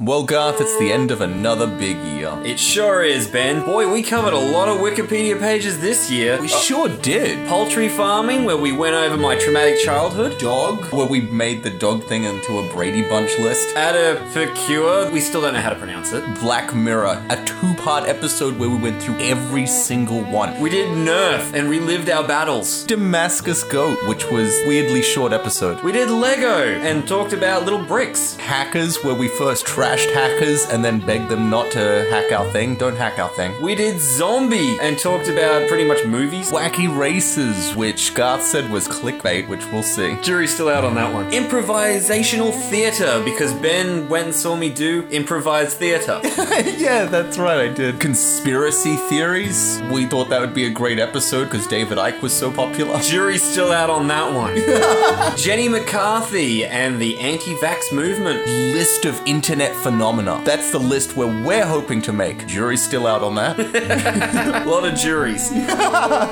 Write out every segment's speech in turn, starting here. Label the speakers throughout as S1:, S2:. S1: Well, Garth, it's the end of another big year.
S2: It sure is, Ben. Boy, we covered a lot of Wikipedia pages this year.
S1: We sure did.
S2: Poultry farming, where we went over my traumatic childhood.
S1: Dog, where we made the dog thing into a Brady Bunch list.
S2: Adipocure, we still don't know how to pronounce it.
S1: Black Mirror, a two part episode where we went through every single one.
S2: We did Nerf and relived our battles.
S1: Damascus Goat, which was weirdly short episode.
S2: We did Lego and talked about little bricks.
S1: Hackers, where we first trashed hackers and then begged them not to hack our thing. Don't hack our thing.
S2: We did Zombie and talked about pretty much movies.
S1: Wacky Races, which Garth said was clickbait, which we'll see.
S2: Jury's still out on that one. Improvisational theatre because Ben went and saw me do improvised theatre.
S1: yeah, that's right, I did. Conspiracy theories. We thought that would be a great episode because David Icke was so popular.
S2: Jury's still out on that one. Jenny McCarthy and the anti-vax movement.
S1: List of internet phenomena. That's the list where we're hoping to make. Jury's still out on that.
S2: A lot of juries.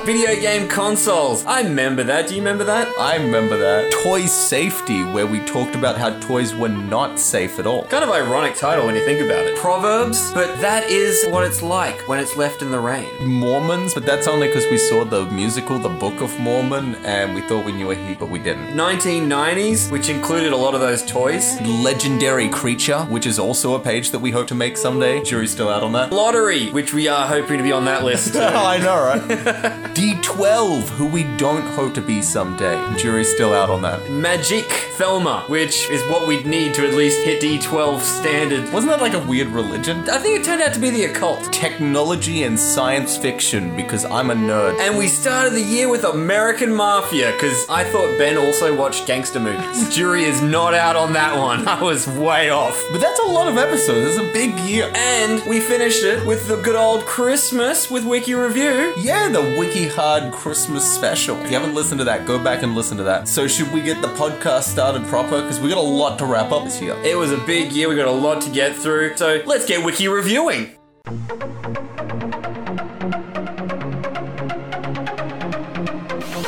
S2: Video game consoles. I remember that. Do you remember that?
S1: I remember that. Toy safety, where we talked about how toys were not safe at all.
S2: Kind of ironic title when you think about it. Proverbs, but that is what it's like when it's left in the rain.
S1: Mormons, but that's only because we saw the musical, The Book of Mormon, and we thought we knew a heap, but we didn't.
S2: 1990s, which included a lot of those toys.
S1: Legendary Creature, which is also a page that we hope to make someday. Jury's still out on that.
S2: Lottery, which we are hoping to be on that list. too.
S1: I know, right? D12, who we don't hope to be someday. Jury's still out on that.
S2: Magic Thelma, which is what we'd need to at least hit D12 standard.
S1: Wasn't that like a weird religion?
S2: I think it turned out to be the occult.
S1: Technology and science fiction, because I'm a nerd.
S2: And we started the year with American Mafia, because I thought Ben also watched gangster movies. Jury is not out on that one. I was way off.
S1: But that's a lot of episodes. It's a big year.
S2: And we finished it with the good old Christmas with Wiki Review.
S1: Yeah, the Wiki Hard Christmas special. If you haven't listened to that, go back and listen to that. So, should we get the podcast started proper? Because we got a lot to wrap up this year.
S2: It was a big year, we got a lot to get through, so let's get Wiki reviewing.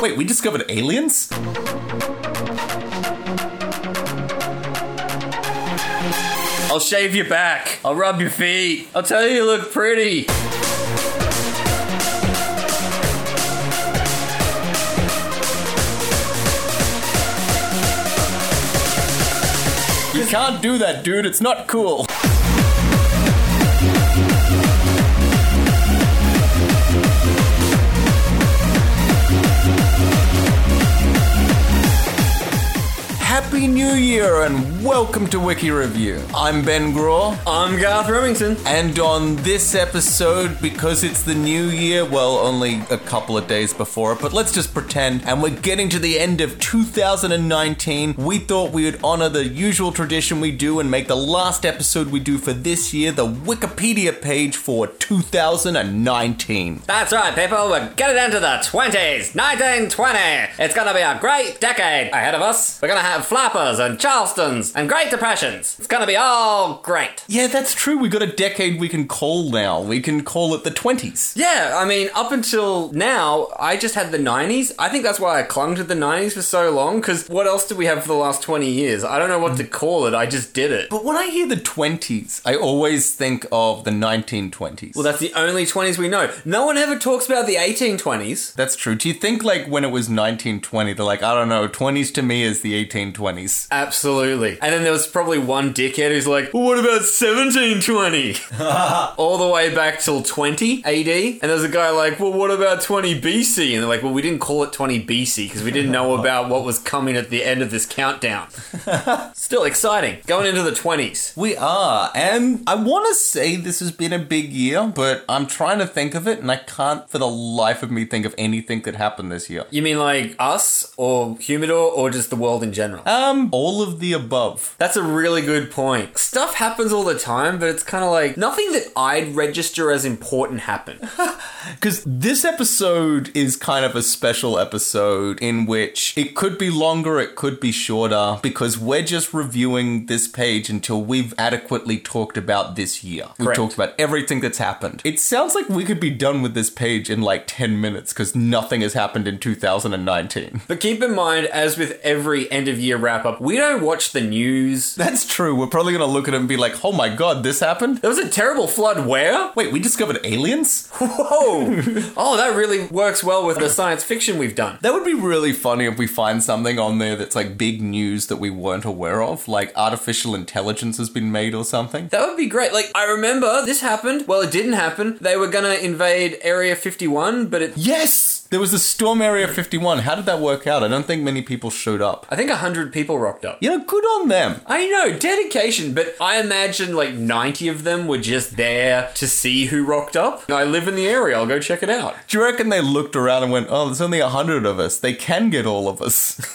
S1: Wait, we discovered aliens?
S2: I'll shave your back, I'll rub your feet, I'll tell you you look pretty.
S1: You can't do that, dude. It's not cool. Happy New Year and welcome to Wiki Review. I'm Ben Graw.
S2: I'm Garth Remington.
S1: And on this episode, because it's the new year, well, only a couple of days before it, but let's just pretend, and we're getting to the end of 2019. We thought we would honor the usual tradition we do and make the last episode we do for this year the Wikipedia page for 2019.
S2: That's right, people. We're getting into the 20s. 1920. It's going to be a great decade ahead of us. We're going to have flappers and Charlestons and Great Depressions. It's going to be all great.
S1: Yeah, that's true. We got a decade we can call now. We can call it the 20s.
S2: Yeah, I mean, up until now, I just had the 90s. I think that's why I clung to the 90s for so long, because what else did we have for the last 20 years? I don't know what to call it. I just did it.
S1: But when I hear the 20s, I always think of the 1920s.
S2: Well, that's the only 20s we know. No one ever talks about the 1820s.
S1: That's true. Do you think like when it was 1920, they're like, I don't know, 20s to me is the 1820s.
S2: Absolutely. And then there was probably one dickhead who's like, well, what about 1720? All the way back till 20 AD. And there's a guy like, well, what about 20 BC? And they're like, well, we didn't call it 20 BC because we didn't know about what was coming at the end of this countdown. Still exciting. Going into the 20s.
S1: We are, and I want to say this has been a big year, but I'm trying to think of it, and I can't for the life of me think of anything that happened this year.
S2: You mean like us or Humidor or just the world in general?
S1: Um, all of the above.
S2: That's a really good point. Stuff happens all the time, but it's kind of like nothing that I'd register as important happened.
S1: Because this episode is kind of a special episode in which it could be longer, it could be shorter, because we're just reviewing this page until we've adequately talked about this year. We've
S2: Correct.
S1: talked about everything that's happened. It sounds like we could be done with this page in like 10 minutes because nothing has happened in 2019.
S2: But keep in mind, as with every end of year year wrap up. We don't watch the news.
S1: That's true. We're probably going to look at it and be like, oh my god, this happened?
S2: There was a terrible flood where?
S1: Wait, we discovered aliens?
S2: Whoa! oh, that really works well with the science fiction we've done.
S1: That would be really funny if we find something on there that's like big news that we weren't aware of, like artificial intelligence has been made or something.
S2: That would be great. Like, I remember this happened. Well, it didn't happen. They were gonna invade Area 51, but it.
S1: Yes! There was a storm Area 51. How did that work out? I don't think many people showed up.
S2: I think 100 people rocked up.
S1: You know, good on them.
S2: I know, dedication, but I imagine like 90 of them were just there to see who rocked up. I live in the area, I'll go check it out.
S1: Do you reckon they looked around and went, oh, there's only a hundred of us. They can get all of us.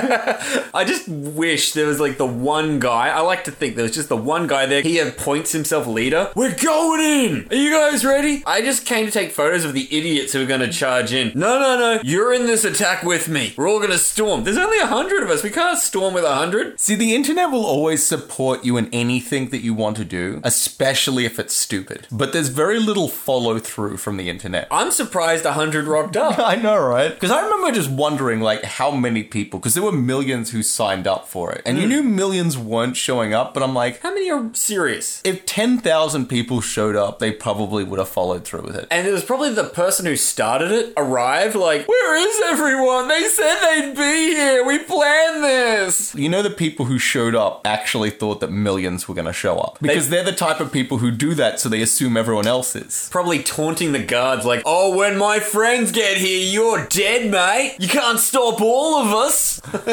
S2: I just wish there was like the one guy. I like to think there was just the one guy there. He appoints himself leader. We're going in. Are you guys ready? I just came to take photos of the idiots who are going to charge in. No, no, no. You're in this attack with me. We're all going to storm. There's only a hundred of us. We can't storm with a hundred.
S1: See, the internet will always support you in anything that you want to do, especially if it's stupid. But there's very little follow through from the internet.
S2: I'm surprised a hundred rocked up.
S1: I know, right? Because I remember just wondering, like, how many people, because there were millions who signed up for it. And you knew millions weren't showing up, but I'm like,
S2: How many are serious?
S1: if 10,000 people showed up, they probably would have followed through with it.
S2: And it was probably the person who started it arrived, like, Where is everyone? They said they'd be here. We planned this.
S1: You know, the people who showed up actually thought that millions were going to show up because they- are the type of people who do that, so they assume everyone else is.
S2: Probably taunting the guards, like, Oh, when my friends get here, you're dead, mate. You can't stop all of us.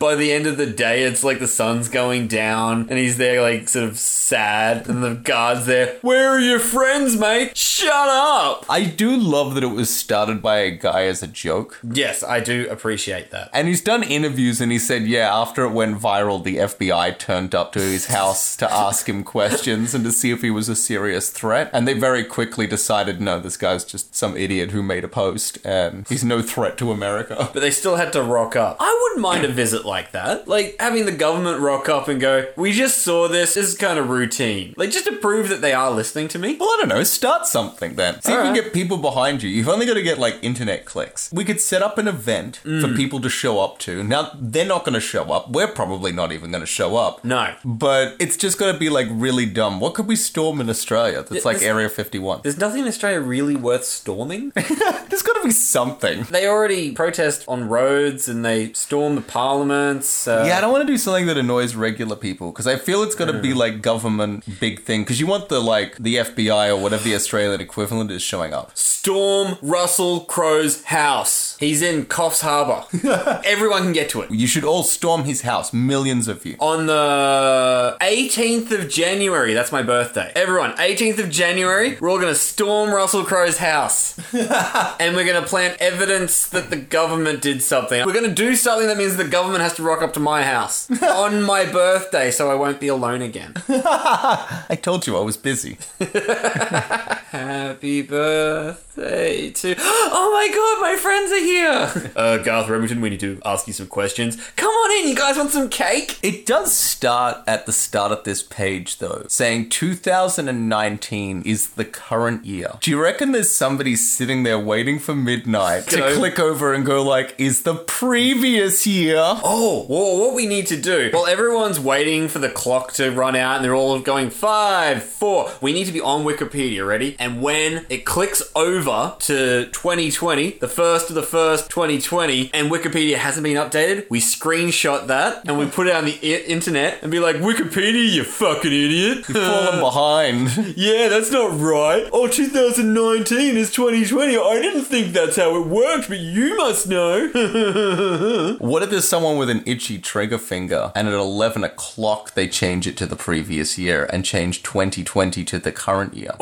S2: By the end of the day, it's like the sun's going down, and he's there, like, sort of sad, and the guards there, Where are your friends, mate? Shut up.
S1: I do love that it was started by a guy as a joke.
S2: Yes, I do appreciate that.
S1: And he's done interviews and he said, yeah, after it went viral, the FBI turned up to his house to ask him questions and to see if he was a serious threat. And they very quickly decided, no, this guy's just some idiot who made a post and he's no threat to America.
S2: but they still had to rock up. I wouldn't mind a visit like that. Like having the government rock up and go, "We just saw this. This is kind of routine." Like just to prove that they are listening to me.
S1: Well, I don't know. Start something then. See if you
S2: Alright.
S1: can get people behind you. You've only got to get like internet clicks. We could set up an event for people to show up to. Now, they're not going to show up. We're probably not even going to show up.
S2: No.
S1: But it's just going to be like really dumb. What could we storm in Australia that's like
S2: this-
S1: Area 51?
S2: There's nothing in Australia really worth storming.
S1: There's got to be something.
S2: they already protest on roads and they storm the parliaments. uh, So.
S1: Yeah, I don't want to do something that annoys regular people because I feel it's going to be like government big thing because you want the like the FBI or whatever the Australian equivalent is showing up.
S2: Storm Russell Crowe's house. He's in Coffs Harbour. Everyone can get to it.
S1: You should all storm his house, millions of you.
S2: on the 18th of January. That's my birthday. Everyone, 18th of January, we're all going to storm Russell Crowe's house. and we're going to plant evidence that the government did something. We're going to do something that means the government has to rock up to my house on my birthday so I won't be alone again.
S1: I told you I was busy.
S2: Happy birthday to. Oh my god, my friends are here! Uh, Garth Remington, we need to ask you some questions. Come on in, you guys want some cake?
S1: It does start at the start of this page, though, saying 2019 is the current year. Do you reckon there's somebody sitting there waiting for midnight to
S2: Go.
S1: click over and go like, "Is the previous year?"
S2: Oh, well, what we need to do. Well, everyone's waiting for the clock to run out and they're all going five, four. We need to be on Wikipedia, ready? And when it clicks over to 2020, the first of the first 2020, and Wikipedia hasn't been updated, we screenshot that and we put it on the I- internet and be like, Wikipedia, you fucking idiot. Uh.
S1: Fallen behind.
S2: yeah, that's not right. Oh, 2019 is 2020. I didn't think that's how it worked, but you must know.
S1: What if there's someone with an itchy trigger finger, and at 11 o'clock they change it to the previous year and change 2020 to the current year?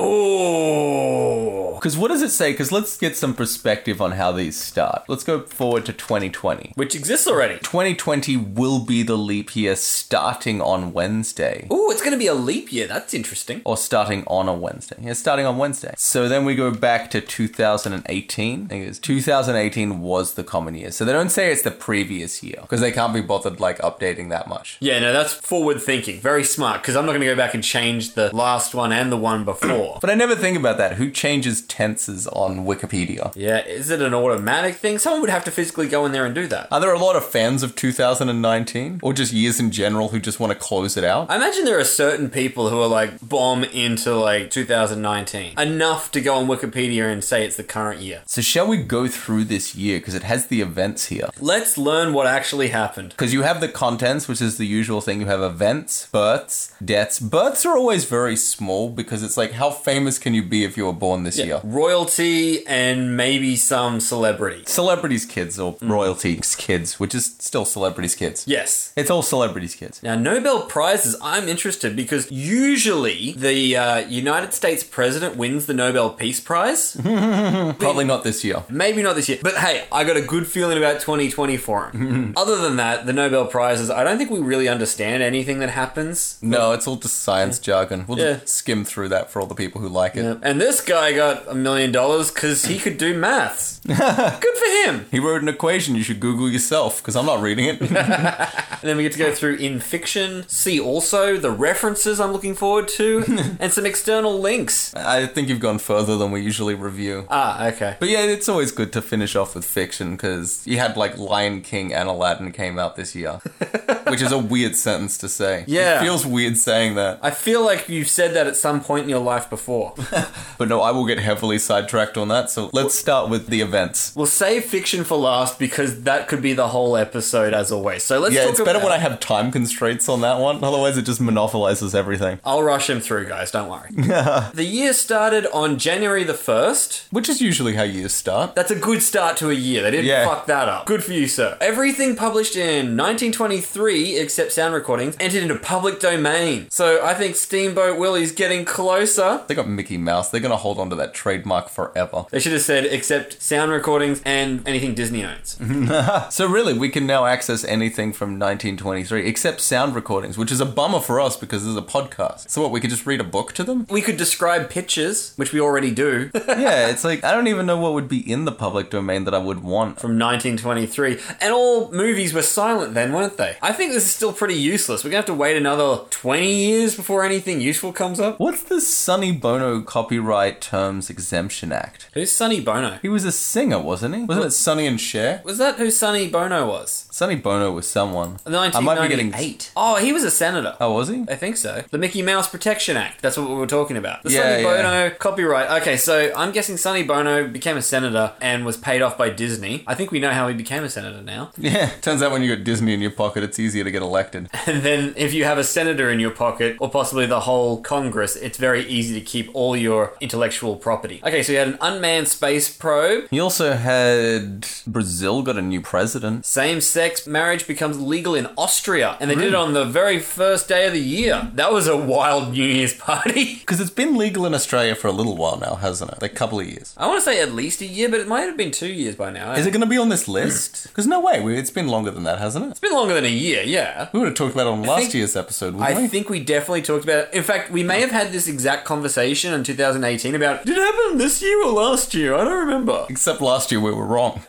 S2: oh.
S1: Because what does it say? Because let's get some perspective on how these start. Let's go forward to 2020.
S2: which exists already.
S1: 2020 will be the leap year starting on Wednesday.
S2: Ooh, it's going to be a leap year. That's interesting.
S1: Or starting on a Wednesday. Yeah, starting on Wednesday. So then we go back to 2018. It goes, 2018 was the common year. So they don't say it's the previous year because they can't be bothered like updating that much.
S2: Yeah, no, that's forward thinking. Very smart, because I'm not going to go back and change the last one and the one before.
S1: But I never think about that. Who changes tenses on Wikipedia?
S2: yeah, is it an automatic thing? Someone would have to physically go in there and do that.
S1: Are there a lot of fans of 2019? Or just years in general who just want to close it out?
S2: I imagine there are certain people who are like bomb into like 2019 enough to go on Wikipedia and say it's the current year.
S1: So, shall we go through this year? Because it has the events here.
S2: Let's learn what actually happened.
S1: Because you have the contents, which is the usual thing. You have events, births, deaths. Births are always very small because it's like, how famous can you be if you were born this year?
S2: Royalty and maybe some celebrity.
S1: Celebrities' kids or
S2: Mm.
S1: royalties' kids, which is still celebrities' kids.
S2: Yes.
S1: It's all celebrities' kids.
S2: Now, Nobel Prizes, I'm interested because usually the uh, United States president wins the Nobel Peace Prize.
S1: Probably not this year.
S2: Maybe not this year, but hey, I got a good feeling about 2020 for him. Other than that, the Nobel Prizes, I don't think we really understand anything that happens.
S1: No, it's all just science jargon. We'll
S2: Yeah.
S1: just skim through that for all the people who like it.
S2: And this guy got a million dollars because he could do maths. good for him.
S1: He wrote an equation you should Google yourself because I'm not reading it.
S2: And then we get to go through in fiction, see also the references I'm looking forward to, and some external links.
S1: I think you've gone further than we usually review.
S2: Ah, okay.
S1: But yeah, it's always good to finish off with fiction because you had like Lion King and Aladdin came out this year, which is a weird sentence to say.
S2: Yeah.
S1: It feels weird saying that.
S2: I feel like you've said that at some point in your life before.
S1: But no, I will get heavily sidetracked on that. So let's start with the events.
S2: We'll save fiction for last because that could be the whole episode, as always. So let's
S1: Yeah,
S2: talk
S1: it's better
S2: about-
S1: when I have time constraints on that one. Otherwise, it just monopolizes everything,
S2: I'll rush him through, guys. Don't worry. the year started on January the first.
S1: which is usually how years start.
S2: That's a good start to a year. They didn't
S1: Yeah.
S2: fuck that up. Good for you, sir. Everything published in 1923, except sound recordings, entered into public domain. So I think Steamboat Willie's getting closer.
S1: They got Mickey Mouse. They're going to hold on to that trademark forever.
S2: They should have said except sound recordings and anything Disney owns.
S1: So really, we can now access anything from 1923 except sound recordings, which is a bummer for us because this is a podcast. So what? We could just read a book to them?
S2: we could describe pictures, which we already do.
S1: yeah, it's like I don't even know what would be in the public domain that I would want.
S2: from 1923. And all movies were silent then, weren't they? I think this is still pretty useless. We're gonna have to wait another 20 years before anything useful comes up.
S1: What's the Sonny Bono Copyright Terms Exemption Act?
S2: Who's Sonny Bono?
S1: He was a singer, wasn't he? Wasn't it Sonny and Cher?
S2: Was that who Sonny Bono was?
S1: Sonny Bono was someone. I might be getting.
S2: 1998. Oh, he was a senator.
S1: Oh, was he?
S2: I think so. The Mickey Mouse Protection Act. That's what we were talking about. The
S1: Yeah,
S2: Sonny
S1: yeah.
S2: Bono copyright. Okay, so I'm guessing Sonny Bono became a senator and was paid off by Disney. I think we know how he became a senator now.
S1: Yeah. Turns out when you got Disney in your pocket, it's easier to get elected.
S2: And then if you have a senator in your pocket, or possibly the whole Congress, it's very easy to keep all your intellectual property. Okay, so you had an unmanned space probe.
S1: He also had Brazil got a new president.
S2: Same sex marriage becomes legal in Austria, and they
S1: Hmm.
S2: did it on the very first day of the year. That was a wild New Year's party.
S1: Because it's been legal in Australia for a little while now, hasn't it? Like a couple of years.
S2: I want to say at least a year, but it might have been two years by now.
S1: Is it going to be on this list? Because no way, we- it's been longer than that, hasn't it?
S2: it's been longer than a year, yeah.
S1: We would have talked about it on last
S2: think-
S1: year's episode, wouldn't we?
S2: I think we definitely talked about it. In fact, we may have had this exact conversation in 2018 about did it happen this year or last year? I don't remember.
S1: Except last year we were wrong.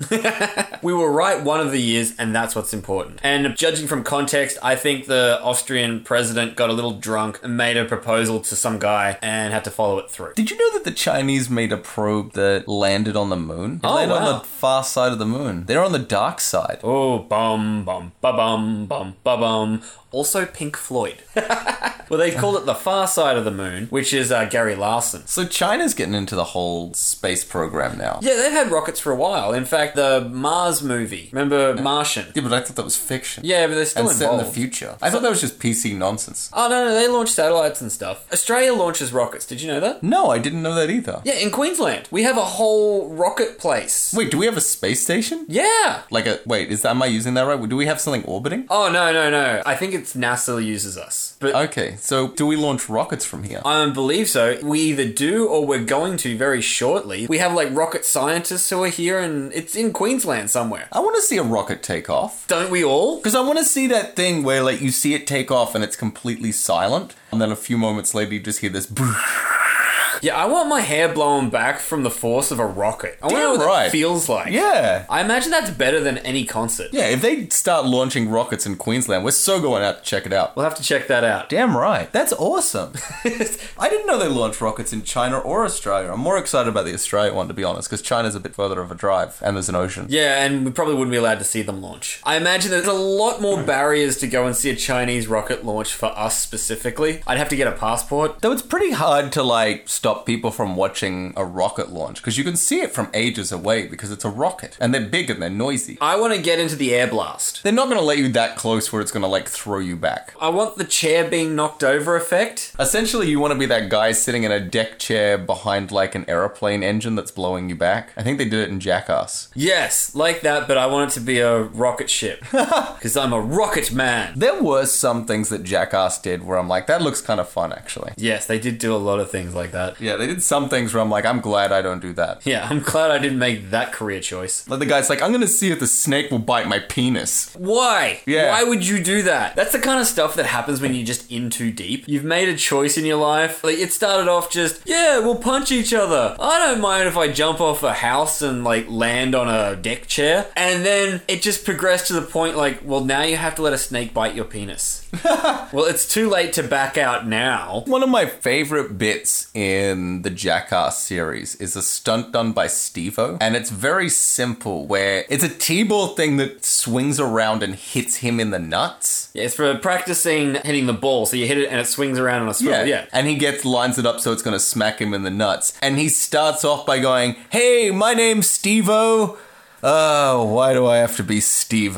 S2: We were right one of the years, and that's what's important. And judging from context, I think the Austrian president got a little drunk and made a proposal to some guy and had to follow it through.
S1: Did you know that the Chinese made a probe that landed on the moon? It
S2: Oh,
S1: landed on
S2: wow.
S1: the far side of the moon. They're on the dark side.
S2: Oh, bum, bum, ba bum, bum, ba bum. Also, Pink Floyd. well, they called it the far side of the moon, which is uh, Gary Larson.
S1: So China's getting into the whole space program now.
S2: Yeah, they've had rockets for a while. In fact, the Mars movie, remember Martian?
S1: Yeah, but I thought that was fiction.
S2: Yeah, but they're still
S1: And set in
S2: involved.
S1: the future. I thought that was just PC nonsense.
S2: Oh no, no, they launch satellites and stuff. Australia launches rockets. Did you know that?
S1: No, I didn't know that either.
S2: Yeah, in Queensland, we have a whole rocket place.
S1: Wait, do we have a space station?
S2: Yeah.
S1: Like a wait, is that am I using that right? Do we have something orbiting?
S2: Oh no, no, no. I think it's NASA uses us, but.
S1: Okay, so do we launch rockets from here?
S2: I don't believe so. We either do or we're going to very shortly. We have like rocket scientists who are here and it's in Queensland somewhere.
S1: I want to see a rocket take off.
S2: Don't we all?
S1: Because I want to see that thing where, like, you see it take off and it's completely silent, and then a few moments later you just hear this.
S2: Yeah, I want my hair blown back from the force of a rocket. I want to know
S1: Damn
S2: what
S1: right.
S2: that feels like.
S1: Yeah.
S2: I imagine that's better than any concert.
S1: Yeah, if they start launching rockets in Queensland, we're so going out to check it out.
S2: We'll have to check that out.
S1: Damn right. That's awesome. I didn't know they launched rockets in China or Australia. I'm more excited about the Australia one, to be honest, because China's a bit further of a drive and there's an ocean.
S2: Yeah, and we probably wouldn't be allowed to see them launch. I imagine there's a lot more barriers to go and see a Chinese rocket launch for us specifically. I'd have to get a passport.
S1: Though it's pretty hard to like stop people from watching a rocket launch because you can see it from ages away because it's a rocket and they're big and they're noisy.
S2: I want to get into the air blast.
S1: They're not going to let you that close where it's going to like throw you back.
S2: I want the chair being knocked over effect.
S1: Essentially, you want to be that guy sitting in a deck chair behind like an aeroplane engine that's blowing you back. I think they did it in Jackass.
S2: Yes, like that, but I want it to be a rocket ship. Because I'm a rocket man.
S1: There were some things that Jackass did where I'm like, that looks kind of fun actually.
S2: Yes, they did do a lot of things like that.
S1: Yeah, they did some things where I'm like, I'm glad I don't do that.
S2: Yeah, I'm glad I didn't make that career choice.
S1: Like the guy's like, I'm gonna see if the snake will bite my penis.
S2: Why?
S1: Yeah.
S2: Why would you do that? That's the kind of stuff that happens when you're just in too deep. You've made a choice in your life. Like it started off just, yeah, we'll punch each other. I don't mind if I jump off a house and like land on a deck chair. And then it just progressed to the point like, well, now you have to let a snake bite your penis. well, it's too late to back out now.
S1: One of my favorite bits in the Jackass series is a stunt done by Stevo, and it's very simple where it's a T-ball thing that swings around and hits him in the nuts.
S2: Yeah, it's for practicing hitting the ball. So you hit it and it swings around on a swivel. yeah.
S1: And he gets lines it up so it's gonna smack him in the nuts. And he starts off by going, Hey, my name's Stevo. Oh, why do I have to be Stevo?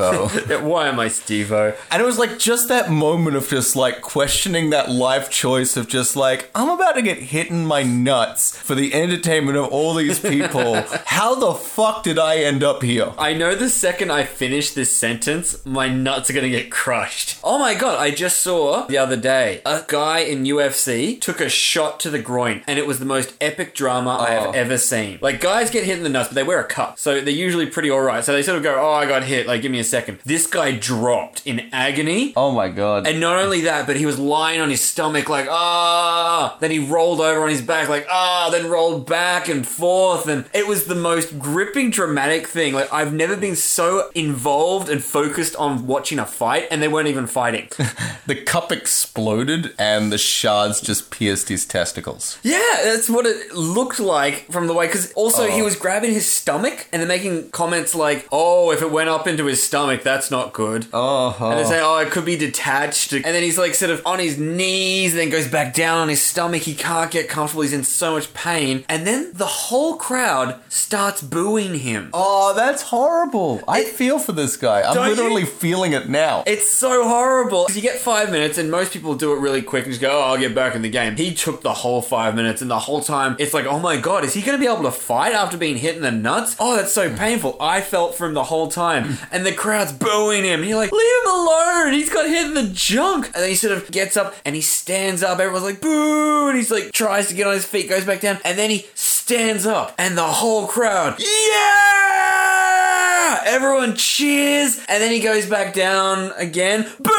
S2: Yeah, Why am I Stevo?
S1: And it was like just that moment of just like questioning that life choice of just like, I'm about to get hit in my nuts for the entertainment of all these people. How the fuck did I end up here?
S2: I know the second I finish this sentence, my nuts are gonna get crushed. Oh my god, I just saw the other day a guy in UFC took a shot to the groin, and it was the most epic drama I
S1: Oh.
S2: have ever seen. Like, guys get hit in the nuts, but they wear a cup, so they're usually pretty alright. So they sort of go, Oh, I got hit, like, give me a second. This guy dropped in agony.
S1: Oh my god.
S2: And not only that, but he was lying on his stomach like, ah. Then he rolled over on his back like, ah. Then rolled back and forth. And it was the most gripping, dramatic thing. Like, I've never been so involved and focused on watching a fight, and they weren't even fighting.
S1: the cup exploded and the shards just pierced his testicles.
S2: yeah, that's what it looked like from the way. Because also, he was grabbing his stomach and then making comments like, oh, if it went up into his stomach, that's not good.
S1: Oh,
S2: And they say, oh, it could be detached. And then he's like sort of on his knees, then goes back down on his stomach. He can't get comfortable. He's in so much pain. And then the whole crowd starts booing him.
S1: oh that's horrible. I feel for this guy. I'm
S2: Don't you?
S1: literally feeling it now.
S2: It's so horrible. 'Cause You get five minutes, and most people do it really quick and just go, oh, I'll get back in the game. He took the whole five minutes, and the whole time, it's like, oh my god, is he going to be able to fight after being hit in the nuts? Oh, that's so painful. I felt for him the whole time. And the crowd's booing him. And you're like, leave him alone. He's got hit in the junk. And then he sort of gets up and he stands up. Everyone's like, boo. And he's like, tries to get on his feet, goes back down. And then he stands up, and the whole crowd, yeah! "Ah!" Everyone cheers, and then he goes back down again. Boo!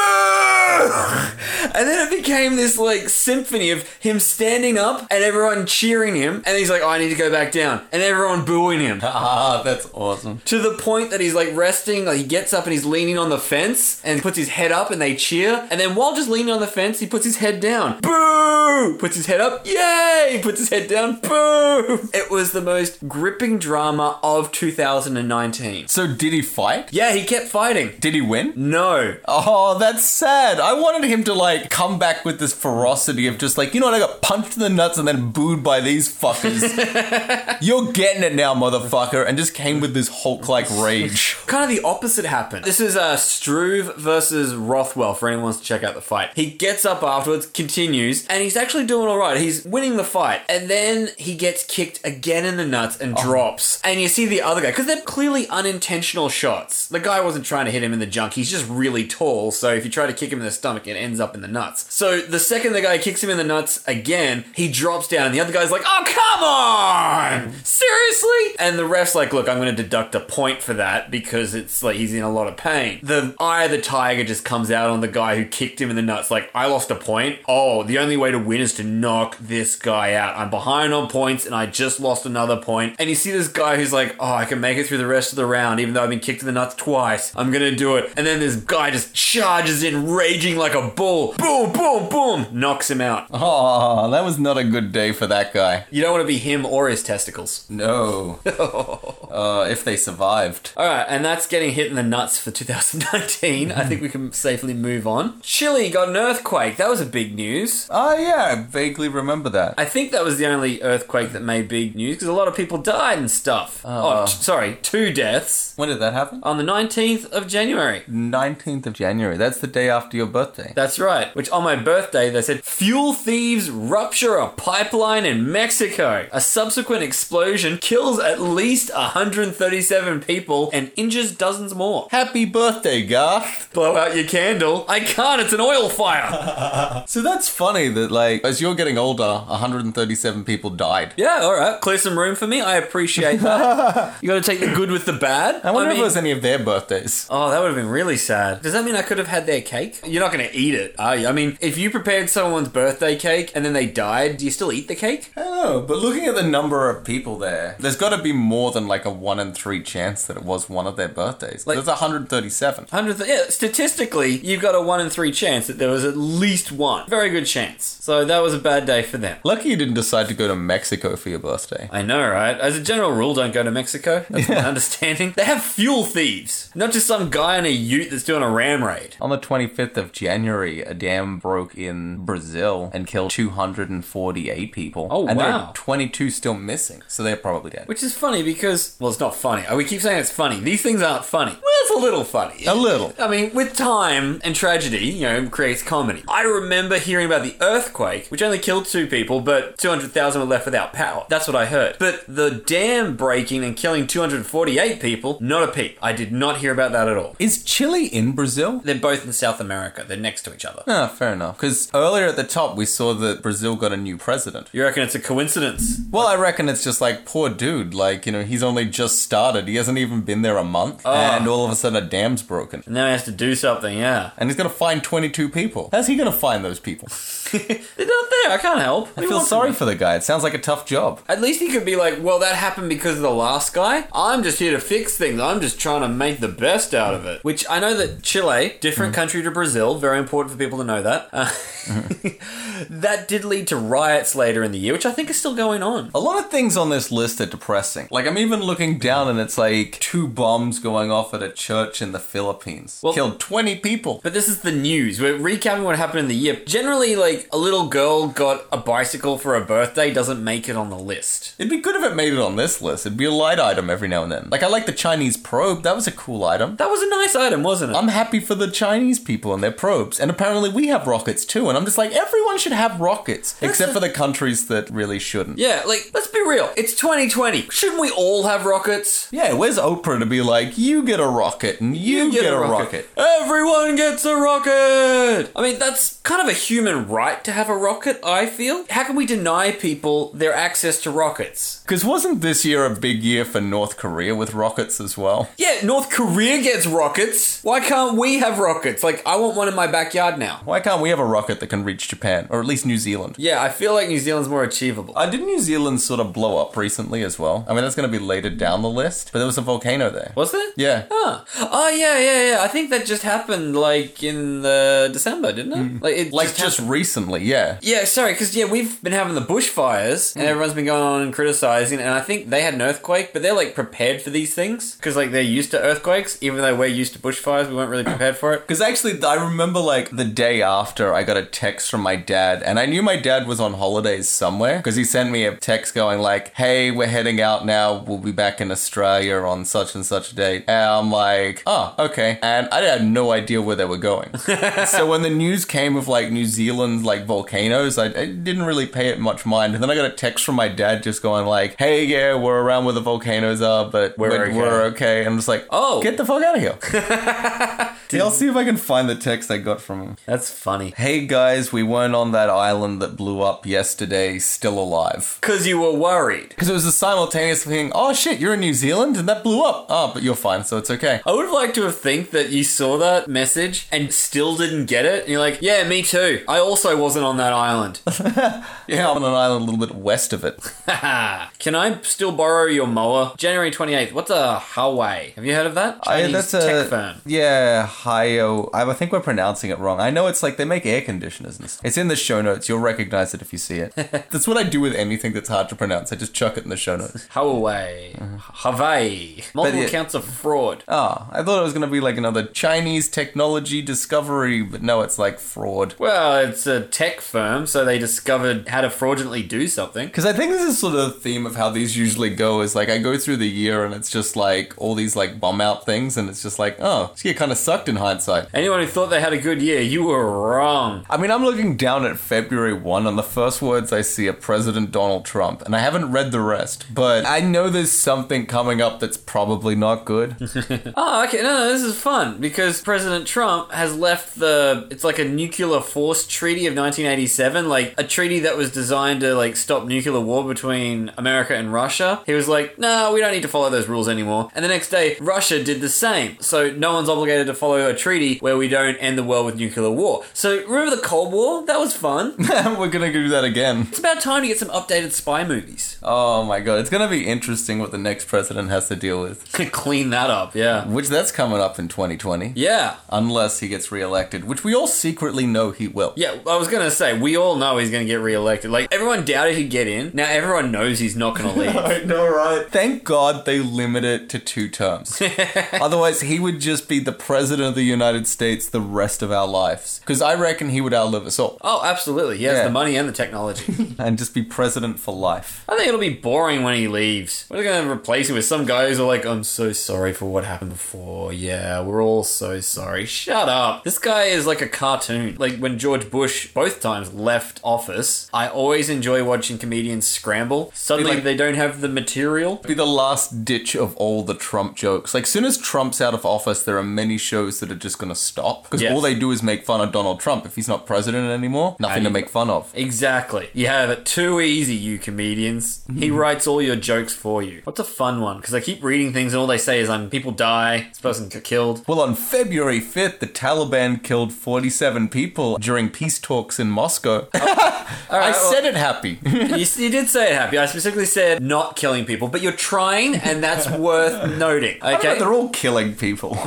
S2: And then it became this like symphony of him standing up and everyone cheering him, and he's like, "Oh, "I need to go back down," and everyone booing him
S1: ah, that's awesome.
S2: to the point that he's like resting. Like he gets up and he's leaning on the fence and puts his head up, and they cheer. And then while just leaning on the fence, he puts his head down. Boo! Puts his head up. Yay! Puts his head down. Boo! It was the most gripping drama of 2019.
S1: So did he fight?
S2: Yeah, he kept fighting.
S1: Did he win?
S2: No.
S1: Oh, that's sad. I wanted him to like come back with this ferocity of just like, you know what, I got punched in the nuts and then booed by these fuckers. You're getting it now, motherfucker, and just came with this Hulk like rage.
S2: Kind of the opposite happened. This is uh, Struve versus Rothwell for anyone who wants to check out the fight. He gets up afterwards, continues, and he's actually doing all right. He's winning the fight. And then he gets kicked again in the nuts and drops. And you see the other guy, because they're clearly unintentional shots. The guy wasn't trying to hit him in the junk. He's just really tall. So if you try to kick him in the stomach and ends up in the nuts. So the second the guy kicks him in the nuts again, he drops down, and the other guy's like, "Oh come on, seriously!" And the ref's like, "Look, I'm going to deduct a point for that because it's like he's in a lot of pain." The eye of the tiger just comes out on the guy who kicked him in the nuts. Like, I lost a point. Oh, the only way to win is to knock this guy out. I'm behind on points, and I just lost another point. And you see this guy who's like, "Oh, I can make it through the rest of the round, even though I've been kicked in the nuts twice. I'm gonna do it." And then this guy just charges in, raging like a bull. Boom, boom, boom, knocks him out.
S1: Oh, that was not a good day for that guy.
S2: You don't want to be him or his testicles.
S1: No. uh, if they survived.
S2: All right, and that's getting hit in the nuts for 2019. I think we can safely move on. Chile got an earthquake. That was a big news.
S1: Oh, yeah, I vaguely remember that.
S2: I think that was the only earthquake that made big news because a lot of people died and stuff. oh, t- sorry, two deaths
S1: When did that happen?
S2: on the 19th of January.
S1: 19th of January. That's the day after your birthday.
S2: That's right. Which on my birthday, they said fuel thieves rupture a pipeline in Mexico. A subsequent explosion kills at least 137 people and injures dozens more.
S1: Happy birthday, Garth.
S2: Blow out your candle. I can't, it's an oil fire.
S1: So that's funny that, like, as you're getting older, 137 people died.
S2: yeah, all right. Clear some room for me. I appreciate that. you got to take the good with the bad.
S1: I wonder if
S2: mean-
S1: it was any of their birthdays.
S2: Oh, that would have been really sad. Does that mean I could have had their cake? You're not going to eat it, are you? I mean, if you prepared someone's birthday cake and then they died, do you still eat the cake?
S1: I don't know, but looking at the number of people there, there's got to be more than like a 1 in 3 chance that it was one of their birthdays. Like, there's 137.
S2: Hundredth, yeah, statistically, you've got a one in three chance that there was at least one. Very good chance. So that was a bad day for them.
S1: Lucky you didn't decide to go to Mexico for your birthday.
S2: I know, right? As a general rule, don't go to Mexico. That's my understanding. They have fuel thieves, not just some guy in a ute that's doing a ram raid.
S1: On the 25th of January, a dam broke in Brazil and killed 248 people.
S2: Oh,
S1: and there
S2: wow.
S1: are 22 still missing, so they're probably dead.
S2: Which is funny because, well, it's not funny. Oh, We keep saying it's funny. These things aren't funny. Well, it's a little funny.
S1: A little.
S2: I mean, with time and tragedy, you know, creates comedy. I remember hearing about the earthquake, which only killed two people, but 200,000 were left without power. That's what I heard. But the dam breaking and killing 248 people, not a peep. I did not hear about that at all.
S1: Is Chile in Brazil?
S2: They're both in South America. They're next to each other.
S1: Ah, fair enough. Because earlier at the top, we saw that Brazil got a new president.
S2: You reckon it's a coincidence?
S1: Well, I reckon it's just like, poor dude. Like, you know, he's only just started. He hasn't even been there a month. And all of a sudden, a dam's broken.
S2: Now he has to do something, yeah.
S1: And he's going to find 22 people. How's he going to find those people?
S2: They're not there. I can't help.
S1: I feel sorry for the guy. It sounds like a tough job.
S2: At least he could be like, well, that happened because of the last guy. I'm just here to fix things. I'm just trying to make the best out of it. Which I know that Chile, different country to Brazil, very important for people to know that. Uh, that did lead to riots later in the year, which I think is still going on.
S1: A lot of things on this list are depressing. Like, I'm even looking down and it's like two bombs going off at a church in the Philippines.
S2: Well-
S1: Killed 20 people.
S2: But this is the news. We're recapping what happened in the year. Generally, like a little girl got a bicycle for her birthday doesn't make it on the list.
S1: It'd be good if it made it on this list. It'd be a light item every now and then. Like, I like the Chinese probe. That was a cool item.
S2: That was a nice item, wasn't it?
S1: I'm happy for the Chinese people and their probes. And apparently, we have rockets too. And I'm just like, everyone should have rockets, except for the countries that really shouldn't.
S2: yeah, like let's be real. It's 2020. Shouldn't we all have rockets?
S1: Yeah, where's Oprah to be like, you get a rocket and you, get, a rocket?
S2: Everyone gets a rocket. I mean, that's kind of a human right to have a rocket, I feel. How can we deny people their access to rockets?
S1: Because wasn't this year a big year for North Korea with rockets as well?
S2: Yeah, North Korea gets rockets. Why can't we have rockets? Like, I want one in my backyard now.
S1: Why can't we have a rocket that can reach Japan or at least New Zealand?
S2: Yeah, I feel like New Zealand's more achievable.
S1: Uh, did New Zealand sort of blow up recently as well? I mean, that's going to be later down the list, but there was a volcano there.
S2: Was there?
S1: Yeah.
S2: Huh. Oh, yeah, yeah, yeah. I think that just happened, like, in the December, didn't it? Like, it
S1: Mm. Like just,
S2: just
S1: recently, yeah.
S2: Yeah, sorry, because yeah, we've been having the bushfires, and everyone's been going on and criticizing, and I think they had an earthquake, but they're like prepared for these things because like they're used to earthquakes, even though we're used to bushfires, we weren't really prepared for it.
S1: Because actually, th- I remember like the day after I got a text from my dad, and I knew my dad was on holidays somewhere because he sent me a text going like, "Hey, we're heading out now. We'll be back in Australia on such and such a date." And I'm like, "Oh, okay." And I had no idea where they were going. so when the news came of with like New Zealand like volcanoes. I, I didn't really pay it much mind. And then I got a text from my dad just going like, "Hey, yeah, we're around where the volcanoes are, but we're
S2: We're
S1: we're,
S2: okay."
S1: okay." And I'm just like,
S2: Oh.
S1: get the fuck out of here." Yeah, I'll see if I can find the text I got from him.
S2: That's funny.
S1: Hey guys, we weren't on that island that blew up yesterday. Still alive.
S2: Because you were worried.
S1: Because it was a simultaneous thing. Oh shit, you're in New Zealand and that blew up. Oh, but you're fine, so it's okay.
S2: I would have liked to have think that you saw that message and still didn't get it. And you're like, yeah, me too. I also wasn't on that island.
S1: Yeah, I'm on an island a little bit west of it.
S2: Can I still borrow your mower? January 28th. What's a Huawei? Have you heard of that?
S1: I-
S2: Chinese tech firm.
S1: yeah, Hio. I I think we're pronouncing it wrong. I know it's like they make air conditioners. And stuff. It's in the show notes. You'll recognize it if you see it. that's what I do with anything that's hard to pronounce. I just chuck it in the show notes.
S2: Huawei. Hawaii. Uh-huh. Multiple
S1: yeah-
S2: counts of fraud.
S1: Ah, I thought it was gonna be like another Chinese technology discovery, but no, it's like fraud.
S2: Well, it's a tech firm, so they discovered how to fraudulently do something.
S1: Because I think this is sort of the theme of how these usually go is like I go through the year and it's just like all these like bum out things and it's just like oh this year kind of sucked in hindsight.
S2: Anyone who thought they had a good year, you were wrong.
S1: I mean I'm looking down at February one and the first words I see are President Donald Trump and I haven't read the rest but I know there's something coming up that's probably not good.
S2: Oh, okay. No, no, this is fun because President Trump has left the. It's like a nuclear force treaty of 1987, like a treaty that was designed to like stop nuclear war between America and Russia. He was like, "No, we don't need to follow those rules anymore." And the next day, Russia did the same. So no one's obligated to follow a treaty where we don't end the world with nuclear war. So remember the Cold War? That was fun. it's
S1: We're gonna do that again.
S2: about time to get some updated spy movies.
S1: Oh my god, it's gonna be interesting what the next president has to deal with.
S2: Clean that up. Yeah.
S1: Which that's coming up in 2020,
S2: Yeah.
S1: unless he gets reelected, which we all secretly know he will.
S2: Yeah, I was gonna say we all know he's gonna get reelected. Like everyone doubted he'd get in. Now everyone knows he's not gonna leave.
S1: I know, right? Thank God they limit it to two terms. Otherwise, he would just be the president of the United States the rest of our lives. Because I reckon he would outlive us all
S2: oh, absolutely. He has
S1: Yeah.
S2: the money and the technology.
S1: and just be president for life.
S2: I think it'll be boring when he leaves. We're gonna replace him with some guy who's all like, "I'm so sorry for what happened before. Yeah, we're all so sorry." Shut up. This guy is like a cartoon. Like when George Bush both times left office, I always enjoy watching comedians scramble. Suddenly
S1: like-
S2: they don't have the material.
S1: Be the last ditch of all the Trump jokes. Like, soon as Trump's out of office, there are many shows that are just going to stop. Because
S2: Yes.
S1: all they do is make fun of Donald Trump. If he's not president anymore, nothing to
S2: I-
S1: make fun of.
S2: Exactly. You have it too easy, you comedians. He writes all your jokes for you. What's a fun one? Because I keep reading things and all they say is, "I'm people die, this person got killed."
S1: Well, on February 5th, the Taliban killed 47 people during peace talks in Moscow.
S2: All
S1: I
S2: right, well,
S1: said it happy.
S2: you, you did say it happy. I specifically said not killing people, but you're trying, and that's worth noting.
S1: Okay.
S2: Okay.
S1: They're all killing people.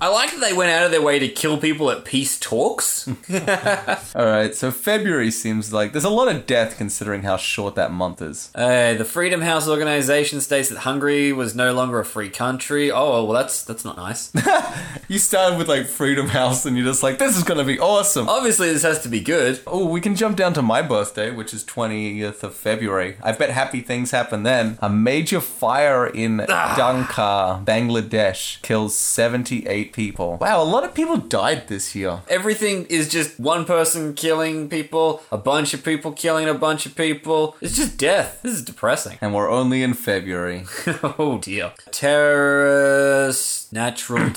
S2: I like that they went out of their way to kill people at peace talks.
S1: all right, so February seems like there's a lot of death considering how short that month is.
S2: Hey, Uh, the Freedom House organization states that Hungary was no longer a free country. Oh, well, that's that's not nice.
S1: You started with like Freedom House and you're just like, this is gonna be awesome. Oh,
S2: Obviously, this has to be good.
S1: we can jump down to my birthday, which is 20th of February. I bet happy things happen then. A major fire in
S2: Ah.
S1: Dhaka, Bangladesh, kills 78 people. Wow, a lot of people died this year.
S2: Everything is just one person killing people, a bunch of people killing a bunch of people. It's just death. This is depressing.
S1: And we're only in February.
S2: oh dear. Terrorists, natural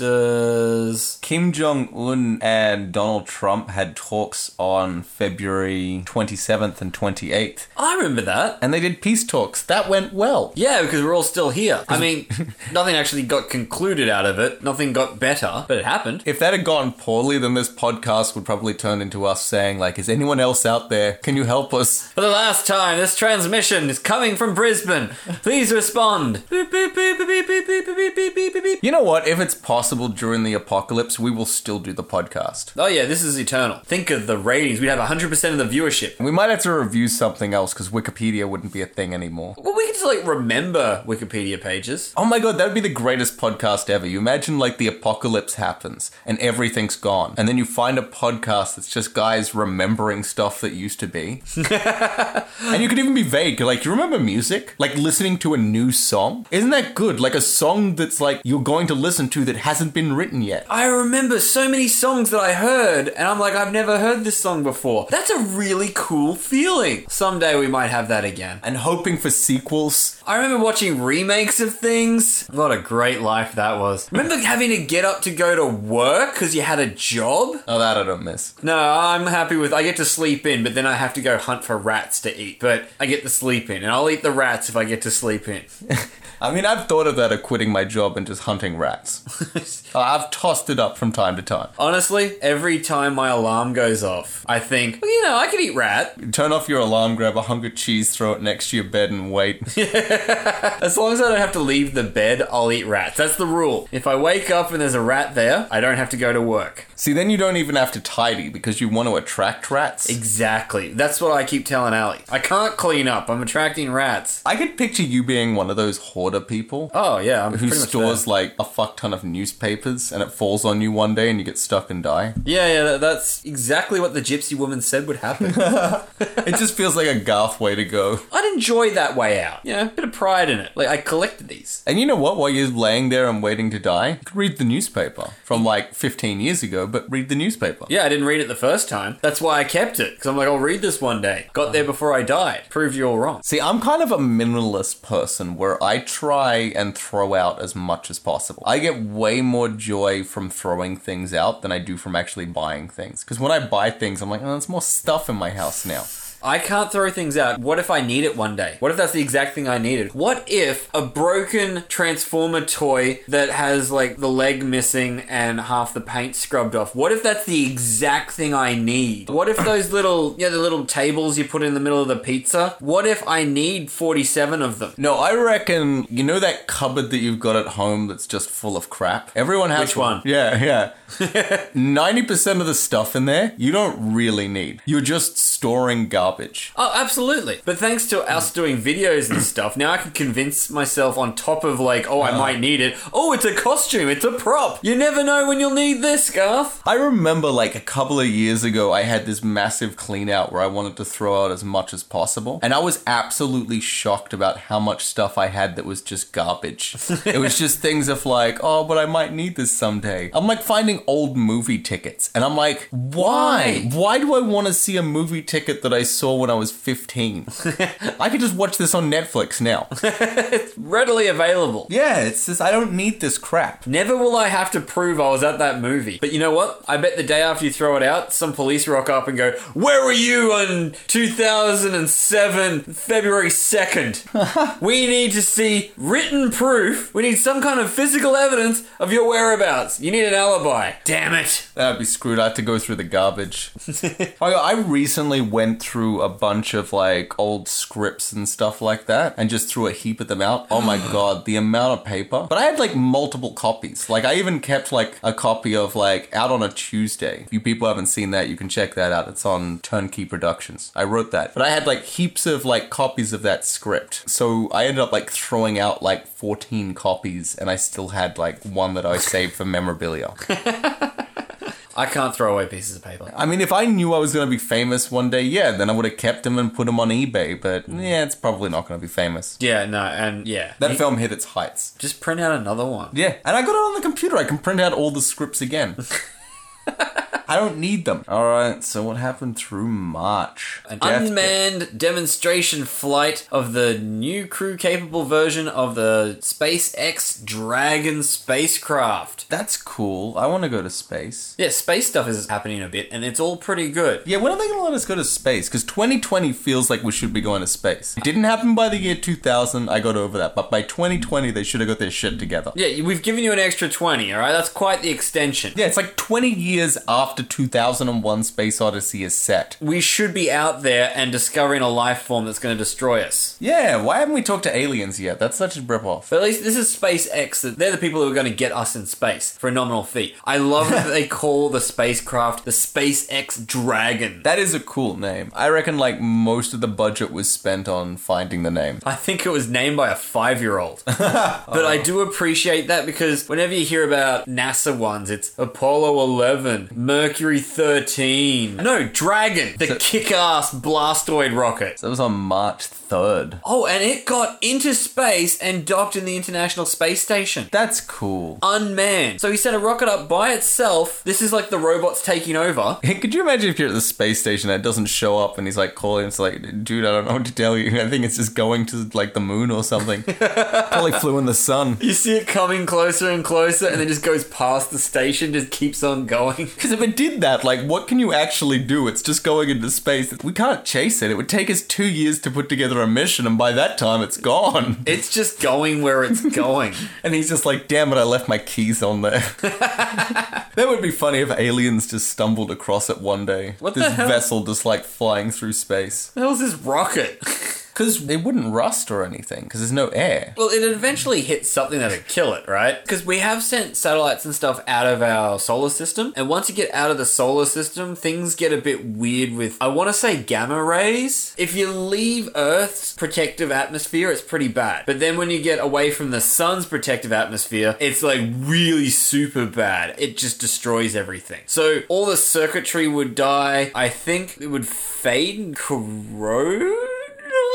S2: disasters.
S1: Kim Jong Un and Donald Trump had talks on February 27th and 28th,
S2: I remember that.
S1: and they did peace talks. That went well.
S2: Yeah, because we're all still here. I mean, nothing actually got concluded out of it. Nothing got better, but it happened.
S1: If that had gone poorly, then this podcast would probably turn into us saying, like, is anyone else out there? Can you help us?
S2: For the last time, this transmission is coming from Brisbane. Please respond. Beep, beep, beep, beep, beep, beep, beep, beep, beep, beep, beep.
S1: You know what? If it's possible during the apocalypse, we will still do the podcast.
S2: Oh yeah, this is eternal. Think of the ratings. We'd have 100% of the viewership.
S1: We might have to review something else because Wikipedia wouldn't be a thing anymore.
S2: Well, we can just like remember Wikipedia pages.
S1: Oh my god, that would be the greatest podcast ever. You imagine like the apocalypse happens and everything's gone, and then you find a podcast that's just guys remembering stuff that used to be. and you could even be vague. You're like, you remember music? Like listening to a new song? Isn't that good? Like a song that's it's like you're going to listen to that hasn't been written yet.
S2: I remember so many songs that I heard, and I'm like, I've never heard this song before. That's a really cool feeling. Someday we might have that again.
S1: And hoping for sequels.
S2: I remember watching remakes of things. What a great life that was. Remember having to get up to go to work because you had a job?
S1: Oh, that I don't miss.
S2: No, I'm happy with I get to sleep in, but then I have to go hunt for rats to eat. But I get to sleep in, and I'll eat the rats if I get to sleep in.
S1: I mean, I've thought of that of quitting my job and just hunting rats. Uh, I've tossed it up from time to time.
S2: Honestly, every time my alarm goes off, I think, well, you know, I could eat rat.
S1: Turn off your alarm, grab a hunk of cheese, throw it next to your bed, and wait.
S2: As long as I don't have to leave the bed, I'll eat rats. That's the rule. If I wake up and there's a rat there, I don't have to go to work.
S1: See, then you don't even have to tidy because you want to attract rats.
S2: Exactly. That's what I keep telling Ali. I can't clean up. I'm attracting rats.
S1: I could picture you being one of those hoarder people
S2: Oh yeah, I'm
S1: who
S2: pretty much
S1: stores like a fuck ton of newspapers and it falls on you one day and you get stuck and die.
S2: there. Yeah, yeah, that, that's exactly what the gypsy woman said would happen.
S1: it just feels like a Garth way to go.
S2: I'd enjoy that way out. Yeah, bit of pride in it. Like I collected these.
S1: And you know what? While you're laying there and waiting to die, you could read the newspaper from like 15 years ago, but read the newspaper.
S2: Yeah, I didn't read it the first time. That's why I kept it because I'm like, I'll read this one day. Got there before I died. Prove you all wrong.
S1: See, I'm kind of a minimalist person where I try and throw out as much as possible. I get way more joy from throwing things out than I do from actually buying things. Because when I buy things, I'm like, oh, there's more stuff in my house now.
S2: I can't throw things out. What if I need it one day? What if that's the exact thing I needed? What if a broken Transformer toy that has like the leg missing and half the paint scrubbed off? What if that's the exact thing I need? What if those little, yeah, the little tables you put in the middle of the pizza? What if I need 47 of them?
S1: No, I reckon you know that cupboard that you've got at home that's just full of crap. Everyone has
S2: Which one?
S1: Yeah, yeah. 90% of the stuff in there you don't really need. You're just storing garbage.
S2: Oh, absolutely. But thanks to us doing videos and stuff, now I can convince myself on top of like, oh, I might need it. Oh, it's a costume, it's a prop. You never know when you'll need this, Garth.
S1: I remember like a couple of years ago, I had this massive clean out where I wanted to throw out as much as possible. And I was absolutely shocked about how much stuff I had that was just garbage. it was just things of like, oh, but I might need this someday. I'm like finding old movie tickets. And I'm like, why? Why do I want to see a movie ticket that I saw when I was 15? I could just watch this on Netflix now.
S2: Readily available.
S1: yeah, it's just, I don't need this crap.
S2: Never will I have to prove I was at that movie. But you know what? I bet the day after you throw it out, some police rock up and go, Where were you on 2007, February 2nd? we need to see written proof. We need some kind of physical evidence of your whereabouts. You need an alibi. Damn it.
S1: That'd be screwed. I have to go through the garbage. I, I recently went through a bunch of like old scripts and stuff like that and just threw a heap of them out. Oh my god, the amount of paper. But I had like multiple copies. Like I even kept like a copy of like Out on a Tuesday. If you people haven't seen that, you can check that out. It's on Turnkey Productions. I wrote that. But I had like heaps of like copies of that script. So I ended up like throwing out like 14 copies and I still had like one that I saved for memorabilia.
S2: I can't throw away pieces of paper.
S1: I mean, if I knew I was going to be famous one day, yeah, then I would have kept them and put them on eBay. But yeah, it's probably not going to be famous.
S2: Yeah, no, and yeah.
S1: That
S2: You-
S1: film hit its heights.
S2: just print out another one.
S1: Yeah, and I got it on the computer. I can print out all the scripts again. I don't need them. All right. So what happened through March?
S2: An
S1: Death-
S2: unmanned demonstration flight of the new crew capable version of the SpaceX Dragon spacecraft.
S1: That's cool. I want to go to space.
S2: Yeah, space stuff is happening a bit, and it's all pretty good.
S1: Yeah, when are they going to let us go to space? Because 2020 feels like we should be going to space. It didn't happen by the year 2000. I got over that. But by 2020, they should have got their shit together.
S2: Yeah, we've given you an extra 20, alright? That's quite the extension.
S1: Yeah, it's like 20 years after 2001 Space Odyssey is set.
S2: We should be out there and discovering a life form that's going to destroy us.
S1: Yeah, why haven't we talked to aliens yet? That's such a ripoff.
S2: But at least this is SpaceX. that- They're the people who are going to get us in space for a nominal fee. I love that they call the spacecraft the SpaceX Dragon.
S1: That is a cool name. I reckon like most of the budget was spent on finding the name.
S2: I think it was named by a five year old. but I do appreciate that because whenever you hear about NASA ones, it's Apollo 11 11, Mercury 13. No, Dragon, the kick ass Blastoid rocket.
S1: That was on March 3rd.
S2: Oh, and it got into space and docked in the International Space Station.
S1: That's cool.
S2: Unmanned. So he sent a rocket up by itself. This is like the robots taking over.
S1: Could you imagine if you're at the space station that doesn't show up and he's like calling, it's like, dude, I don't know what to tell you. I think it's just going to like the moon or something. Probably flew in the sun.
S2: You see it coming closer and closer, and then just goes past the station, just keeps on going.
S1: Because if it did that, like, what can you actually do? It's just going into space. We can't chase it. It would take us two years to put together a mission, and by that time, it's gone.
S2: It's just going where it's going.
S1: And he's just like, damn it, I left my keys on there. that would be funny if aliens just stumbled across it one day.
S2: What the
S1: this
S2: hell?
S1: vessel just like flying through space.
S2: the hell's this rocket?
S1: Because it wouldn't rust or anything, because there's no air.
S2: Well, it eventually hits something that'll kill it, right? Because we have sent satellites and stuff out of our solar system, and once you get out of the solar system, things get a bit weird with, I want to say gamma rays. If you leave Earth's protective atmosphere, it's pretty bad. But then when you get away from the sun's protective atmosphere, it's like really super bad. It just destroys everything. So all the circuitry would die. I think it would fade and corrode?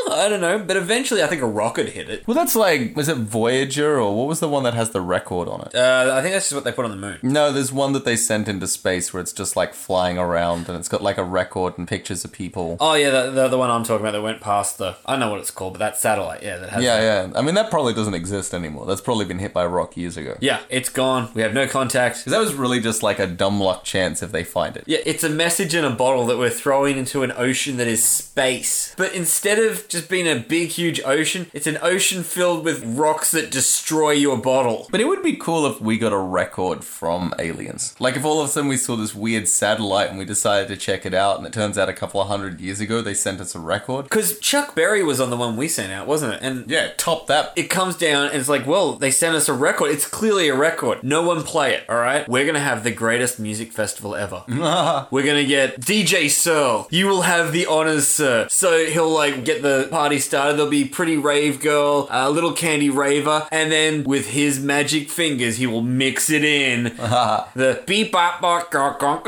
S2: I don't know, but eventually I think a rocket hit it.
S1: Well, that's like, was it Voyager or what was the one that has the record on it?
S2: Uh, I think that's just what they put on the moon.
S1: No, there's one that they sent into space where it's just like flying around and it's got like a record and pictures of people.
S2: Oh yeah, the, the, the one I'm talking about that went past the I don't know what it's called, but that satellite, yeah, that has
S1: Yeah, yeah. I mean, that probably doesn't exist anymore. That's probably been hit by a rock years ago.
S2: yeah, it's gone. We have no contact.
S1: 'Cause that was really just like a dumb luck chance if they find it.
S2: Yeah, it's a message in a bottle that we're throwing into an ocean that is space. But instead of just being a big, huge ocean, it's an ocean filled with rocks that destroy your bottle.
S1: But it would be cool if we got a record from aliens. Like if all of a sudden we saw this weird satellite and we decided to check it out, and it turns out a couple of hundred years ago they sent us a record.
S2: Because Chuck Berry was on the one we sent out, wasn't it? And
S1: Yeah, top that.
S2: it comes down and it's like, well, they sent us a record. It's clearly a record. No one play it, all right? We're going to have the greatest music festival ever. We're going to get DJ Searle. You will have the honors, sir. So he'll like get the party started. There'll be Pretty Rave Girl, uh, Little Candy Raver, and then with his magic fingers, he will mix it in. the beep bop bop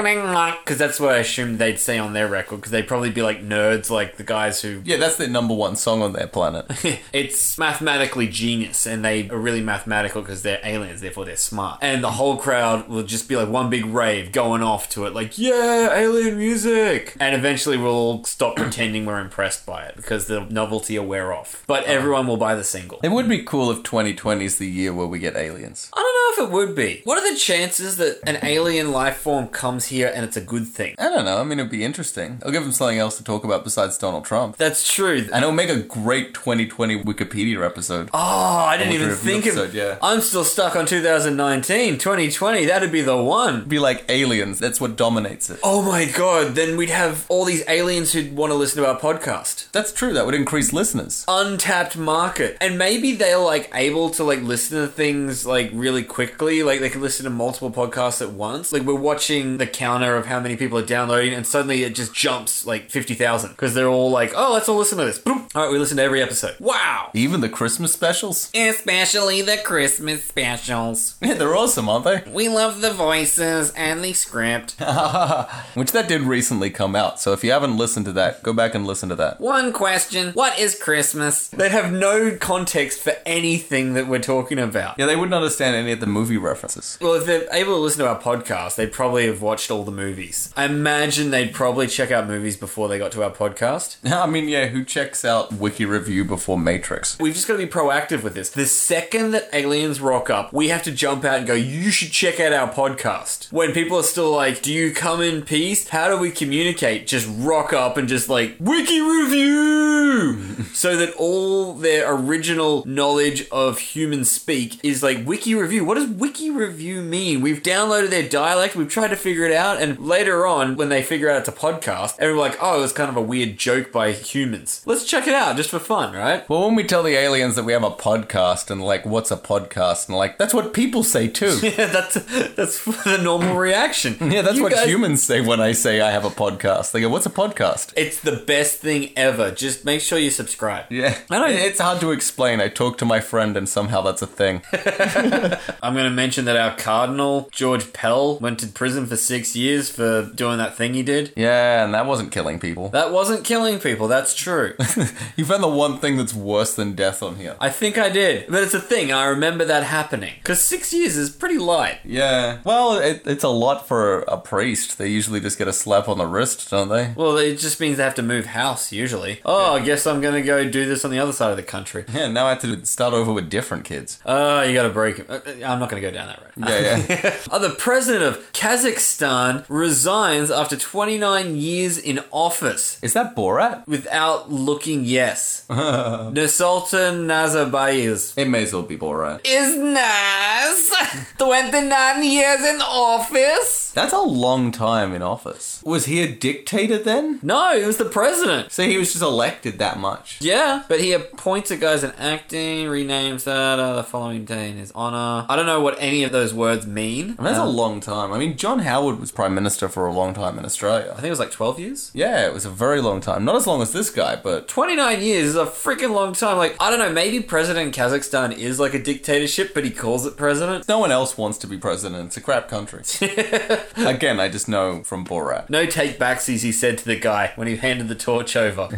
S2: because that's what I assumed they'd say on their record because they'd probably be like nerds like the guys who
S1: Yeah, that's their number one song on their planet.
S2: it's mathematically genius and they are really mathematical because they're aliens therefore they're smart and the whole crowd will just be like one big rave going off to it like yeah alien music and eventually we'll all stop pretending we're impressed by it because the novelty will wear off but everyone will buy the single
S1: It would be cool if 2020 is the year where we get aliens.
S2: I don't know if it would be. What are the chances that an alien life form comes here and it's a good thing?
S1: I don't know. I mean, it'd be interesting. I'll give them something else to talk about besides Donald Trump.
S2: That's true.
S1: And it'll make a great 2020 Wikipedia episode.
S2: Oh, I didn't
S1: Or
S2: even
S1: review
S2: think of.
S1: episode, yeah.
S2: I'm still stuck on 2019, 2020. That'd be the one.
S1: It'd be like aliens. That's what dominates it.
S2: Oh my god, then we'd have all these aliens who'd want to listen to our podcast.
S1: That's true. That would increase listeners.
S2: Untapped market. And maybe they're like able to like listen to things like really quickly. Like they can listen to multiple podcasts at once. Like we're watching the counter of how many people are downloading and suddenly it just jumps like 50,000 because they're all like, oh, let's all listen to this. Boom. All right, we listen to every episode. Wow.
S1: Even the Christmas specials.
S3: Especially the Christmas specials.
S1: Yeah, they're awesome, aren't they?
S3: We love the voices and the script.
S1: Which that did recently come out. So if you haven't listened to that, go back and listen to that.
S3: One question What is Christmas?
S2: They'd have no context for anything that we're talking about.
S1: Yeah, they wouldn't understand any of the movie references.
S2: Well, if they're able to listen to our podcast, they probably have watched all the movies. I imagine they'd probably check out movies before they got to our podcast.
S1: I mean, yeah, who checks out Wiki Review before Matrix?
S2: We've just got to be proactive with this. The second that aliens rock up, we have to jump out and go, you should check out our podcast. When people are still like, do you come in peace? How do we communicate? Just rock up and just like, wiki review! so that all their original knowledge of human speak is like, wiki review. What does wiki review mean? We've downloaded their dialect, we've tried to figure it out, and later on, when they figure out it's a podcast, everyone's like, oh, it was kind of a weird joke by humans. Let's check it out just for fun, right?
S1: Well, when we tell the aliens that we have a podcast and like, what's a podcast? And like, that's what people say too.
S2: Yeah, that's that's the normal reaction.
S1: Yeah, that's
S2: You
S1: what
S2: guys-
S1: humans say when I say I have a podcast. They go, what's a podcast?
S2: It's the best thing ever. Just make sure you subscribe right.
S1: Yeah.
S2: I don't-
S1: It's hard to explain. I talked to my friend and somehow that's a thing.
S2: I'm going to mention that our cardinal, George Pell, went to prison for six years for doing that thing he did.
S1: Yeah, and that wasn't killing people.
S2: That wasn't killing people, that's true.
S1: You found the one thing that's worse than death on here.
S2: I think I did. But it's a thing, I remember that happening. Because six years is pretty light.
S1: Yeah. Well, it, it's a lot for a priest. They usually just get a slap on the wrist, don't they?
S2: Well, it just means they have to move house, usually. Oh, I guess I'm going to go do this on the other side of the country.
S1: Yeah, now I have to start over with different kids.
S2: Oh, you got to break it. Uh, uh, I'm not going to go down that road.
S1: Yeah, yeah.
S2: Oh, the president of Kazakhstan resigns after 29 years in office
S1: Is that Borat?
S2: without looking yes. Nursultan Nazarbayev
S1: It may as well be Borat.
S3: Is Nas 29 years in office?
S1: That's a long time in office. Was he a dictator then?
S2: No, he was the president.
S1: So he was just elected that much.
S2: Yeah, but he appoints a guy's an acting, renames that uh, the following day in his honor. I don't know what any of those words mean.
S1: And that's
S2: Um,
S1: a long time. I mean, John Howard was prime minister for a long time in
S2: I
S1: Australia.
S2: think it was like 12 years.
S1: Yeah, it was a very long time. Not as long as this guy, but
S2: 29 years is a freaking long time. Like, I don't know, maybe President Kazakhstan is like a dictatorship, but he calls it president.
S1: no one else wants to be president. It's a crap country. Again, I just know from Borat.
S2: No take backsies, he said to the guy when he handed the torch over.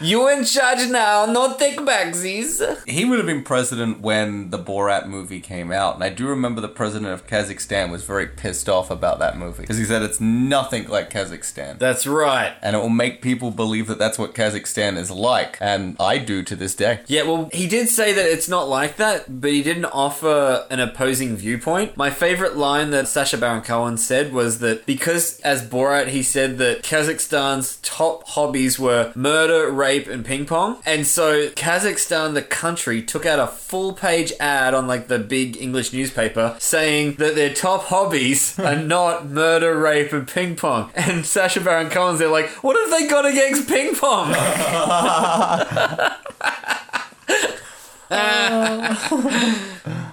S2: you in charge now, no take backsies.
S1: He would have been president when the Borat movie came out, and I do remember the president of Kazakhstan was very pissed off about that movie because he said it's nothing like Kazakhstan.
S2: That's right.
S1: and it will make people believe that that's what Kazakhstan is like, and I do to this day.
S2: Yeah, well, he did say that it's not like that, but he didn't offer an opposing viewpoint. My favorite line that Sasha Baron Cohen said was that because, as Borat, he said that Kazakhstan's top hobbies were murder, rape, and ping pong. And so, Kazakhstan, the country, took out a full page ad on like the big English newspaper saying that their top hobbies are not murder, rape, and ping pong. And Sasha Baron Cohen's there, like, what have they got against ping pong?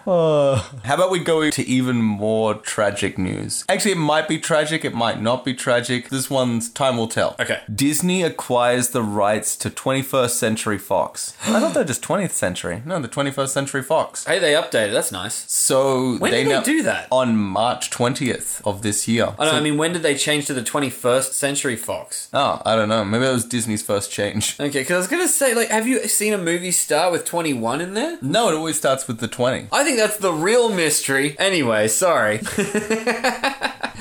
S2: Uh.
S1: How about we go to even more tragic news? Actually, it might be tragic, it might not be tragic. This one's time will tell.
S2: Okay.
S1: Disney acquires the rights to 21st Century Fox. I thought they were just 20th Century. No, the 21st Century Fox.
S2: hey, they updated. That's nice.
S1: So
S2: When did they
S1: now-
S2: do that?
S1: On March 20th of this year.
S2: I, don't,
S1: So-
S2: I mean, when did they change to the 21st Century Fox?
S1: oh, I don't know. Maybe that was Disney's first change.
S2: Okay, because I was going to say, like, have you seen a movie star with 21 in there?
S1: No, it always starts with the 20.
S2: I think that's the real mystery. Anyway, sorry.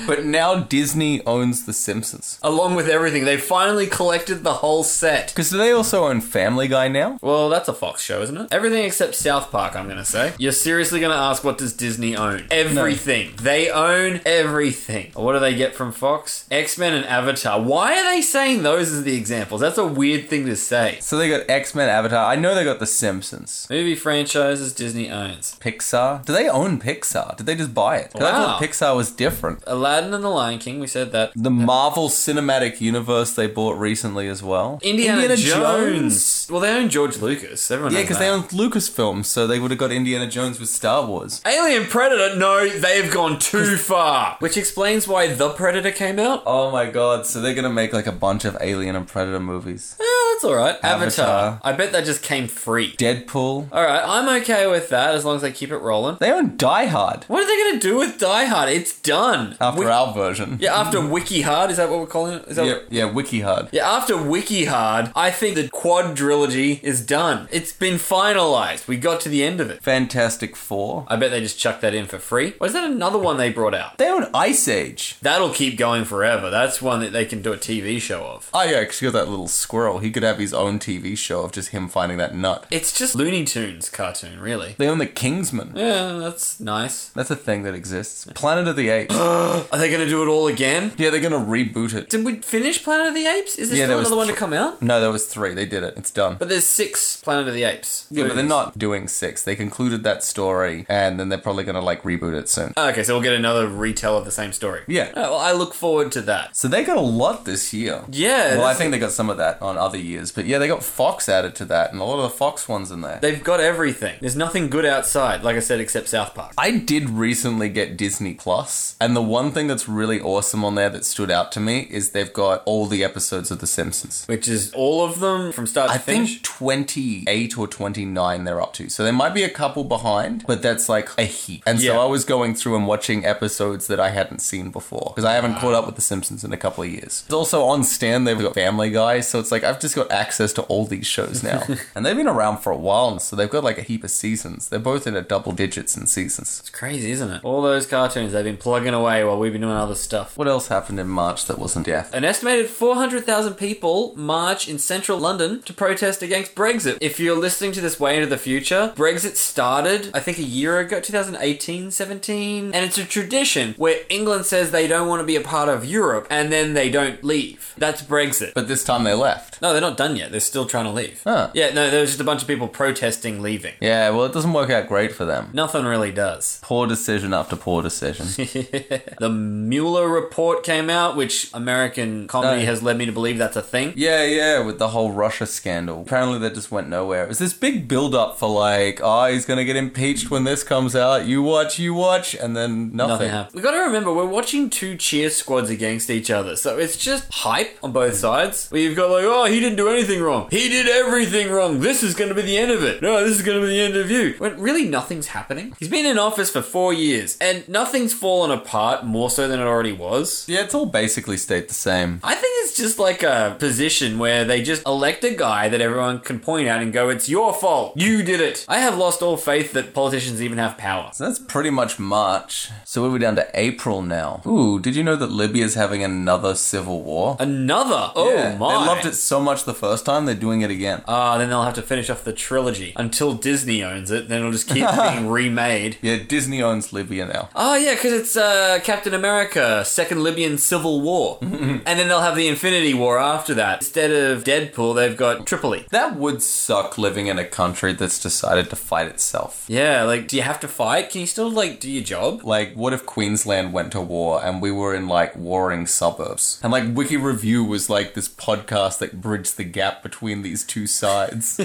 S1: But now Disney owns The Simpsons.
S2: Along with everything, they finally collected the whole set.
S1: Because do they also own Family Guy now?
S2: Well, that's a Fox show, isn't it? Everything except South Park, I'm going to say. You're seriously going to ask, what does Disney own? Everything. They own everything. What do they get from Fox? X Men and Avatar. Why are they saying those as the examples? That's a weird thing to say.
S1: So they got X Men, Avatar. I know they got The Simpsons.
S2: Movie franchises Disney owns.
S1: Pixar. Do they own Pixar? Did they just buy it? 'Cause I
S2: Wow.
S1: thought Pixar was different.
S2: Aladdin and the Lion King, we said that.
S1: The Marvel Cinematic Universe they bought recently as well.
S2: Indiana, Jones. Well, they own George Lucas. Everyone
S1: Yeah,
S2: knows
S1: because
S2: that.
S1: they own Lucasfilm, so they would have got Indiana Jones with Star Wars.
S2: Alien Predator. No, they've gone too far. Which explains why The Predator came out.
S1: Oh my god, so they're gonna make like a bunch of Alien and Predator movies.
S2: Eh, that's all right. Avatar.
S1: Avatar.
S2: I bet that just came free.
S1: Deadpool.
S2: all right, I'm okay with that as long as they keep it rolling.
S1: They own Die Hard
S2: What are they going to do with Die Hard? It's done.
S1: after
S2: Wi-
S1: our version.
S2: yeah, after Wiki Hard. Is that what we're calling it? Is that
S1: Yeah, yeah, Wiki Hard.
S2: Yeah, after Wiki Hard, I think the quad trilogy is done. It's been finalized. We got to the end of it.
S1: Fantastic Four.
S2: I bet they just chucked that in for free. Or is that another one they brought out?
S1: They own Ice Age.
S2: That'll keep going forever. That's one that they can do a TV show of.
S1: Oh yeah, because you got that little squirrel. He could have his own TV show of just him finding that nut.
S2: It's just Looney Tunes cartoon, really.
S1: They own the Kingsman.
S2: Yeah, that's nice.
S1: That's a thing that exists. Planet of the Apes.
S2: Are they going to do it all again?
S1: yeah, they're gonna reboot it.
S2: Did we finish Planet of the Apes? Is there
S1: Yeah, there
S2: still
S1: was
S2: another one to
S1: th-
S2: come out?
S1: No, there was three. They did it. It's done.
S2: But there's six Planet of the Apes.
S1: yeah, but they're
S2: movies.
S1: not doing six. They concluded that story, and then they're probably gonna like reboot it soon.
S2: Oh, okay, so we'll get another retell of the same story.
S1: Yeah.
S2: Oh, well, I look forward to that.
S1: So they got a lot this year.
S2: Yeah.
S1: Well, I
S2: this-
S1: think they got some of that on other years, but yeah, they got Fox added to that, and a lot of the Fox ones in there.
S2: They've got everything. There's nothing good outside, like I said, except South Park.
S1: I did recently get Disney Plus, and the one one thing that's really awesome on there that stood out to me is they've got all the episodes of The Simpsons.
S2: Which is all of them from start to
S1: I
S2: finish.
S1: think 28 or 29 they're up to. So there might be a couple behind, but that's like a heap. And
S2: Yeah.
S1: so I was going through and watching episodes that I hadn't seen before because I haven't
S2: Ah.
S1: caught up with The Simpsons in a couple of years. It's also on Stan, they've got Family Guy. So it's like I've just got access to all these shows now. and they've been around for a while. And so they've got like a heap of seasons. They're both in a double digits in seasons.
S2: it's crazy, isn't it? All those cartoons they've been plugging away while we've been doing other stuff.
S1: What else happened in March that wasn't death?
S2: An estimated 400,000 people march in central London to protest against Brexit. If you're listening to this way into the future, Brexit started, I think, a year ago, 2018, 17. And it's a tradition where England says they don't want to be a part of Europe and then they don't leave. That's Brexit.
S1: But this time they left.
S2: No, they're not done yet. They're still trying to leave.
S1: Huh.
S2: Yeah, no, there was just a bunch of people protesting leaving.
S1: Yeah, well, it doesn't work out great for them.
S2: Nothing really does.
S1: Poor decision after poor decision.
S2: The Mueller report came out, which American comedy
S1: No.
S2: has led me to believe that's a thing.
S1: Yeah, yeah, with the whole Russia scandal. Apparently that just went nowhere. It was this big build up for like, oh, he's gonna get impeached when this comes out. You watch, you watch, and then nothing.
S2: Nothing happened. We got to remember we're watching two cheer squads against each other, so it's just hype on
S1: Mm.
S2: both sides. Where you've got like, oh, he didn't do anything wrong. He did everything wrong. This is going to be the end of it. No, this is going to be the end of you. When really nothing's happening. He's been in office for four years, and nothing's fallen apart more so than it already was.
S1: Yeah, it's all basically stayed the same.
S2: I think it's just like a position where they just elect a guy that everyone can point at and go, it's your fault. You did it. I have lost all faith that politicians even have power.
S1: So that's pretty much March. So we're down to April now. Ooh, did you know that Libya's having another civil war?
S2: Another. Oh
S1: Yeah,
S2: my.
S1: They loved it so much the first time, they're doing it again.
S2: Ah, then they'll have to finish off the trilogy until Disney owns it. Then it'll just keep being remade.
S1: Yeah, Disney owns Libya now.
S2: Oh yeah, because it's uh, Captain America: Second Libyan Civil War, and then they'll have the Infinity War after that. Instead of Deadpool, they've got E. Tripoli.
S1: That would suck living in a country that's decided to fight itself.
S2: Yeah, like, do you have to fight? Can you still like do your job?
S1: Like, what if Queensland went to war and we were in like warring suburbs? And like, Wiki Review was like this podcast that bridged the gap between these two sides.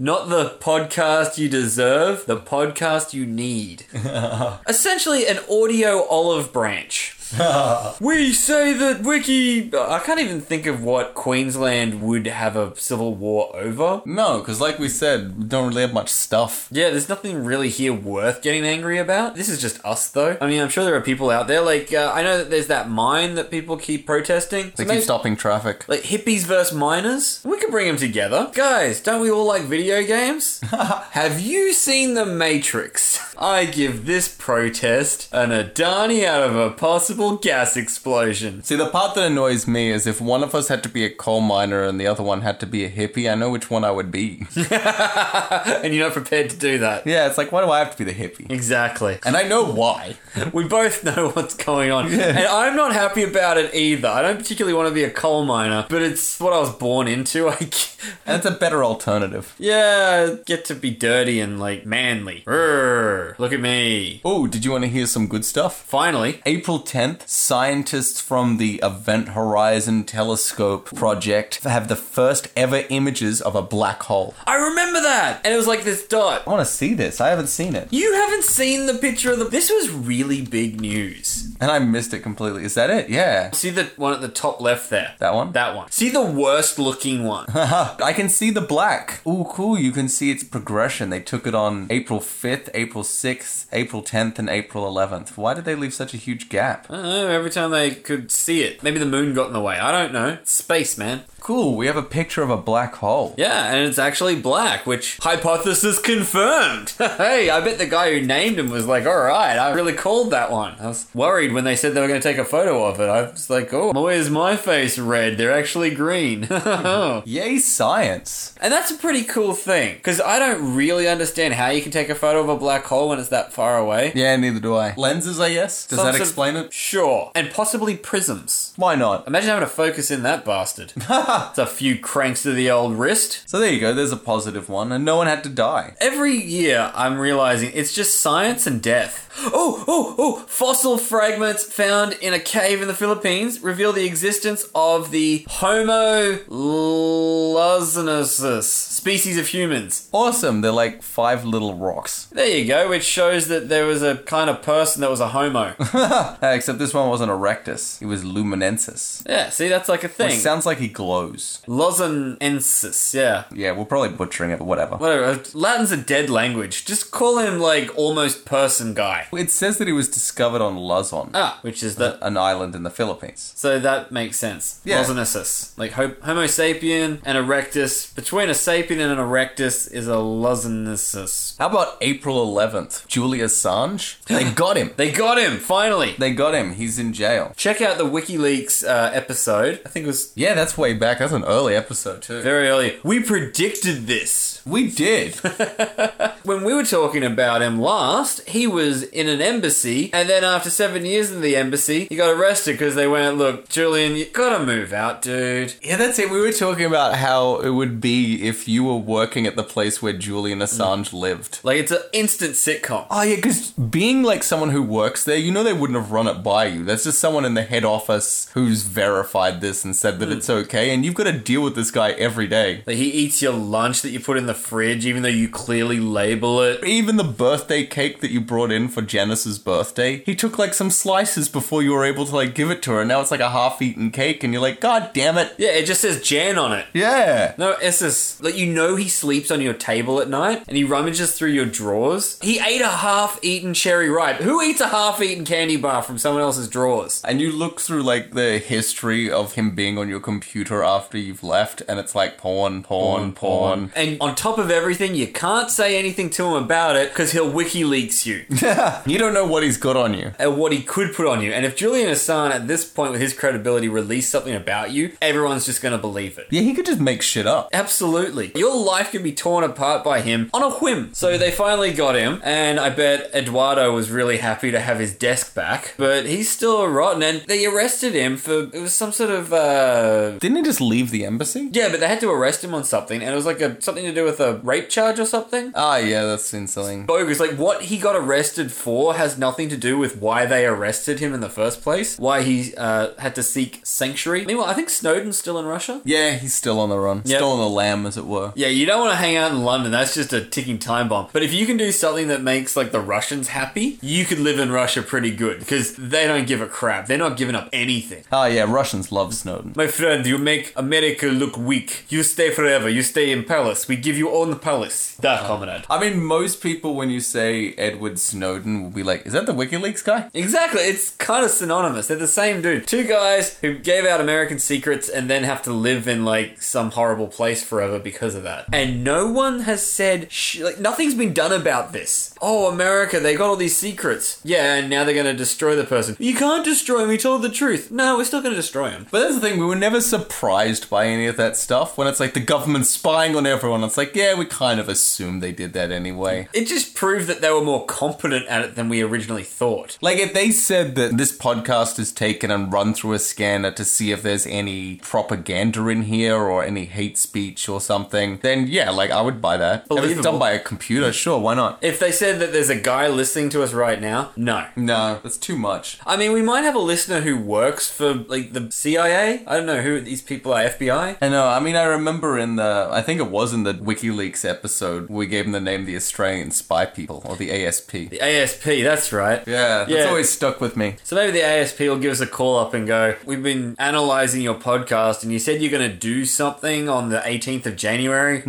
S2: Not the podcast you deserve, the podcast you need. Essentially, an audio olive branch. we say that Wiki. I can't even think of what Queensland would have a civil war over.
S1: no, because like we said, we don't really have much stuff.
S2: Yeah, there's nothing really here worth getting angry about. This is just us, though. I mean, I'm sure there are people out there. Like, uh, I know that there's that mine that people keep protesting.
S1: They
S2: So maybe-
S1: keep stopping traffic.
S2: Like hippies versus miners? We could bring them together. Guys, don't we all like video games? Have you seen The Matrix? I give this protest an Adani out of a possible gas explosion.
S1: See, the part that annoys me is if one of us had to be a coal miner and the other one had to be a hippie, I know which one I would be.
S2: and you're not prepared to do that.
S1: yeah, it's like, why do I have to be the hippie?
S2: Exactly.
S1: And I know why.
S2: We both know what's going on. And I'm not happy about it either. I don't particularly want to be a coal miner, but it's what I was born into. I g-
S1: And it's a better alternative.
S2: yeah, get to be dirty and like manly. Urgh, look at me.
S1: Oh, did you want to hear some good stuff?
S2: Finally,
S1: April 10th, scientists from the Event Horizon Telescope project have the first ever images of a black hole.
S2: I remember that. And it was like this dot.
S1: I want to see this. I haven't seen it.
S2: You haven't seen the picture of the. This was really big news.
S1: And I missed it completely. Is that it? Yeah.
S2: See the one at the top left there?
S1: That one?
S2: That one. See the worst looking one.
S1: Haha, I can see the black. Ooh, cool. You can see its progression. They took it on April 5th, April 6th, April 10th, and April 11th. Why did they leave such a huge gap?
S2: I don't know, every time they could see it. Maybe the moon got in the way. I don't know. Space, man.
S1: Cool. We have a picture of a black hole.
S2: Yeah, and it's actually black, which hypothesis confirmed. hey, I bet the guy who named him was like, all right, I really called that one. I was worried when they said they were going to take a photo of it. I was like, oh, why is my face red? They're actually green. Oh. and
S1: Yay, science.
S2: that's a pretty cool thing, because I don't really understand how you can take a photo of a black hole when it's that far away.
S1: Yeah, neither do I. Lenses, I guess. Does
S2: Some
S1: that
S2: sort of-
S1: explain it?
S2: Sure. And possibly prisms.
S1: Why not?
S2: Imagine having to focus in that bastard.
S1: Ah.
S2: It's a few cranks to the old wrist.
S1: So there you go. There's a positive one, and no one had to die.
S2: Every year, I'm realizing it's just science and death. Oh, oh, oh! Fossil fragments found in a cave in the Philippines reveal the existence of the Homo lozinosus species of humans.
S1: Awesome. They're like five little rocks.
S2: There you go, which shows that there was a kind of person that was a homo.
S1: Uh, except this one wasn't a rectus. It was luminensis.
S2: yeah, see, that's like a
S1: Which
S2: thing.
S1: sounds like he glows.
S2: Lozanensis, yeah.
S1: Yeah, we're probably butchering it, but whatever.
S2: Whatever. Latin's a dead language. Just call him like almost person guy.
S1: It says that he was discovered on Luzon,
S2: Ah, which is the
S1: an island in the Philippines.
S2: So that makes sense.
S1: Yeah.
S2: Lozanosus. Like ho- Homo sapien and erectus. Between a sapien and an erectus is a lozanosus.
S1: How about April 11th? Julius Assange? They got him.
S2: They got him, finally.
S1: They got him. He's in jail.
S2: Check out the WikiLeaks uh, episode. I think it was
S1: Yeah, that's way back. That's an early episode, too.
S2: very early. We predicted this.
S1: We did.
S2: When we were talking about him last, he was in an embassy, and then after seven years in the embassy, he got arrested because they went, Look, Julian, you gotta move out, dude.
S1: Yeah, that's it. We were talking about how it would be if you were working at the place where Julian Assange lived.
S2: Like, it's an instant sitcom.
S1: Oh, yeah, because being like someone who works there, you know they wouldn't have run it by you. That's just someone in the head office who's verified this and said that it's okay, and you've got to deal with this guy every day.
S2: Like he eats your lunch that you put in the fridge, even though you clearly label it.
S1: Even the birthday cake that you brought in for Janice's birthday, he took like some slices before you were able to like give it to her, and now it's like a half eaten cake, and you're like, God damn it.
S2: Yeah, it just says Jan on it.
S1: Yeah.
S2: No, it's just like you know he sleeps on your table at night and he rummages through your drawers. He ate a half-eaten cherry ripe. Who eats a half-eaten candy bar from someone else's drawers?
S1: And you look through like the history of him being on your computer after you've left, and it's like porn, porn, porn.
S2: And on top of everything, you can't say anything to him about it because he'll WikiLeaks you
S1: You don't know what he's got on you.
S2: and what he could put on you. And if Julian Assange at this point with his credibility released something about you, everyone's just going to believe it.
S1: Yeah, he could just make shit up.
S2: Absolutely. Your life can be torn apart by him on a whim. So they finally got him, and I bet Eduardo was really happy to have his desk back, but he's still rotten, and they arrested him for it was some sort of uh
S1: Didn't he just leave the embassy?
S2: yeah, but they had to arrest him on something, and it was like a something to do with a rape charge or something.
S1: Ah, yeah, that's insulting.
S2: Bogus, like what he got arrested for has nothing to do with why they arrested him in the first place, why he uh, had to seek sanctuary. Meanwhile, I think Snowden's still in Russia.
S1: Yeah, he's still on the run.
S2: Yep.
S1: Still on the lam, as it were.
S2: Yeah, you don't want to hang out in London. That's just a ticking time bomb. But if you can do something that makes like the Russians happy, you could live in Russia pretty good because they don't give a crap. They're not giving up anything.
S1: Ah, yeah, Russians love Snowden.
S2: My friend, you make America look weak. You stay forever. You stay in palace. We give you own palace. Da, comrade.
S1: I mean, most people, when you say Edward Snowden, will be like, is that the WikiLeaks guy?
S2: Exactly. It's kind of synonymous. They're the same dude. Two guys who gave out American secrets and then have to live in like some horrible place forever because of that. And no one has said sh- like nothing's been done about this. Oh, America, they got all these secrets. Yeah, and now they're going to destroy the person. You can't destroy him. He told the truth. No, we're still going to destroy him.
S1: But that's the thing, we were never surprised by any of that stuff. When it's like the government spying on everyone, it's like, yeah, we kind of assumed they did that anyway.
S2: It just proved that they were more competent at it than we originally thought.
S1: Like, if they said that this podcast is taken and run through a scanner to see if there's any propaganda in here or any hate speech or something, then yeah, like, I would buy that. If it's done
S2: Believable.
S1: by a computer, sure, why not?
S2: If they said that there's a guy listening to us right now, no.
S1: No, that's too much.
S2: I mean, we might have a listener who works for like the CIA. I don't know who these people are. FBI.
S1: I know. uh, I mean, I remember in the, I think it was in the WikiLeaks episode, we gave them the name the Australian Spy People or the ASP.
S2: The ASP. That's right.
S1: Yeah, that's
S2: Yeah.
S1: always stuck with me.
S2: So maybe the ASP will give us a call up and go. We've been analyzing your podcast, and you said you're going to do something on the 18th of January.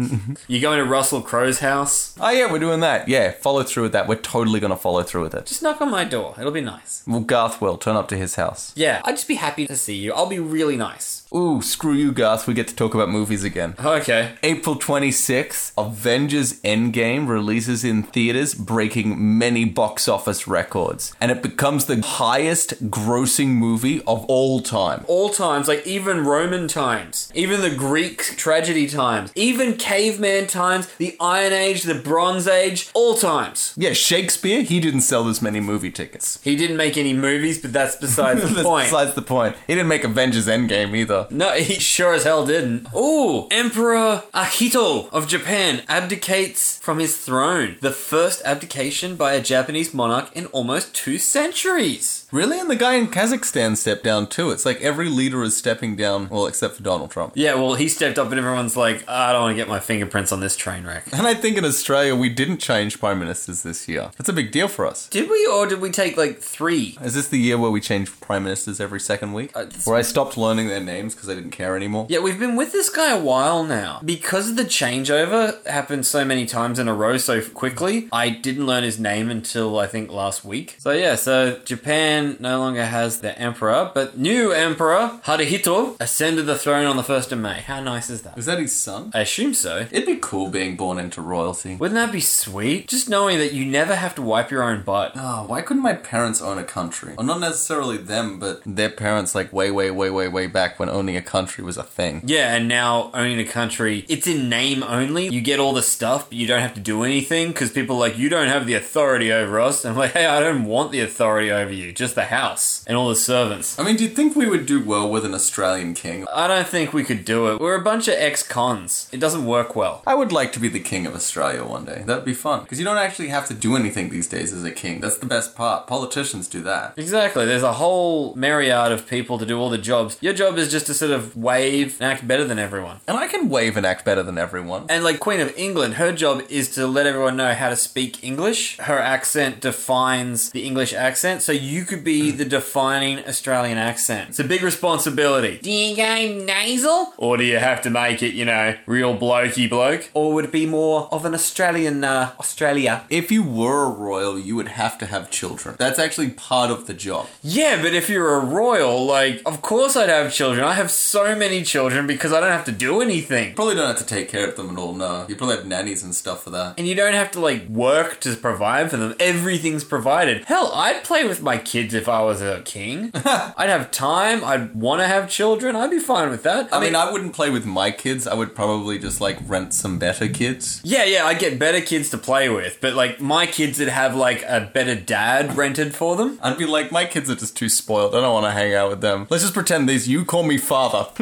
S2: you're going to Russell Crowe's house.
S1: Oh yeah, we're doing that. Yeah, follow through with that. We're totally gonna follow through with it.
S2: Just knock on my door. It'll be nice.
S1: Well, Garth will turn up to his house.
S2: Yeah, I'd just be happy to see you. I'll be really nice.
S1: Ooh, screw you, Garth. We get to talk about movies again.
S2: Okay.
S1: April 26th, Avengers Endgame releases in theaters, breaking many box office records. And it becomes the highest grossing movie of all time.
S2: all times, like even Roman times, even the Greek tragedy times, even caveman times, the Iron Age, the Bronze Age, all times.
S1: Yeah, Shakespeare, he didn't sell this many movie tickets.
S2: He didn't make any movies, but that's besides the
S1: That's
S2: point.
S1: Besides the point, he didn't make Avengers Endgame either. Emperor.
S2: No, he sure as hell didn't. Ooh, Emperor Akito of Japan abdicates from his throne. The first abdication by a Japanese monarch in almost two centuries.
S1: Really? And the guy in Kazakhstan stepped down too. It's like every leader is stepping down, well, except for Donald Trump.
S2: Yeah, well, he stepped up and everyone's like, I don't want to get my fingerprints on this train wreck.
S1: And I think in Australia, we didn't change prime ministers this year. That's a big deal for us.
S2: Did we, or did we take like three?
S1: Is this the year where we changed prime ministers every second week?
S2: Uh, it's-
S1: Where I stopped learning their names because I didn't care anymore?
S2: Yeah, we've been with this guy a while now. Because the changeover happened so many times in a row so quickly, I didn't learn his name until I think last week. So yeah, so Japan no longer has the emperor, but new emperor Haruhito ascended the throne on the 1st of May. How nice is that?
S1: Is that his son?
S2: I assume so.
S1: It'd be cool being born into royalty.
S2: Wouldn't that be sweet? Just knowing that you never have to wipe your own butt.
S1: Oh, why couldn't my parents own a country? Or not necessarily them, but their parents, like way, way, way, way, way back when owning a country was a thing.
S2: Yeah, and now owning a country, it's in name only. You get all the stuff, but you don't have to do anything because people are like, you don't have the authority over us. And I'm like, hey, I don't want the authority over you, just the house and all the servants.
S1: I mean, do you think we would do well with an Australian king?
S2: I don't think we could do it. We're a bunch of ex cons. It doesn't work well.
S1: I would like to be the king of Australia one day. That'd be fun. Because you don't actually have to do anything these days as a king. That's the best part. Politicians do that.
S2: Exactly. There's a whole myriad of people to do all the jobs. Your job is just to sort of wave and act better than everyone.
S1: And I can wave and act better than everyone.
S2: And like Queen of England, her job is to let everyone know how to speak English. Her accent defines the English accent, so you could be the defining Australian accent. It's a big responsibility.
S3: Do you go nasal?
S2: Or do you have to make it, you know, real blokey bloke? Or would it be more of an Australian, uh, Australia?
S1: If you were a royal, you would have to have children. That's actually part of the job.
S2: Yeah, but if you're a royal, like, of course I'd have children. I have so many children because I don't have to do anything.
S1: Probably don't have to take care of them at all, no. You probably have nannies and stuff for that.
S2: and you don't have to like work to provide for them. Everything's provided. Hell, I'd play with my kids if I was a king. I'd have time. I'd want to have children. I'd be fine with that.
S1: I mean, I wouldn't play with my kids. I would probably just like rent some better kids.
S2: yeah, yeah, I'd get better kids to play with, but like my kids would have like a better dad rented for them.
S1: I'd be like, my kids are just too spoiled. I don't want to hang out with them. Let's just pretend these. You call me father.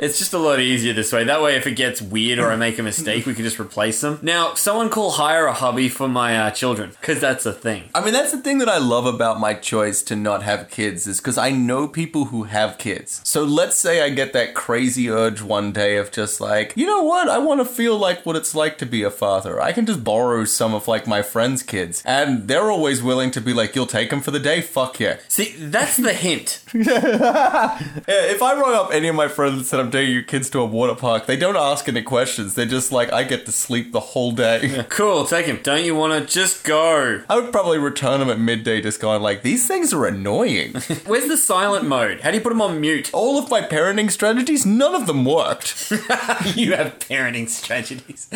S2: It's just a lot easier this way. That way, if it gets weird or I make a mistake, we can just replace them. Now, someone call hire a hubby for my uh, children, because that's a thing.
S1: I mean, that's the thing that I love about my choice to not have kids is because I know people who have kids. So let's say I get that crazy urge one day of just like, you know what? I want to feel like what it's like to be a father. I can just borrow some of like my friends' kids, and they're always willing to be like, you'll take them for the day. Fuck yeah.
S2: See, that's the hint.
S1: Yeah, if I rung up any of my friends and said I'm taking your kids to a water park, they don't ask any questions. They're just like, I get to sleep the whole day.
S2: Cool, take him. Don't you want to just go?
S1: I would probably return them at midday, just going like, these things are annoying.
S2: Where's the silent mode? How do you put them on mute?
S1: All of my parenting strategies, none of them worked.
S2: you have parenting strategies.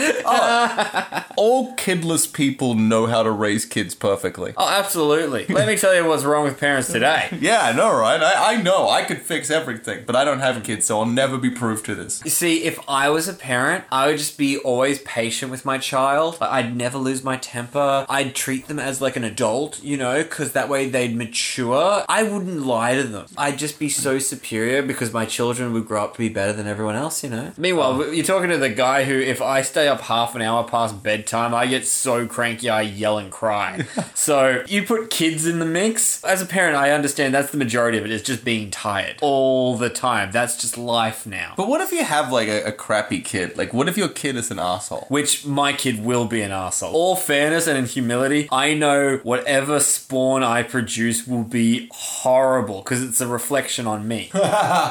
S1: All kidless people know how to raise kids perfectly.
S2: Oh, absolutely. Let me tell you what's wrong with parents today.
S1: Yeah, I know, right? I, I know I could fix everything, but I don't have kids, so I'll never be proved to this.
S2: You see, if I was a parent, I would just be always patient with my child. Like, I'd never lose my temper. I'd treat them as like an adult, you know, because that way they'd mature. I wouldn't lie to them. I'd just be so superior because my children would grow up to be better than everyone else, you know. Meanwhile, you're talking to the guy who, if I stay up half an hour past bedtime, I get so cranky I yell and cry. so you put kids in the mix. As a parent, I understand that's the majority of it is just being tired all the time. That's just life now.
S1: But what if you have like a, a crappy kid? Like, what if your kid is an asshole?
S2: Which my kid will be an arsehole. All fairness and in humility, I know whatever spawn I produce will be horrible because it's a reflection on me.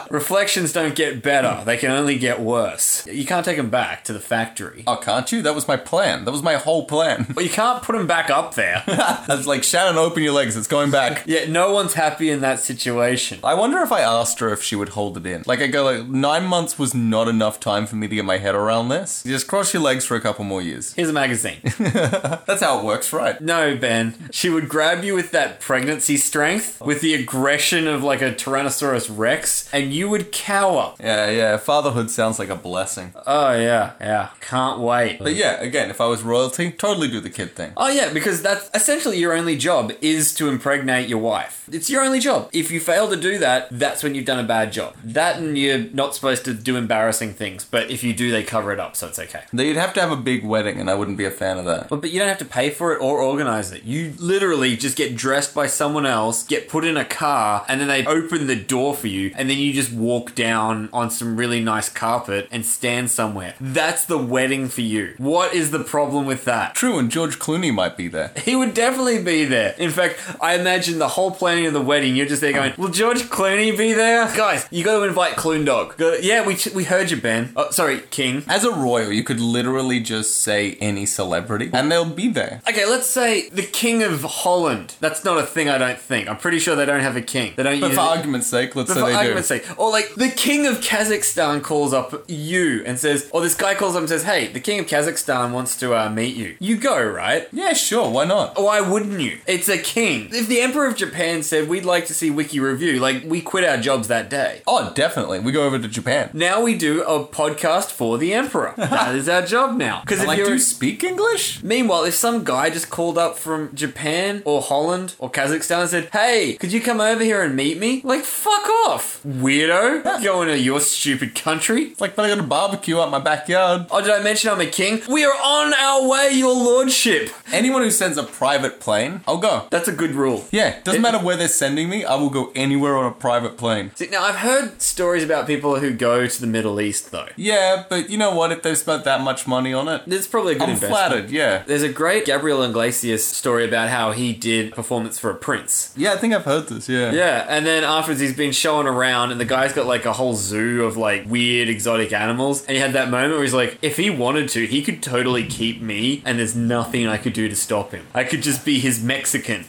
S2: Reflections don't get better, they can only get worse. You can't take them back to the factory.
S1: Oh, can't you? That was my plan. That was my whole plan.
S2: But you can't put them back up there.
S1: That's like Shannon, open your legs. It's going back.
S2: Yet no one's happy in that situation.
S1: I wonder if I asked her if she would hold it in. Like I go like nine months was not enough time for me to get my head around this. You just cross your legs for a couple more years.
S2: Here's a magazine.
S1: That's how it works, right?
S2: No, Ben. She would grab you with that pregnancy strength with the aggression of like a Tyrannosaurus Rex, and you would cower.
S1: Yeah, yeah. Fatherhood sounds like a blessing.
S2: Oh, yeah, yeah. Can't wait.
S1: But yeah, again, if I was royalty, totally do the kid thing.
S2: Oh yeah, because that's essentially your only job is to impregnate your wife. It's your only job. If you fail to do that, that's when you've done a bad job. That and you're not supposed to do embarrassing things, but if you do, they cover it up, so it's okay.
S1: Though You'd have to have a big wedding, and I wouldn't be a fan of that.
S2: Well, but you don't have to pay for it or organize it. You literally just get dressed by someone else, get put in a car, and then they open the door for you, and then you just walk down on some really nice carpet and stand somewhere. That's the wedding for you. What is the problem with that?
S1: True, and George Clooney might be there.
S2: He would definitely be there. In fact, I imagine the whole planning of the wedding, you're just there going, Will George Clooney be there? Guys, you gotta invite Clune Dog. Gotta- yeah, we, we heard you, Ben. Oh, sorry, King.
S1: As a royal, you could literally just say any celebrity, and they'll be there.
S2: Okay, let's say the King of Holland. That's not a thing, I don't think. I'm pretty sure they don't have a king. They don't
S1: But
S2: use
S1: for
S2: it.
S1: argument's sake, let's
S2: But
S1: say
S2: for
S1: they do.
S2: argument's sake, or like the king of Kazakhstan calls up you and says, or this guy calls up and says, "Hey, the king of Kazakhstan wants to uh, meet you." You go, right?
S1: Yeah, sure, why not?
S2: Why wouldn't you? It's a king. If the Emperor of Japan said, We'd like to see Wiki Review, like, we quit our jobs that day.
S1: Oh, definitely. We go over to Japan.
S2: Now we do a podcast for the Emperor. that is our job now. Because
S1: I'm
S2: if
S1: like,
S2: you're.
S1: do you speak English?
S2: Meanwhile, if some guy just called up from Japan or Holland or Kazakhstan and said, Hey, could you come over here and meet me? Like, fuck off, weirdo. Going to your stupid country.
S1: It's like, but I got a barbecue out my backyard.
S2: Oh, did I mention I'm a king? We are on our way, your lordship.
S1: Anyone who sends a private plane, I'll go.
S2: That's a good rule.
S1: Yeah, doesn't
S2: It-
S1: matter where they're sending me, I will go anywhere on a private plane.
S2: See, now I've heard stories about people who go to the Middle East, though.
S1: Yeah, but you know what? If they've spent that much money on it,
S2: It's probably a good
S1: I'm
S2: investment.
S1: flattered, yeah.
S2: There's a great Gabriel Iglesias story about how he did performance for a prince.
S1: Yeah, I think I've heard this, yeah.
S2: Yeah, and then afterwards he's been showing around, and the guy's got like a whole zoo of like weird exotic animals. And he had that moment where he's like, if he wanted to, he could totally keep me, and there's nothing I could do to stop him. I could just be his Mexican.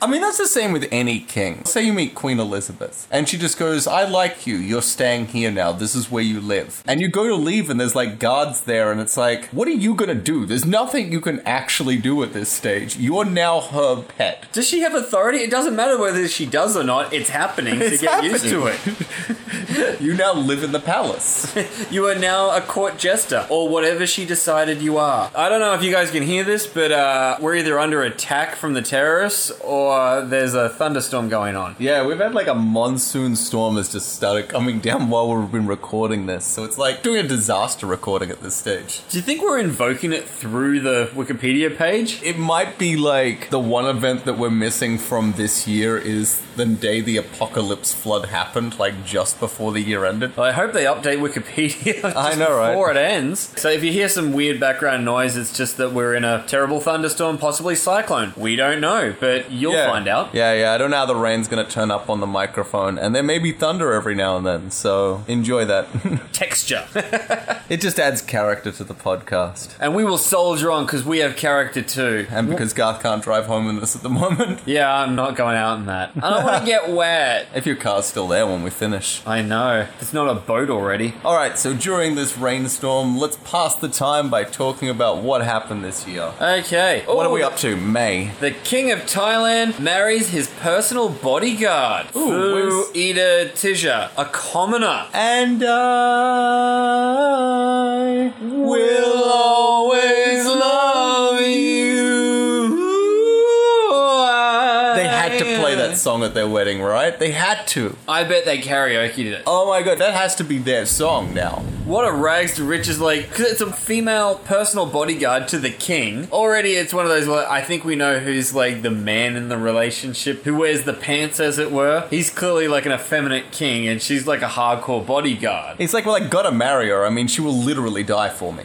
S1: I mean, that's the same with any king. Say you meet Queen Elizabeth, and she just goes, I like you, you're staying here now, this is where you live. And you go to leave, and there's like guards there, and it's like, what are you gonna do? There's nothing you can actually do at this stage. You're now her pet.
S2: does she have authority? It doesn't matter whether she does or not, it's happening
S1: It's
S2: to get used to
S1: happening.
S2: it.
S1: You now live in the palace.
S2: You are now a court jester, or whatever she decided you are. I don't know if you guys can hear this, but uh, we're either under attack from the terrorists, or there's a thunderstorm going on.
S1: yeah, we've had like a monsoon storm has just started coming down while we've been recording this, so it's like doing a disaster recording at this stage.
S2: Do you think we're invoking it through the Wikipedia page?
S1: It might be like the one event that we're missing from this year is the day the apocalypse flood happened, like just before the year ended.
S2: I hope they update Wikipedia just
S1: I know, right?
S2: before it ends. So if you hear some weird background noise, it's just that we're in a terrible thunderstorm, possibly cyclone. We don't know, but you'll find out.
S1: Yeah, yeah. I don't know how the rain's gonna turn up on the microphone, and there may be thunder every now and then. So enjoy that.
S2: Texture.
S1: it just adds character to the podcast,
S2: and we will soldier on because we have character too.
S1: and because Garth can't drive home in this at the moment.
S2: Yeah, I'm not going out in that. I don't want to get wet.
S1: If your car's still there when we finish.
S2: I know. It's not a boat already.
S1: Alright, so during this rainstorm, let's pass the time by talking about what happened this year.
S2: Okay.
S1: What are we
S2: Ooh,
S1: up to? May.
S2: The king of Thailand marries his personal bodyguard, Fu
S1: where's-
S2: Ida Tija, a commoner.
S1: And I will always love you. They had to play that song at their wedding, right? They had to.
S2: I bet they karaoke did it.
S1: Oh my god, that has to be their song now.
S2: What a rags to riches, like, because it's a female personal bodyguard to the king. Already, it's one of those, like, I think we know who's, like, the man in the relationship, who wears the pants, as it were. He's clearly, like, an effeminate king, and she's, like, a hardcore bodyguard.
S1: It's like, well, I gotta marry her. I mean, she will literally die for me.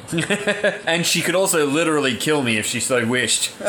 S2: And she could also literally kill me if she so wished.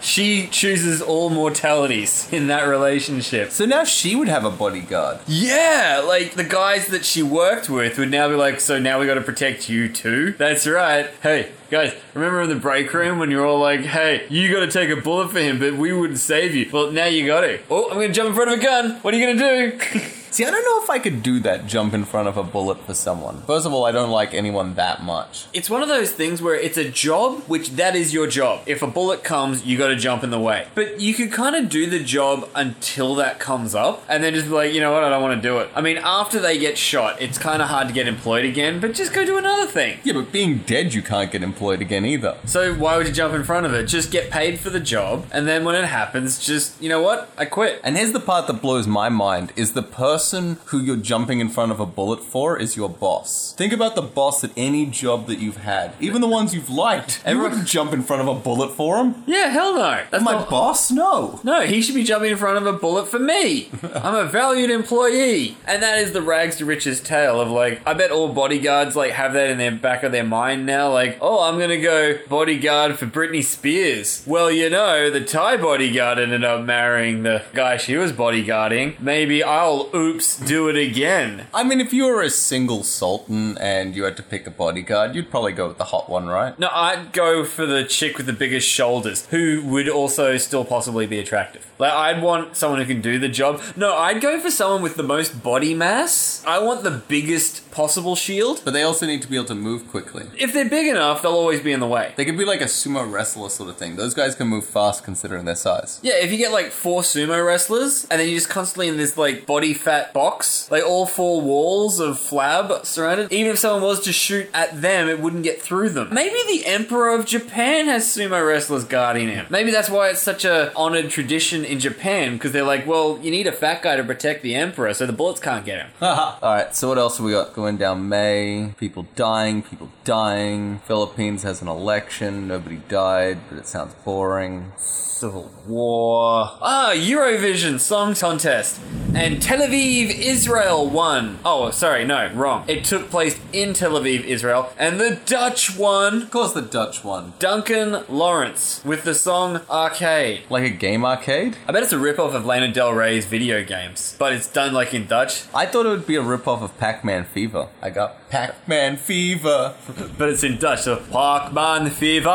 S2: she chooses all mortalities in that relationship.
S1: so now she would have a bodyguard.
S2: Yeah, like the guys that she worked with would now be like, so now we gotta protect you too? That's right. Hey, guys, remember in the break room when you're all like, hey, you gotta take a bullet for him, but we wouldn't save you. Well, now you gotta. Oh, I'm gonna jump in front of a gun. What are you gonna do?
S1: See, I don't know if I could do that jump in front of a bullet for someone. First of all, I don't like anyone that much.
S2: It's one of those things where it's a job, which that is your job. If a bullet comes, you gotta jump in the way. But you could kind of do the job until that comes up, and then just be like, you know what, I don't wanna do it. I mean, after they get shot, it's kind of hard to get employed again, but just go do another thing.
S1: Yeah, but being dead, you can't get employed again either.
S2: So why would you jump in front of it? Just get paid for the job, and then when it happens, just, you know what, I quit.
S1: And here's the part that blows my mind is the person who you're jumping in front of a bullet for is your boss. Think about the boss at any job that you've had, even the ones you've liked. You
S2: Everyone-
S1: wouldn't jump in front of a bullet for him.
S2: Yeah, hell no. That's
S1: My
S2: not-
S1: boss? No.
S2: No, he should be jumping in front of a bullet for me. I'm a valued employee. And that is the rags to riches tale of like, I bet all bodyguards like have that in their back of their mind now. Like, oh, I'm gonna go bodyguard for Britney Spears. Well, you know, the Thai bodyguard ended up marrying the guy she was bodyguarding. Maybe I'll oops do it again.
S1: I mean, if you were a single sultan and you had to pick a bodyguard, you'd probably go with the hot one, right?
S2: No, I'd go for the chick with the biggest shoulders, who would also still possibly be attractive. Like, I'd want someone who can do the job. No, I'd go for someone with the most body mass. I want the biggest possible shield.
S1: But they also need to be able to move quickly.
S2: If they're big enough, they'll always be in the way.
S1: They could be like a sumo wrestler sort of thing. Those guys can move fast considering their size.
S2: Yeah, if you get like four sumo wrestlers and then you're just constantly in this like body fat box, like all four walls of flab surrounded, even if someone was to shoot at them, it wouldn't get through them. Maybe the Emperor of Japan has sumo wrestlers guarding him. Maybe that's why it's such a honored tradition in Japan because they're like, well, you need a fat guy to protect the Emperor so the bullets can't get him.
S1: All right, so what else have we got going down May? People dying, people dying. Philippines has an election. Nobody died, but it sounds boring.
S2: Civil War. Ah, Eurovision Song Contest. And Tel Aviv, Israel won. Oh, sorry, no, wrong. It took place in Tel Aviv, Israel, and the Dutch won.
S1: Of course, the Dutch one.
S2: Duncan Lawrence with the song Arcade.
S1: Like a game arcade?
S2: I bet it's a ripoff of Lana Del Rey's video games, but it's done like in Dutch,
S1: I thought it would be a ripoff of Pac Man Fever. I got Pac Man Fever.
S2: but it's in Dutch. So, Parkman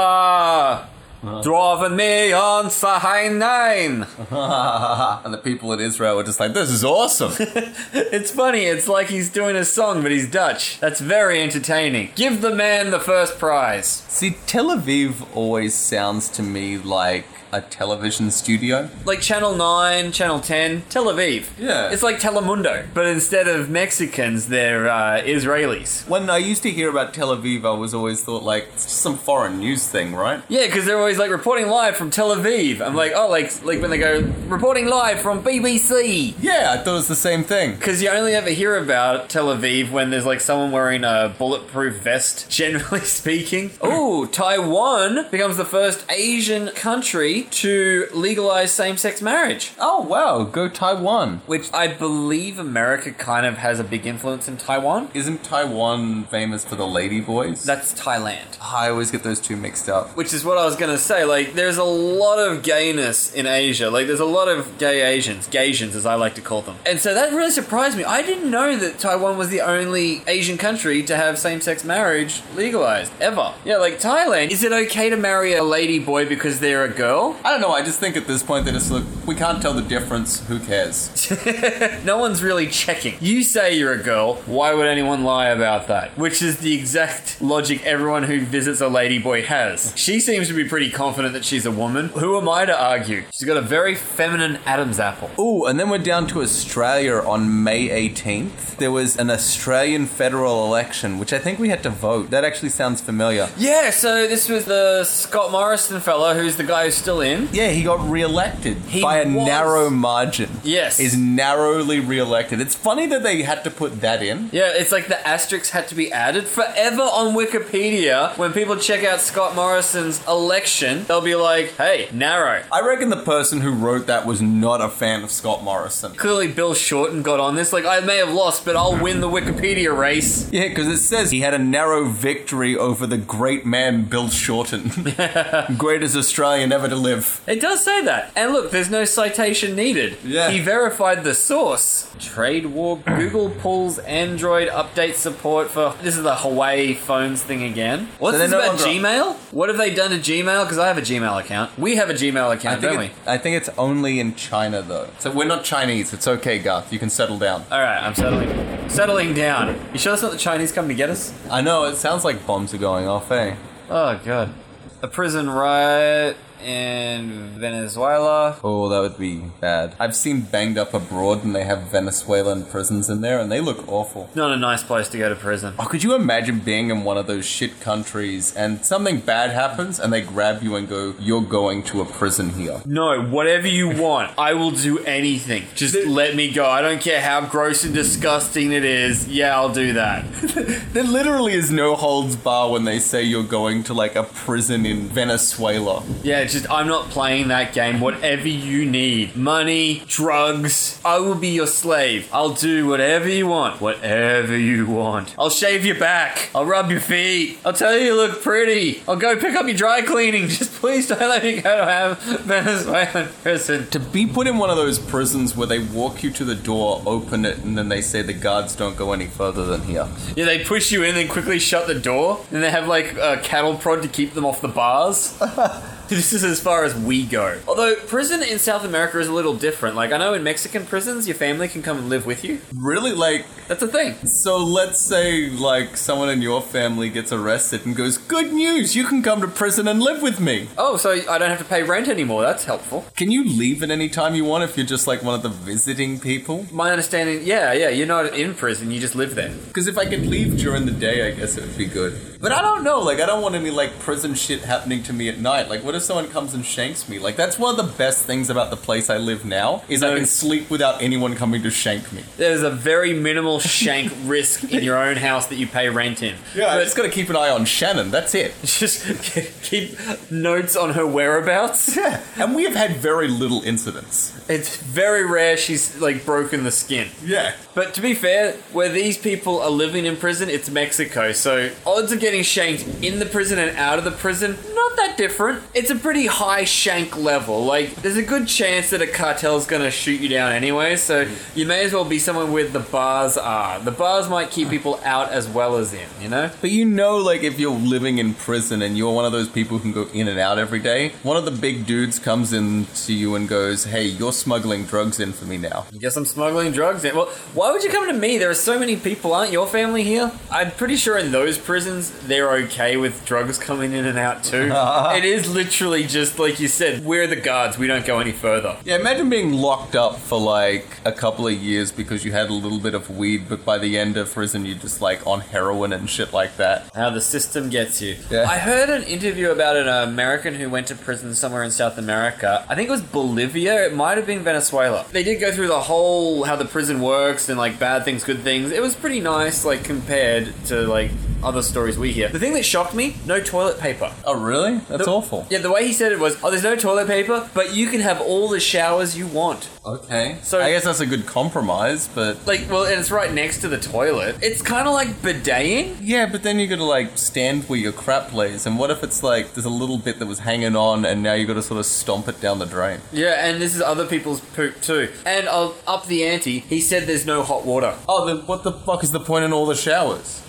S2: Fever! Draven me on Sahain 9!
S1: and the people in Israel were just like, this is awesome.
S2: It's funny, it's like he's doing a song, but he's Dutch. That's very entertaining. Give the man the first prize.
S1: See, Tel Aviv always sounds to me like a television studio.
S2: Like Channel 9, Channel 10, Tel Aviv.
S1: Yeah.
S2: It's like Telemundo, but instead of Mexicans, they're uh, Israelis.
S1: When I used to hear about Tel Aviv, I was always thought like it's just some foreign news thing, right?
S2: Yeah, because they're always like reporting live from Tel Aviv. I'm like, oh, like like when they go reporting live from BBC.
S1: Yeah, I thought it was the same thing.
S2: Because you only ever hear about Tel Aviv when there's like someone wearing a bulletproof vest, generally speaking. Ooh, Taiwan becomes the first Asian country to legalize same sex marriage.
S1: Oh wow, go Taiwan.
S2: Which I believe America kind of has a big influence in Taiwan.
S1: Isn't Taiwan famous for the lady boys?
S2: That's Thailand.
S1: I always get those two mixed up.
S2: Which is what I was gonna say. Like, there's a lot of gayness in Asia. Like, there's a lot of gay Asians, Gaysians as I like to call them. And so that really surprised me. I didn't know that Taiwan was the only Asian country to have same-sex marriage legalized ever. Yeah, like Thailand. Is it okay to marry a lady boy because they're a girl?
S1: I don't know. I just think at this point they just look. We can't tell the difference. Who cares?
S2: No one's really checking. You say you're a girl. Why would anyone lie about that? Which is the exact logic everyone who visits a ladyboy has. She seems to be pretty confident that she's a woman. Who am I to argue? She's got a very feminine Adam's apple.
S1: Ooh, and then we're down to Australia on May 18th. There was an Australian federal election, which I think we had to vote. That actually sounds familiar.
S2: Yeah, so this was the Scott Morrison fella who's the guy who's still in.
S1: Yeah, he got re-elected
S2: He
S1: by a
S2: was-
S1: narrow margin.
S2: Yes.
S1: is narrowly re-elected. It's funny that they had to put that in.
S2: Yeah, it's like the asterisks had to be added forever on Wikipedia. When people check out Scott Morrison's election, they'll be like, hey, narrow.
S1: I reckon the person who wrote that was not a fan of Scott Morrison.
S2: Clearly, Bill Shorten got on this. Like, I may have lost, but I'll win the Wikipedia race.
S1: Yeah, because it says he had a narrow victory over the great man Bill Shorten, greatest Australian ever to live.
S2: It does say that. And look, there's no citation needed.
S1: Yeah.
S2: He verified the source. Trade war. Google pulls Android update support for. This is the Hawaii phones thing again. What's
S1: So they're
S2: this
S1: no
S2: about
S1: longer-
S2: Gmail? What have they done to Gmail? Because I have a Gmail account. We have a Gmail account,
S1: I
S2: don't
S1: think,
S2: we?
S1: it- I think it's only in China though. So we're not Chinese. It's okay, Garth. You can settle down.
S2: All right, I'm settling. Settling down. You sure that's not the Chinese coming to get us?
S1: I know it sounds like bombs are going off, eh?
S2: Oh god. A prison riot in Venezuela.
S1: Oh, that would be bad. I've seen banged up abroad, and they have Venezuelan prisons in there, and they look awful.
S2: Not a nice place to go to prison.
S1: Oh, could you imagine being in one of those shit countries and something bad happens and they grab you and go, "You're going to a prison here."
S2: No, whatever you want. I will do anything. Just let me go. I don't care how gross and disgusting it is. Yeah, I'll do that.
S1: There literally is no holds bar when they say you're going to like a prison in Venezuela.
S2: Yeah, it's just I'm not playing that game. Whatever you need money, drugs, I will be your slave. I'll do whatever you want. Whatever you want. I'll shave your back. I'll rub your feet. I'll tell you you look pretty. I'll go pick up your dry cleaning. Just please don't let me go to have Venezuelan prison.
S1: To be put in one of those prisons where they walk you to the door, open it, and then they say the guards don't go any further than here.
S2: Yeah, they push you in and quickly shut the door. And they have like a cattle prod to keep them off the bars. This is as far as we go. Although prison in South America is a little different. Like I know in Mexican prisons, your family can come and live with you.
S1: Really? Like,
S2: That's a thing.
S1: so let's say, like, someone in your family gets arrested and goes, Good news, you can come to prison and live with me.
S2: Oh, so I don't have to pay rent anymore. That's helpful.
S1: Can you leave at any time you want if you're just like one of the visiting people?
S2: My understanding, yeah, yeah, you're not in prison. You just live there.
S1: Because if I could leave during the day, I guess it would be good. But I don't know, like, I don't want any, like, prison shit happening to me at night. Like, what if someone comes and shanks me? Like, that's one of the best things about the place I live now, is I
S2: No.
S1: can sleep without anyone coming to shank me.
S2: There's a very minimal shank risk in your own house that you pay rent in.
S1: I
S2: but
S1: just gotta keep an eye on Shannon, that's it.
S2: just keep notes on her whereabouts.
S1: Yeah. And we have had very little incidents.
S2: It's very rare she's like broken the skin.
S1: Yeah.
S2: But to be fair, where these people are living in prison, it's Mexico. So odds of getting shanked in the prison and out of the prison, not that different. It's a pretty high shank level. Like, there's a good chance that a cartel's gonna shoot you down anyway, so you may as well be somewhere where the bars are. The bars might keep people out as well as in, you know?
S1: But you know, like, if you're living in prison and you're one of those people who can go in and out every day, one of the big dudes comes in to you and goes, Hey, you're smuggling drugs in for me now.
S2: I guess I'm smuggling drugs in. Well, why would you come to me? There are so many people. Aren't your family here? I'm pretty sure in those prisons, they're okay with drugs coming in and out too. it is literally just like you said, we're the guards. We don't go any further.
S1: Yeah, imagine being locked up for like a couple of years because you had a little bit of weed, but by the end of prison, you're just like on heroin and shit like that.
S2: How the system gets you.
S1: Yeah.
S2: I heard an interview about an American who went to prison somewhere in South America. I think it was Bolivia. It might have been Venezuela. They did go through the whole how the prison works and like bad things, good things. It was pretty nice, like compared to like other stories we hear. The thing that shocked me: no toilet paper.
S1: Oh, really? That's
S2: The-
S1: awful.
S2: Yeah, the way he said it was, "Oh, there's no toilet paper, but you can have all the showers you want."
S1: Okay. So
S2: So-
S1: I guess that's a good compromise, but.
S2: Like, well, and it's right next to the toilet. It's kind of like bideting.
S1: Yeah, but then you gotta like stand where your crap lays, and what if it's like there's a little bit that was hanging on, and now you gotta sort of stomp it down the drain?
S2: Yeah, and this is other people's poop too. And I'll up the ante. He said there's no hot water
S1: Oh, then what the fuck is the point in all the showers?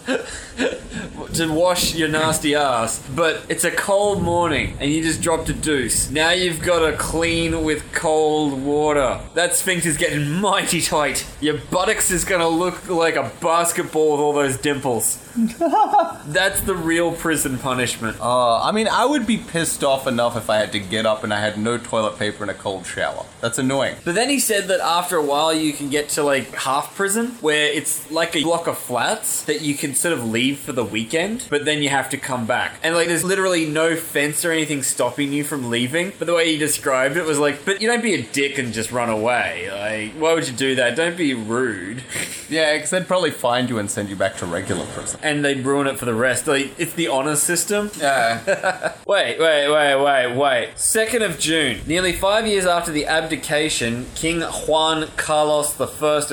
S2: to wash your nasty ass, but it's a cold morning and you just dropped a deuce. Now you've got to clean with cold water. That sphinx is getting mighty tight. Your buttocks is gonna look like a basketball with all those dimples. That's the real prison punishment.
S1: Uh, I mean, I would be pissed off enough if I had to get up and I had no toilet paper and a cold shower. That's annoying.
S2: But then he said that after a while you can get to like half prison, where it's like a block of flats that you can sort of leave for the weekend, but then you have to come back. And like there's literally no fence or anything stopping you from leaving. But the way he described it was like, but you don't be a dick and just run away. Like, why would you do that? Don't be rude.
S1: Yeah, because they'd probably find you and send you back to regular prison.
S2: And they'd ruin it for the rest. Like, it's the honor system.
S1: Yeah.
S2: Wait, wait, wait, wait, wait. 2nd of June, nearly five years after the abdication, King Juan Carlos I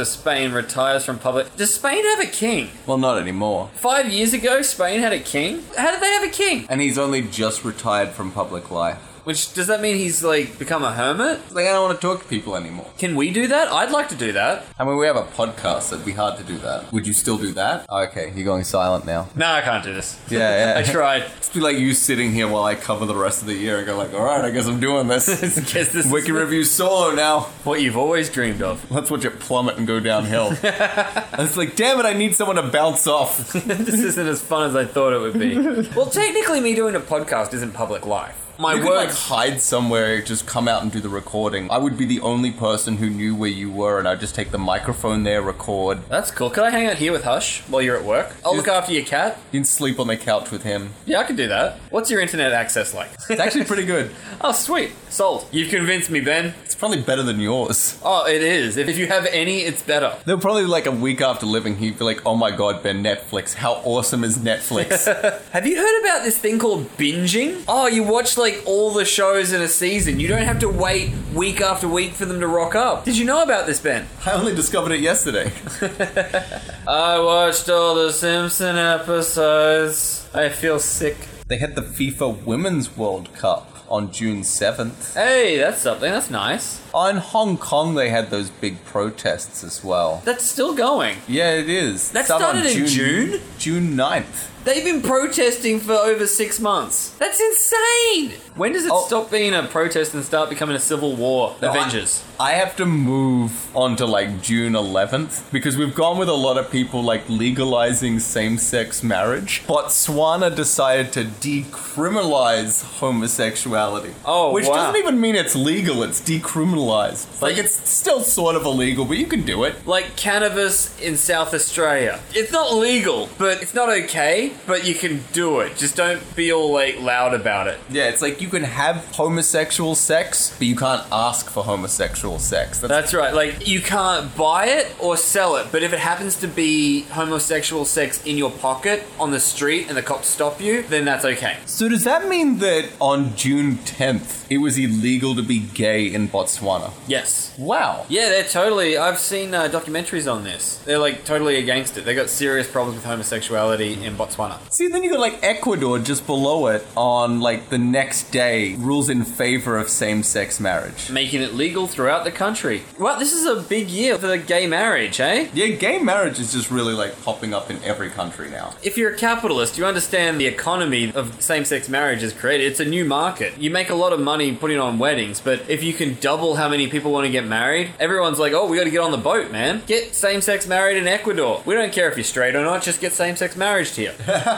S2: of Spain retires from public. Does Spain have a king?
S1: well, not anymore.
S2: Five years ago, Spain had a king? How did they have a king?
S1: And he's only just retired from public life.
S2: Which does that mean he's like become a hermit?
S1: Like, I don't want to talk to people anymore.
S2: Can we do that? I'd like to do that.
S1: I mean, we have a podcast. It'd be hard to do that. Would you still do that? Oh, Okay, you're going silent now.
S2: No, I can't do this.
S1: Yeah, yeah.
S2: I tried.
S1: It'd be like you sitting here while I cover the rest of the year and go like, all right, I guess I'm doing this.
S2: Guess this
S1: Wiki
S2: is
S1: review solo now.
S2: what you've always dreamed of.
S1: Let's watch it plummet and go downhill. and it's like, damn it, I need someone to bounce off.
S2: this isn't as fun as I thought it would be. well, technically, me doing a podcast isn't public life. My
S1: I would like
S2: words.
S1: hide somewhere, just come out and do the recording. I would be the only person who knew where you were, and I'd just take the microphone there, record.
S2: That's cool. Could I hang out here with Hush while you're at work? I'll look after your cat.
S1: You can sleep on the couch with him.
S2: Yeah, I could do that. What's your internet access like?
S1: It's actually pretty good.
S2: oh, sweet. Sold. You've convinced me, Ben.
S1: It's probably better than yours.
S2: Oh, it is. If, if you have any, it's better.
S1: They'll probably like a week after living, he'd be like, "Oh my god, Ben, Netflix! How awesome is Netflix?"
S2: Have you heard about this thing called binging? Oh, you watch like all the shows in a season. You don't have to wait week after week for them to rock up. Did you know about this, Ben?
S1: I only discovered it yesterday.
S2: I watched all the Simpson episodes. I feel sick.
S1: They had the FIFA Women's World Cup on June seventh.
S2: Hey, that's something. That's nice.
S1: In Hong Kong, they had those big protests as well.
S2: That's still going.
S1: Yeah, it is.
S2: That
S1: Some on
S2: started in June?
S1: June 9th.
S2: They've been protesting for over six months. That's insane. When does it
S1: Oh.
S2: stop being a protest and start becoming a civil war?
S1: No, I-
S2: Avengers.
S1: I have to move on to like June 11th because we've gone with a lot of people like legalizing same sex marriage. Botswana decided to decriminalize homosexuality.
S2: Oh,
S1: Which
S2: wow.
S1: doesn't even mean it's legal, it's decriminalized. It's like it's still sort of illegal, but you can do it.
S2: like cannabis in South Australia. It's not legal, but it's not okay, but you can do it. Just don't be all like loud about it.
S1: Yeah, it's like you can have homosexual sex, but you can't ask for homosexual sex. That's,
S2: That's right. Like you can't buy it or sell it, but if it happens to be homosexual sex in your pocket on the street and the cops stop you, then that's okay.
S1: so does that mean that on June 10th it was illegal to be gay in Botswana?
S2: Yes.
S1: Wow.
S2: Yeah, they're totally. I've seen uh, documentaries on this. They're like totally against it. They got serious problems with homosexuality in Botswana.
S1: See, then you got like Ecuador just below it on like the next day rules in favor of same-sex marriage.
S2: Making it legal throughout the country. Well, this is a big year for the gay marriage, eh?
S1: Yeah, gay marriage is just really like popping up in every country now.
S2: If you're a capitalist, you understand the economy of same sex marriage is created. It's a new market. You make a lot of money putting on weddings, but if you can double how many people want to get married, everyone's like, oh, we got to get on the boat, man. Get same sex married in Ecuador. We don't care if you're straight or not, just get same sex marriage here.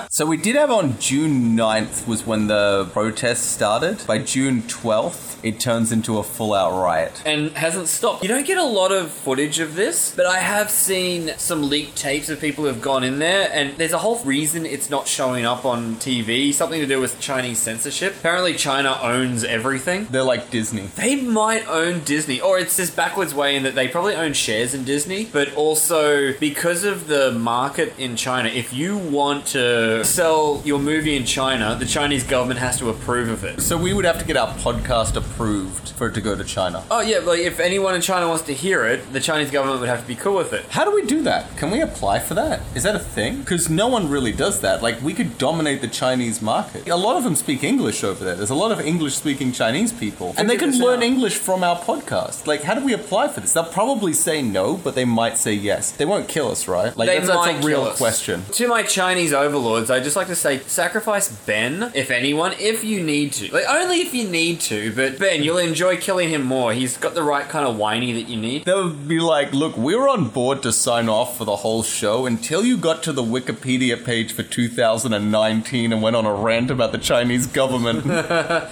S1: So we did have on June 9th was when the protests started. By June 12th, it turns into a full-out riot.
S2: and hasn't stopped. You don't get a lot of footage of this, but I have seen some leaked tapes of people who've gone in there, and there's a whole reason it's not showing up on TV, something to do with Chinese censorship. Apparently, China owns everything.
S1: They're like Disney.
S2: They might own Disney, or it's this backwards way in that they probably own shares in Disney, but also because of the market in China, if you want to sell your movie in China, the Chinese government has to approve of it.
S1: So we would have to get our podcast approved for it to go to China.
S2: Oh, yeah, like if anyone in China wants to hear it, the Chinese government would have to be cool with it.
S1: How do we do that? Can we apply for that? Is that a thing? Because no one really does that. Like, we could dominate the Chinese market. A lot of them speak English over there. There's a lot of English speaking Chinese people. And they can
S2: 50%.
S1: learn English from our podcast. Like, how do we apply for this? They'll probably say no, but they might say yes. They won't kill us, right? Like,
S2: They
S1: that's, that's
S2: might
S1: a
S2: kill
S1: real
S2: us.
S1: question.
S2: To my Chinese overlords, I just like to say sacrifice Ben, if anyone, if you need to. Like, only if you need to, but Ben, you'll enjoy killing him more. He's got the right kind of whiny that you need.
S1: They'll be like, look, we were on board to sign off for the whole show until you got to the Wikipedia page for 2019 and went on a rant about the Chinese government.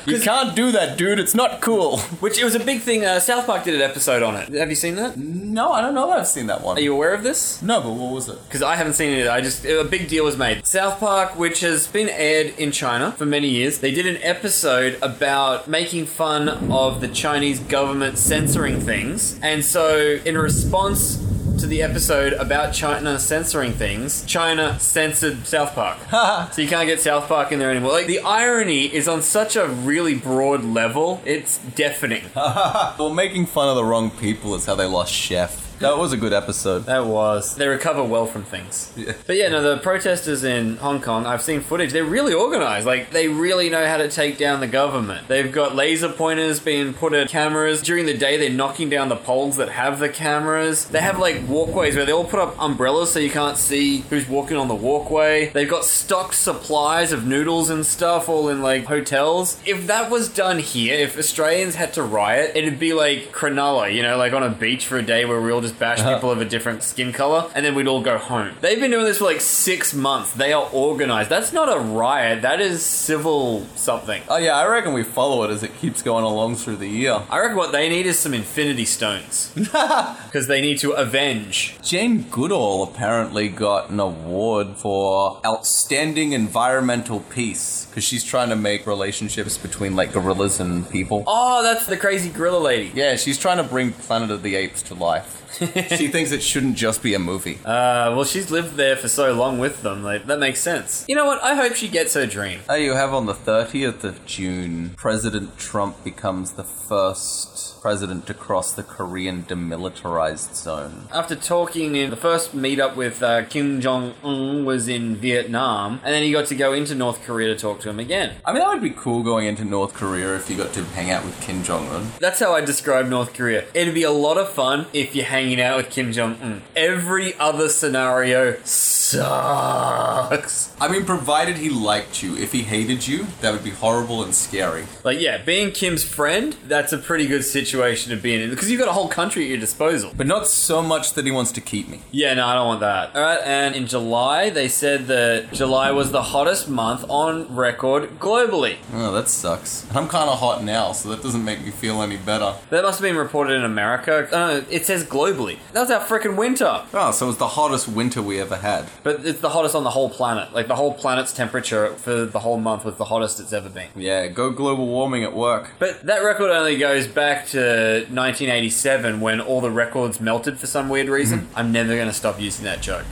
S1: you can't do that, dude. It's not cool.
S2: Which it was a big thing, uh, South Park did an episode on it. Have you seen that?
S1: No, I don't know that I've seen that one.
S2: Are you aware of this?
S1: no, but what was it?
S2: because I haven't seen it. I just a big deal was made. South Park, which has been aired in China for many years, they did an episode about making fun of the Chinese government censoring things, and so in response. To the episode about China censoring things, China censored South Park. so you can't get South Park in there anymore. Like, the irony is on such a really broad level, it's deafening.
S1: Well, making fun of the wrong people is how they lost Chef. That was a good episode.
S2: That was. They recover well from things. But yeah, no, the protesters in Hong Kong, I've seen footage. They're really organized. Like, they really know how to take down the government. They've got laser pointers being put at cameras. During the day, they're knocking down the poles that have the cameras. They have, like, walkways where they all put up umbrellas so you can't see who's walking on the walkway. They've got stocked supplies of noodles and stuff all in, like, hotels. If that was done here, if Australians had to riot, it'd be like Cronulla, you know, like on a beach for a day where we all just bash people of a different skin color, and then we'd all go home. They've been doing this for like six months. They are organized. That's not a riot. That is civil something.
S1: Oh yeah, I reckon we follow it as it keeps going along through the year.
S2: I reckon what they need is some infinity stones because they need to avenge.
S1: Jane Goodall apparently got an award for outstanding environmental peace because she's trying to make relationships between like gorillas and people.
S2: Oh, that's the crazy gorilla lady.
S1: Yeah, she's trying to bring Planet of the Apes to life. she thinks it shouldn't just be a movie.
S2: Uh, well, she's lived there for so long with them. Like, that makes sense. You know what? I hope she gets her dream.
S1: Oh, you have on the 30th of June, President Trump becomes the first president to cross the Korean demilitarized zone.
S2: After talking in the first meetup with uh, Kim Jong Un was in Vietnam, and then he got to go into North Korea to talk to him again.
S1: I mean, that would be cool going into North Korea if you got to hang out with Kim Jong un.
S2: That's how I describe North Korea. It'd be a lot of fun if you're hanging out with Kim Jong Un. Every other scenario sucks.
S1: I mean, provided he liked you. If he hated you, that would be horrible and scary.
S2: Like, yeah, being Kim's friend, that's a pretty good situation to be in because you've got a whole country at your disposal.
S1: But not so much that he wants to keep me.
S2: Yeah, no, I don't want that. All right, and in July, they said that July was the hottest month on record globally.
S1: Oh, that sucks. I'm kind of hot now, so that doesn't make me feel any better.
S2: That must have been reported in America. Uh, it says globally. That was our freaking winter,
S1: Oh, so it was the hottest winter we ever had.
S2: but it's the hottest on the whole planet. Like the whole planet's temperature for the whole month was the hottest it's ever been.
S1: Yeah, go global warming at work.
S2: But that record only goes back to 1987 when all the records melted for some weird reason. I'm never going to stop using that joke.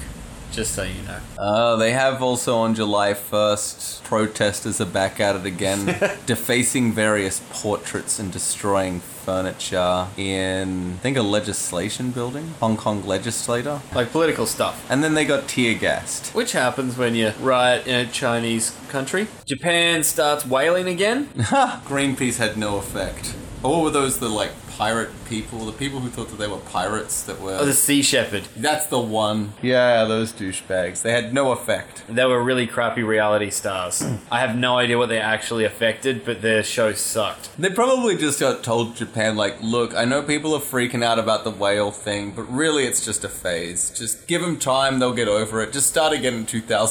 S2: Just so you know.
S1: Uh, they have also on July 1st, protesters are back at it again, defacing various portraits and destroying furniture in, I think, a legislation building, Hong Kong legislator.
S2: Like political stuff.
S1: And then they got tear gassed.
S2: Which happens when you riot in a Chinese country. Japan starts whaling again.
S1: Greenpeace had no effect. Or were those the like pirate people, the people who thought that they were pirates that were.
S2: Oh, the Sea Shepherd.
S1: That's the one. Yeah, those douchebags. They had no effect.
S2: They were really crappy reality stars. I have no idea what they actually affected, but their show sucked.
S1: They probably just got told Japan, like, look, I know people are freaking out about the whale thing, but really it's just a phase. Just give them time, they'll get over it. Just start again in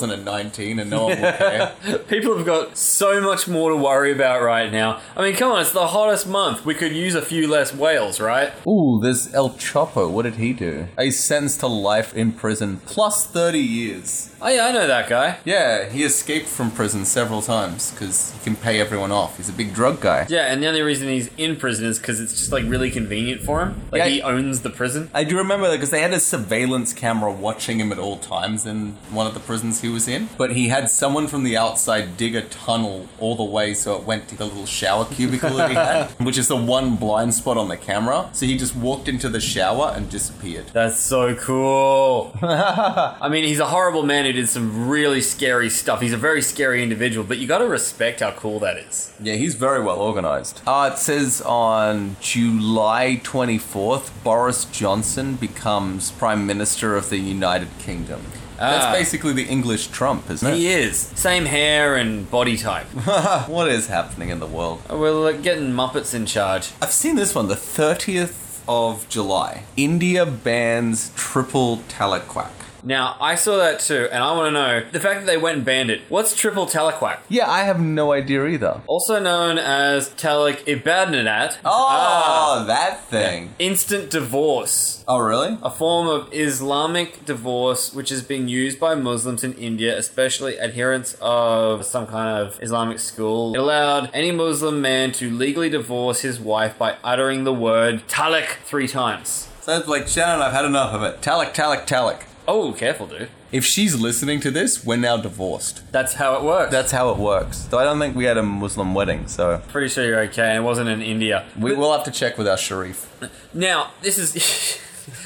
S1: 2019 and no one will care.
S2: People have got so much more to worry about right now. I mean, come on, it's the hottest month. We could use a few less whales, right?
S1: Ooh, there's El Chapo. What did he do? A sentence to life in prison plus 30 years.
S2: Oh, yeah, I know that guy.
S1: Yeah, he escaped from prison several times because he can pay everyone off. He's a big drug guy.
S2: Yeah, and the only reason he's in prison is because it's just like really convenient for him. Like
S1: Yeah.
S2: he owns the prison.
S1: I do remember that because they had a surveillance camera watching him at all times in one of the prisons he was in. But he had someone from the outside dig a tunnel all the way so it went to the little shower cubicle that he had, which is the one blind spot on the camera. So he just walked into the shower and disappeared.
S2: That's so cool. I mean, he's a horrible man who did some really scary stuff. He's a very scary individual, but you got to respect how cool that is.
S1: Yeah, he's very well organized. Uh, it says on July 24th, Boris Johnson becomes Prime Minister of the United Kingdom.
S2: Ah.
S1: That's basically the English Trump, isn't it?
S2: He is. Same hair and body type.
S1: what is happening in the world?
S2: We're like, getting Muppets in charge.
S1: I've seen this one, the 30th of July. India bans triple talaquac.
S2: Now, I saw that too, and I want to know the fact that they went and banned it. What's triple talaquac?
S1: Yeah, I have no idea either.
S2: Also known as talic ibadnanat.
S1: Oh, that thing.
S2: Instant divorce.
S1: Oh, really?
S2: A form of Islamic divorce which is being used by Muslims in India, especially adherents of some kind of Islamic school. It allowed any Muslim man to legally divorce his wife by uttering the word talic three times.
S1: Sounds like Shannon, I've had enough of it. Talic, talic, talic.
S2: Oh, careful, dude.
S1: If she's listening to this, we're now divorced.
S2: That's how it works.
S1: That's how it works. Though I don't think we had a Muslim wedding, so
S2: pretty sure you're okay. It wasn't in India.
S1: we will have to check with our Sharif.
S2: Now, this is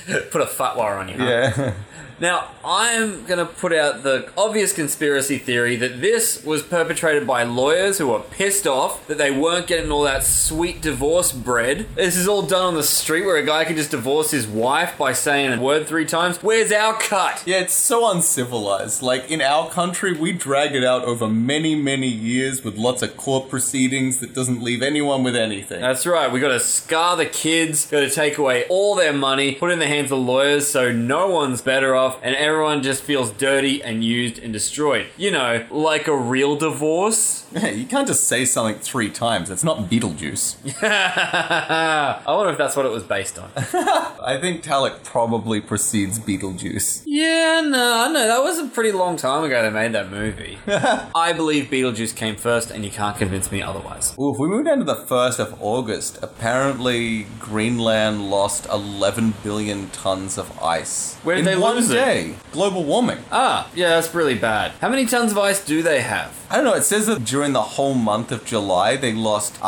S2: put a fatwa on you. huh?
S1: Yeah.
S2: Now, I'm going to put out the obvious conspiracy theory that this was perpetrated by lawyers who were pissed off that they weren't getting all that sweet divorce bread. This is all done on the street where a guy can just divorce his wife by saying a word three times. Where's our cut?
S1: Yeah, it's so uncivilized. Like in our country, we drag it out over many, many years with lots of court proceedings that doesn't leave anyone with anything.
S2: That's right, we gotta scar the kids, gotta take away all their money, put it in the hands of lawyers so no one's better off, and everyone just feels dirty and used and destroyed. You know, like a real divorce.
S1: Yeah, you can't just say something three times. It's not Beetlejuice.
S2: I wonder if that's what it was based on.
S1: I think Talik probably precedes Beetlejuice.
S2: Yeah, no, I know. That was a pretty long time ago they made that movie. I believe Beetlejuice came first, and you can't convince me otherwise.
S1: Ooh, if we move down to the 1st of August, apparently Greenland lost 11 billion tons of ice.
S2: Where
S1: in
S2: did they
S1: one
S2: lose it?
S1: day. Global warming.
S2: Ah, yeah, that's really bad. How many tons of ice do they have?
S1: I don't know, it says that during the whole month of July, they lost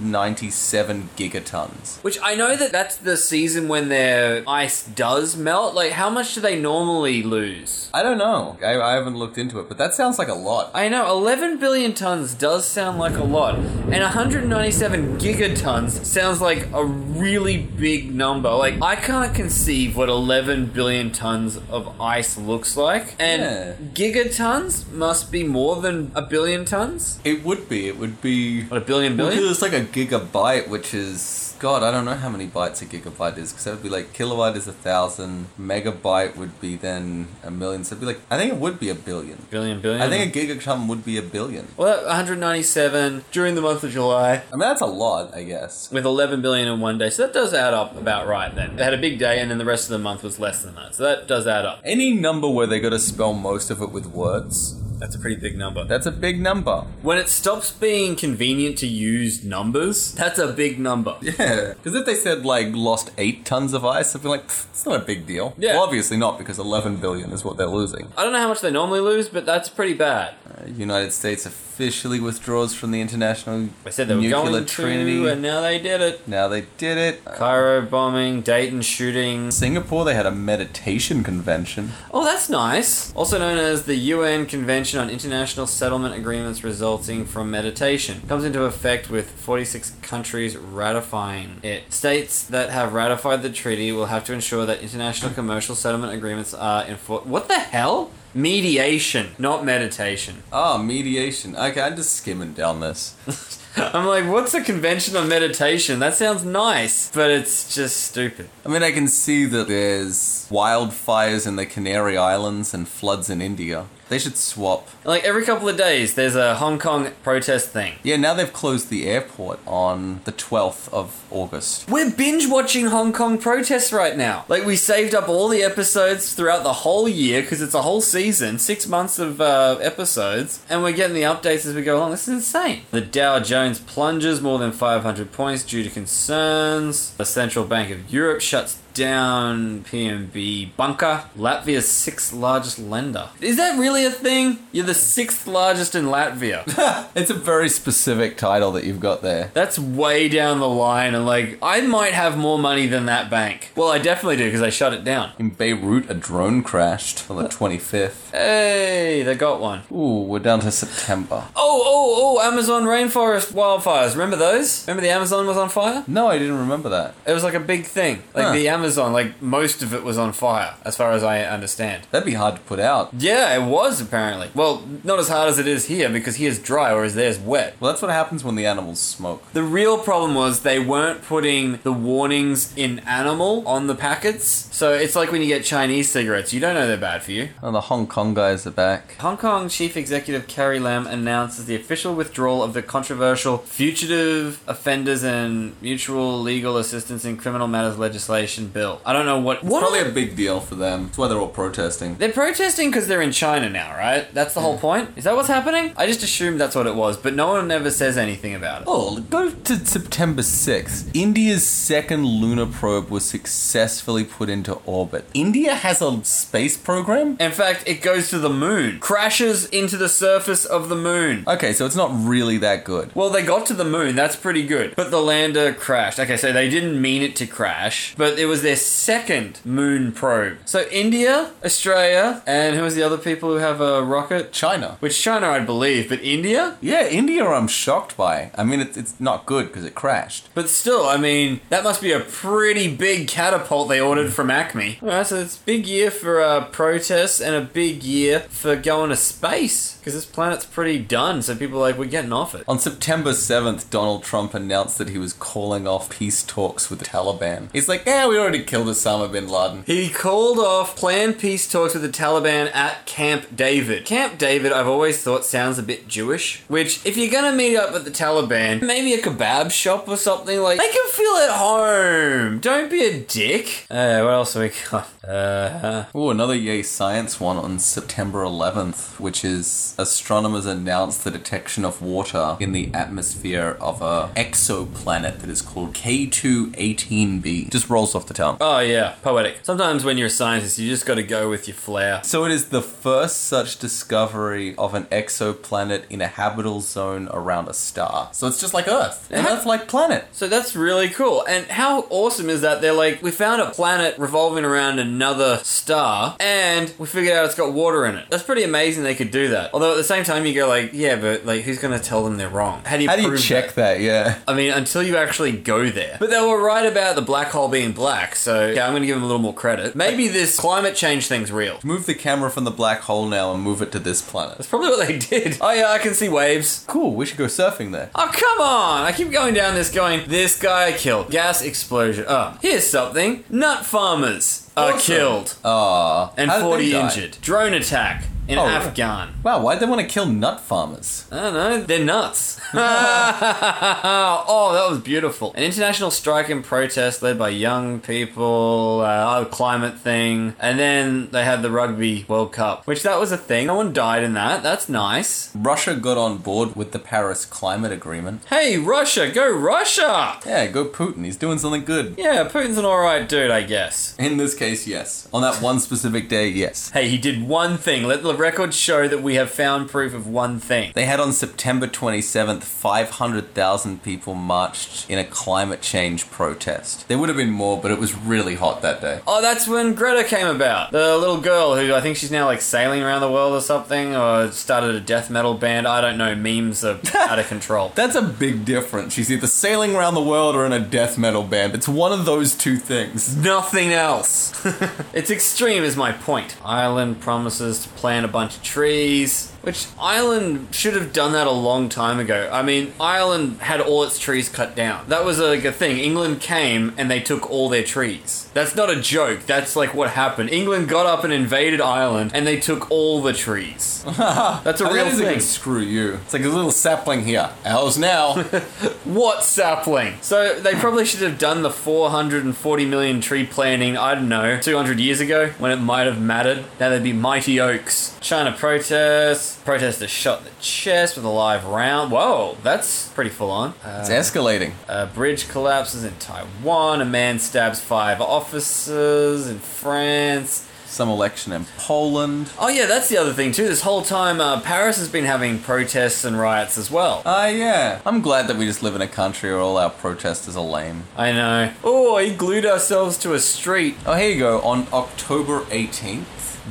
S1: 197 gigatons.
S2: Which I know that that's the season when their ice does melt. Like, how much do they normally lose?
S1: I don't know. I, I haven't looked into it, but that sounds like a lot.
S2: I know 11 billion tons does sound like a lot, and 197 gigatons sounds like a really big number. Like, I can't conceive what 11 billion tons of ice looks like, and gigatons must be more than a billion tons?
S1: It would be. It would be.
S2: What, a billion
S1: Well, 'cause
S2: billion?
S1: it's like a gigabyte, which is God. I don't know how many bytes a gigabyte is, because that would be like kilobyte is a thousand, megabyte would be then a million. So it'd be like I think it would be a billion.
S2: Billion, billion.
S1: I think a gigaton would be a billion.
S2: Well, 197 during the month of July.
S1: I mean, that's a lot, I guess.
S2: with 11 billion in one day. So that does add up about right then. They had a big day and then the rest of the month was less than that. So that does add up.
S1: Any number where they got to spell most of it with words,
S2: That's a pretty big number.
S1: that's a big number.
S2: When it stops being convenient to use numbers, that's a big number.
S1: Yeah. Because if they said, like, lost eight tons of ice, I'd be like, "Pfft, it's not a big deal.
S2: Yeah.
S1: Well, obviously not, because 11 billion is what they're losing.
S2: I don't know how much they normally lose, but that's pretty bad.
S1: Uh, United States officially withdraws from the international
S2: I said they were
S1: nuclear
S2: going
S1: trinity.
S2: to, and now they did it.
S1: Now they did it. Uh,
S2: Cairo bombing, Dayton shooting.
S1: Singapore, they had a meditation convention.
S2: Oh, that's nice. Also known as the UN Convention on International Settlement Agreements Resulting from Meditation. Comes into effect with 46 countries ratifying it. States that have ratified the treaty will have to ensure that international commercial settlement agreements are enforced. What the hell? Mediation, not meditation.
S1: Ah, mediation. Okay, I'm just skimming down this.
S2: I'm like, what's a convention on meditation? That sounds nice, but it's just stupid.
S1: I mean, I can see that there's wildfires in the Canary Islands and floods in India. They should swap.
S2: Like, every couple of days, there's a Hong Kong protest thing.
S1: Yeah, now they've closed the airport on the 12th of August.
S2: We're binge watching Hong Kong protests right now. Like, we saved up all the episodes throughout the whole year because it's a whole season, six months of uh, episodes, and we're getting the updates as we go along. This is insane. The Dow Jones plunges more than 500 points due to concerns. The Central Bank of Europe shuts down PMB bunker. Latvia's sixth largest lender. Is that really a thing? You're the sixth largest in Latvia.
S1: It's a very specific title that you've got there.
S2: That's way down the line, and like, I might have more money than that bank. Well, I definitely do because I shut it down.
S1: In Beirut, a drone crashed on the 25th.
S2: Hey, they got one.
S1: Ooh, we're down to September.
S2: Oh, oh, oh, Amazon rainforest wildfires. Remember those? Remember the Amazon was on fire?
S1: No, I didn't remember that.
S2: It was like a big thing. Like,
S1: Huh.
S2: the Amazon, like, most of it was on fire, as far as I understand.
S1: That'd be hard to put out.
S2: Yeah, it was apparently. Well, not as hard as it is here because here's dry, whereas there's wet.
S1: Well, that's what happens when the animals smoke.
S2: The real problem was they weren't putting the warnings in animal on the packets. So it's like when you get Chinese cigarettes, you don't know they're bad for you.
S1: Oh, the Hong Kong guys are back.
S2: Hong Kong Chief Executive Carrie Lam announces the official withdrawal of the controversial Fugitive Offenders and Mutual Legal Assistance in Criminal Matters legislation bill. I don't know what. What?
S1: Probably a big deal for them. That's why they're all protesting.
S2: They're protesting because they're in China now, right? That's the whole point? Is that what's happening? I just assumed that's what it was, but no one ever says anything about it.
S1: Oh, go to September 6th. India's second lunar probe was successfully put into orbit. India has a space program?
S2: In fact, it goes to the moon, crashes into the surface of the moon.
S1: Okay, so it's not really that good.
S2: Well, they got to the moon, that's pretty good. But the lander crashed. Okay, so they didn't mean it to crash, but it was was their second moon probe. So India, Australia, and who was the other people who have a rocket?
S1: China.
S2: Which China, I believe, but India?
S1: Yeah, India, I'm shocked by. I mean, it's, it's not good because it crashed.
S2: But still, I mean, that must be a pretty big catapult they ordered from Acme. Alright, so it's a big year for uh, protests and a big year for going to space. Because this planet's pretty done, so people are like, we're getting off it.
S1: On September 7th, Donald Trump announced that he was calling off peace talks with the Taliban. He's like, yeah, we already killed Osama bin Laden.
S2: He called off planned peace talks with the Taliban at Camp David. Camp David, I've always thought sounds a bit Jewish. Which, if you're gonna meet up with the Taliban, maybe a kebab shop or something like. Make them feel at home. Don't be a dick. Uh, what else have we got? Uh,
S1: Ooh, another Yay Science one on September 11th, which is astronomers announced the detection of water in the atmosphere of a exoplanet that is called K218b. Just rolls off the tongue.
S2: oh yeah, poetic. Sometimes when you're a scientist, you just got to go with your flair.
S1: So it is the first such discovery of an exoplanet in a habitable zone around a star. So it's just like Earth, an
S2: Yeah.
S1: Earth-like planet.
S2: So that's really cool. And how awesome is that? They're like, we found a planet revolving around another star, and we figured out it's got water in it. That's pretty amazing. They could do that. Although at the same time, you go like, yeah, but like, who's gonna tell them they're wrong? How do you
S1: How do you
S2: prove
S1: check that? Yeah.
S2: that? I mean, until you actually go there. But they were right about the black hole being black, so yeah, I'm gonna give them a little more credit. Maybe this climate change thing's real.
S1: Move the camera from the black hole now and move it to this planet.
S2: That's probably what they did. Oh yeah, I can see waves.
S1: Cool, we should go surfing there.
S2: Oh, come on! I keep going down this going, this guy killed. Gas explosion. Oh, here's something. Nut farmers are
S1: Awesome.
S2: killed
S1: Ah,
S2: and
S1: how did they
S2: 40
S1: die?
S2: injured. Drone attack in
S1: Oh, really?
S2: Afghan.
S1: Wow, why'd they want to kill nut farmers?
S2: I don't know. They're nuts. oh, that was beautiful. An international strike and protest led by young people, uh, oh, climate thing, and then they had the Rugby World Cup, which that was a thing. No one died in that. That's nice.
S1: Russia got on board with the Paris Climate Agreement.
S2: Hey, Russia, go Russia!
S1: Yeah, go Putin, he's doing something good.
S2: Yeah, Putin's an alright dude, I guess.
S1: In this case, yes. On that one specific day, yes.
S2: Hey, he did one thing. Let the record show that we have found proof of one thing.
S1: They had on September 27th, 500,000 people marched in a climate change protest. There would have been more, but it was really hot that day.
S2: Oh, that's when Greta came about. The little girl who I think she's now like sailing around the world or something, or started a death metal band. I don't know. Memes are out of control.
S1: That's a big difference. She's either sailing around the world or in a death metal band. It's one of those two things.
S2: Nothing else. it's extreme, is my point. Ireland promises to plant a bunch of trees, which Ireland should have done that a long time ago. I mean, Ireland had all its trees cut down. That was like a thing. England came and they took all their trees. That's not a joke. That's like what happened. England got up and invaded Ireland and they took all the trees. That's a
S1: I
S2: real
S1: think it's like,
S2: thing.
S1: screw you. It's like a little sapling here. Ours now.
S2: What sapling? So they probably should have done the 440 million tree planting, I don't know, 200 years ago when it might have mattered. Now they'd be mighty oaks. China protests. Protesters shot in the chest with a live round. Whoa, that's pretty full on. Uh,
S1: it's escalating.
S2: a bridge collapses in Taiwan. A man stabs five officers in France.
S1: Some election in Poland.
S2: Oh, yeah, that's the other thing, too. This whole time, uh, Paris has been having protests and riots as well.
S1: Ah, yeah. I'm glad that we just live in a country where all our protesters are lame.
S2: I know. Oh, he glued ourselves to a street.
S1: Oh, here you go. On October 18th,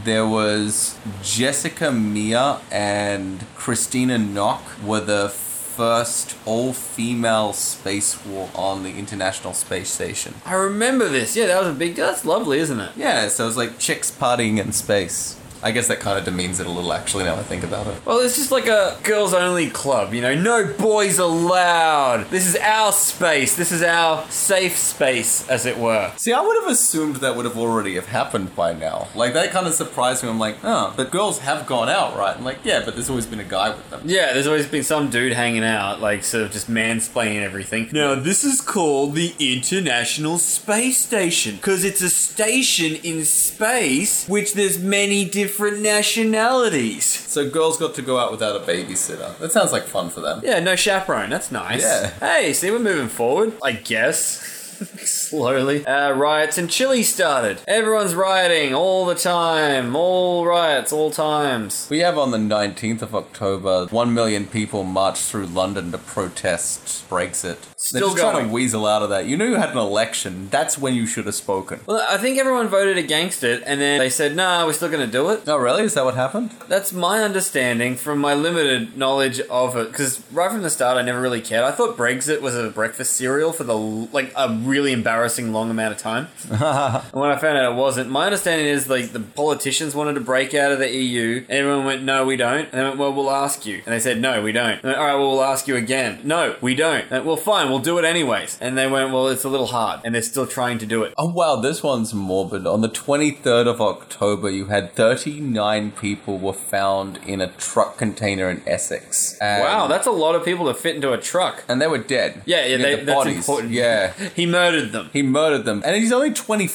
S1: there was Jessica Mia and Christina Nock were the first all-female spacewalk on the International Space Station.
S2: I remember this. Yeah, that was a big deal. That's lovely, isn't it?
S1: Yeah, so it's like chicks partying in space. I guess that kind of demeans it a little, actually, now I think about it.
S2: Well, it's just like a girls only club, you know, no boys allowed. This is our space. This is our safe space, as it were.
S1: See, I would have assumed that would have already have happened by now. Like, that kind of surprised me. I'm like, oh, but girls have gone out, right? I'm like, yeah, but there's always been a guy with them.
S2: Yeah, there's always been some dude hanging out, like sort of just mansplaining everything. Now, this is called the International Space Station because it's a station in space which there's many different nationalities.
S1: So girls got to go out without a babysitter. That sounds like fun for them.
S2: Yeah, no chaperone. That's nice.
S1: Yeah.
S2: Hey, see, we're moving forward, I guess. slowly. Uh, riots in Chile started. Everyone's rioting all the time. All riots, all times.
S1: We have on the 19th of October, 1 million people marched through London to protest Brexit. They're
S2: Still
S1: just trying
S2: going.
S1: to weasel out of that. You knew you had an election. That's when you should have spoken.
S2: Well, I think everyone voted against it, and then they said, nah, we're still going to do it.
S1: Oh, really? Is that what happened?
S2: That's my understanding from my limited knowledge of it. Because right from the start, I never really cared. I thought Brexit was a breakfast cereal for the l- like a really embarrassing long amount of time.
S1: Oh,
S2: and when I found out it wasn't, my understanding is like the politicians wanted to break out of the EU, and everyone went, "No, we don't." And they went, "Well, we'll ask you." And they said, "No, we don't." And they went, All right, well, we'll ask you again. No, we don't. And, well, fine, we'll do it anyways. And they went, "Well, it's a little hard," and they're still trying to do it.
S1: Oh, wow, this one's morbid. On the 23rd of October, you had 39 people were found in a truck container in Essex. And-
S2: Wow, that's a lot of people to fit into a truck.
S1: And they were dead.
S2: Yeah, yeah,
S1: You know,
S2: they,
S1: the
S2: that's important.
S1: Yeah.
S2: he murdered them.
S1: He murdered them. And he's only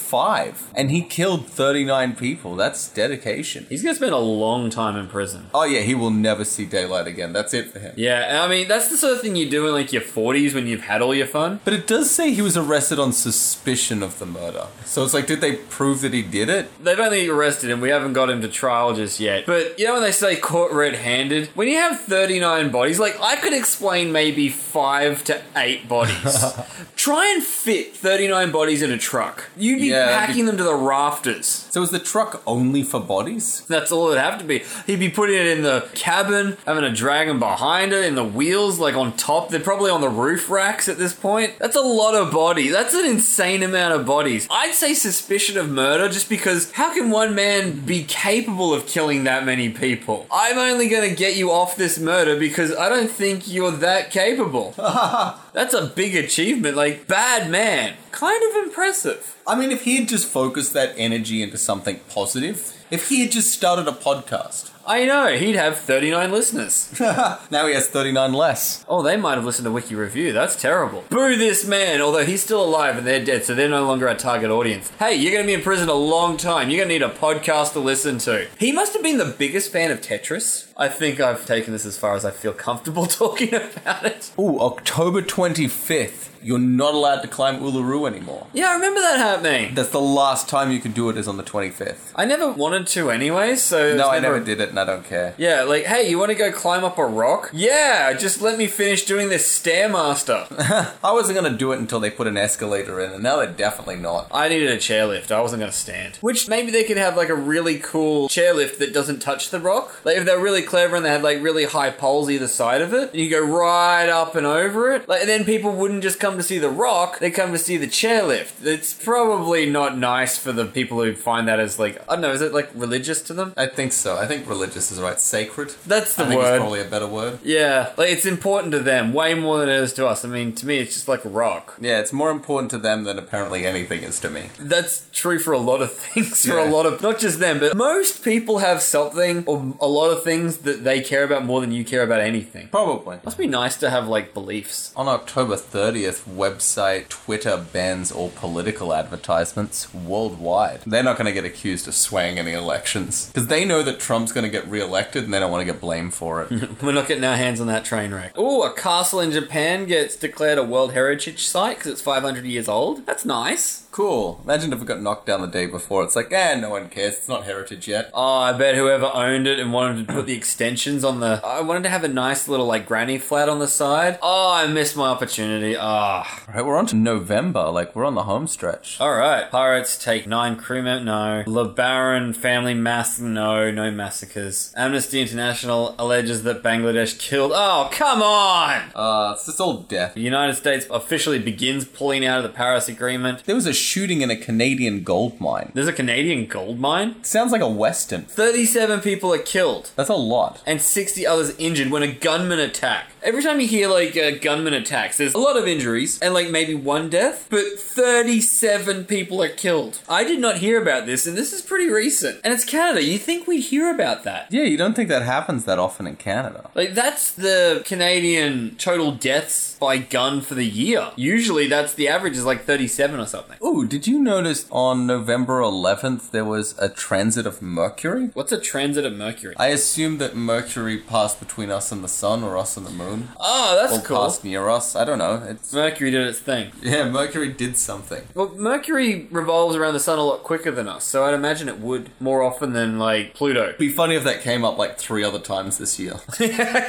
S1: 25. And he killed 39 people. That's dedication.
S2: He's gonna spend a long time in prison.
S1: Oh, yeah, he will never see daylight again. That's it for him.
S2: Yeah, and I mean that's the sort of thing you do in like your forties when you've had all your fun.
S1: But it does say he was arrested on suspicion of the murder. So it's like, did they prove that he did it?
S2: They've only arrested him; we haven't got him to trial just yet. But you know when they say caught red-handed, when you have thirty-nine bodies, like I could explain maybe five to eight bodies. Try and fit thirty-nine bodies in a truck. You'd be
S1: Yeah, that'd be-
S2: packing them to the rafters.
S1: So is the truck only for bodies?
S2: That's all it'd have to be. He'd be putting it in the cabin, having a dragon behind it, in the wheels, like on top. They're probably on the roof racks at this point. That's a lot of body. That's an insane amount of bodies. I'd say suspicion of murder just because how can one man be capable of killing that many people? I'm only gonna get you off this murder because I don't think you're that capable. That's a big achievement. Like, bad man. Kind of impressive.
S1: I mean, if he had just focused that energy into something positive, if he had just started a podcast,
S2: I know, he'd have 39 listeners.
S1: now he has 39 less.
S2: Oh, they might have listened to Wiki Review. That's terrible. Boo this man, although he's still alive and they're dead, so they're no longer our target audience. Hey, you're going to be in prison a long time. You're going to need a podcast to listen to. He must have been the biggest fan of Tetris. I think I've taken this as far as I feel comfortable talking about it.
S1: Ooh, October 25th, you're not allowed to climb Uluru anymore.
S2: Yeah, I remember that happening.
S1: That's the last time you can do it is on the 25th.
S2: I never wanted to anyway, so. it
S1: No,
S2: was
S1: I never did it and I don't care.
S2: Yeah, like, hey, you want to go climb up a rock? Yeah, just let me finish doing this Stairmaster.
S1: I wasn't going to do it until they put an escalator in, and now they're definitely not.
S2: I needed a chairlift. I wasn't going to stand. Which maybe they could have like a really cool chairlift that doesn't touch the rock. Like if they're really clever and they had like really high poles either side of it, and you go right up and over it. Like and then people wouldn't just come to see the rock; they come to see the chairlift. It's probably not nice for the people who find that as like I don't know. Is it like religious to them?
S1: I think so. I think religious is right. Sacred.
S2: That's the
S1: I think it's
S2: word.
S1: probably a better word.
S2: yeah, like it's important to them way more than it is to us. I mean, to me, it's just like a rock.
S1: Yeah, it's more important to them than apparently anything is to me.
S2: That's true for a lot of things, for
S1: Yeah.
S2: a lot of, not just them, but most people have something or a lot of things that they care about more than you care about anything.
S1: Probably.
S2: Must be nice to have like beliefs.
S1: On October 30th, website Twitter bans all political advertisements worldwide. They're not going to get accused of swaying any elections because they know that Trump's going to get reelected and they don't want to get blamed for it.
S2: We're not getting our hands on that train wreck. Ooh, a castle in Japan gets declared a World Heritage Site because it's 500 years old. That's nice.
S1: cool. Imagine if it got knocked down the day before. It's like, eh, no one cares. It's not heritage yet.
S2: Oh, I bet whoever owned it and wanted to put the extensions on the. I wanted to have a nice little like granny flat on the side. Oh, I missed my opportunity. Ah.
S1: All right, we're on to November. Like, we're on the home stretch.
S2: All right, pirates take nine crew members. No, LeBaron family massacre. No, no massacres. Amnesty International alleges that Bangladesh killed. Oh, come on!
S1: Uh, it's just all death.
S2: The United States officially begins pulling out of the Paris Agreement.
S1: There was a shooting in a Canadian gold mine.
S2: There's a Canadian gold mine.
S1: Sounds like a western.
S2: Thirty-seven people are killed.
S1: That's a lot.
S2: and 60 others injured when a gunman attack. Every time you hear like uh, gunman attacks, there's a lot of injuries and like maybe one death, but 37 people are killed. I did not hear about this, and this is pretty recent. And it's Canada. You think we'd hear about that?
S1: Yeah, you don't think that happens that often in Canada.
S2: Like that's the Canadian total deaths by gun for the year. Usually that's the average is like 37 or something. Ooh,
S1: Oh, did you notice on November 11th there was a transit of Mercury?
S3: What's a transit of Mercury?
S1: I assume that Mercury passed between us and the sun, or us and the moon,
S2: Ah,
S3: Oh, that's
S1: or
S3: cool.
S1: passed near us. I don't know. It's
S3: Mercury did its thing.
S1: yeah, Mercury did something.
S2: Well, Mercury revolves around the sun a lot quicker than us, so I'd imagine it would more often than like Pluto.
S1: It'd be funny if that came up like three other times this year.
S2: yeah.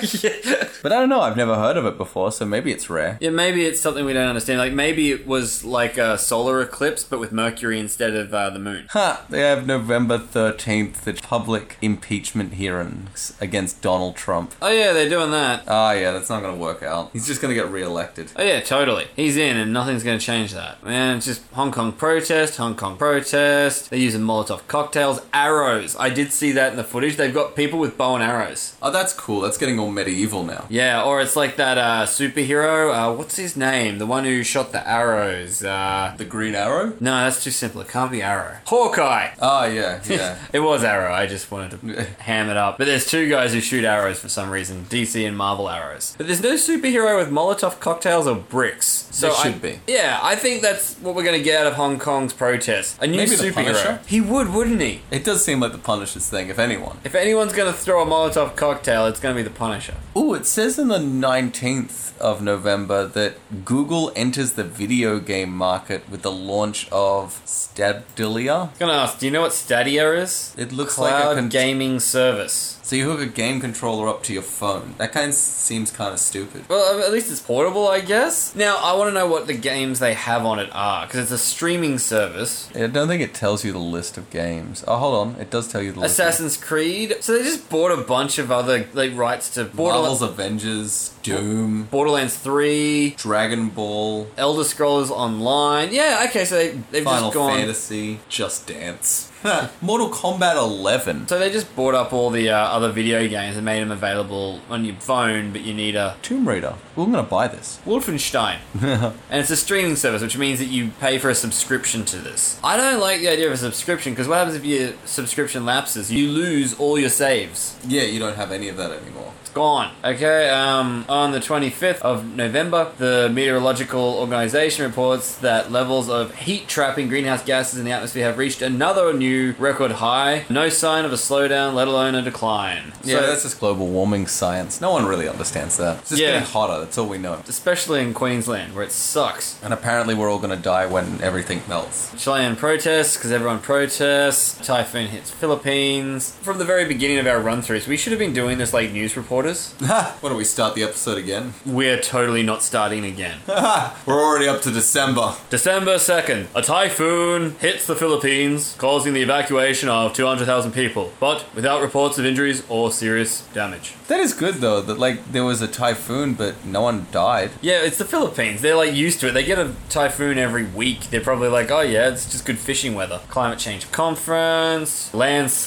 S1: but I don't know. I've never heard of it before, so maybe it's rare.
S2: yeah, maybe it's something we don't understand. Like maybe it was like a solar eclipse, but with Mercury instead of uh, the moon.
S1: Ha! They have November 13th, the public impeachment hearings against Donald Trump.
S2: Oh yeah, they're doing that.
S1: Ah, yeah, that's not going to work out. He's just going to get re-elected.
S2: Oh yeah, totally. He's in, and nothing's going to change that. Man, it's just Hong Kong protest, Hong Kong protest. They're using Molotov cocktails, arrows. I did see that in the footage. They've got people with bow and arrows.
S1: Oh, that's cool. That's getting all medieval now.
S2: Yeah, or it's like that uh, superhero. Uh, what's his name? The one who shot the arrows. Uh,
S1: The Green Arrow?
S2: no, that's too simple. It can't be Arrow. Hawkeye.
S1: Ah, yeah, yeah.
S2: it was Arrow. I just wanted to ham it up. But there's two guys who shoot arrows for some reason. DC and Marvel arrows. But there's no superhero with Molotov cocktails or bricks. So
S1: There
S2: I-
S1: should be.
S2: Yeah, I think that's what we're gonna get out of Hong Kong's protest. A new
S1: Maybe the Punisher?
S2: superhero. He would, wouldn't he?
S1: it does seem like the Punisher's thing, if anyone.
S2: If anyone's gonna throw a Molotov cocktail, it's gonna be the Punisher.
S1: Ooh, it says on the 19th of November that Google enters the video game market with the launch of Stabdilia.
S2: gonna ask, do you know what Stadia is?
S1: It looks like a
S2: Cloud
S1: con-
S2: gaming service.
S1: So you hook a game controller up to your phone. That kind of seems kind of stupid.
S2: Well, at least it's portable, I guess. Now, I want to know what the games they have on it are, because it's a streaming service.
S1: I don't think it tells you the list of games. Oh, hold on. It does tell you the list. of-
S2: Assassin's Creed. So they just bought a bunch of other like rights to
S1: Marvel's
S2: Borderlands,
S1: Avengers, Doom,
S2: Borderlands 3,
S1: Dragon Ball,
S2: Elder Scrolls Online. Yeah, okay, so they, they've
S1: Final
S2: just gone.
S1: Fantasy, Just Dance, Mortal Kombat 11.
S2: So they just bought up all the uh, other video games and made them available on your phone, but you need a
S1: Tomb Raider. Ooh, I'm gonna buy this.
S2: Wolfenstein. and it's a streaming service, which means that you pay for a subscription to this. I don't like the idea of a subscription because what happens if your subscription lapses? You lose all your saves.
S1: Yeah, you don't have any of that anymore.
S2: It's gone. Okay, um, on the 25th of November, the Meteorological Organization reports that levels of heat trapping greenhouse gases in the atmosphere have reached another new record high. No sign of a slowdown, let alone a decline.
S1: Yeah,
S2: So-
S1: that's just global warming science. No one really understands that. It's just
S2: Yeah.
S1: getting hotter. That's all we know.
S2: especially in Queensland where it sucks.
S1: And apparently, we're all gonna die when everything melts.
S2: Chilean protests because everyone protests. Typhoon hits Philippines. From the very beginning of our run throughs, we should have been doing this like news reporters.
S1: what do we start the episode again?
S2: We're totally not starting again.
S1: We're already up to December.
S2: December 2nd, a typhoon hits the Philippines, causing the evacuation of 200,000 people, but without reports of injuries or serious damage.
S1: That is good though. That like there was a typhoon, but no one died.
S2: Yeah, it's the Philippines. They're like used to it. They get a typhoon every week. They're probably like, oh yeah, it's just good fishing weather. Climate change conference,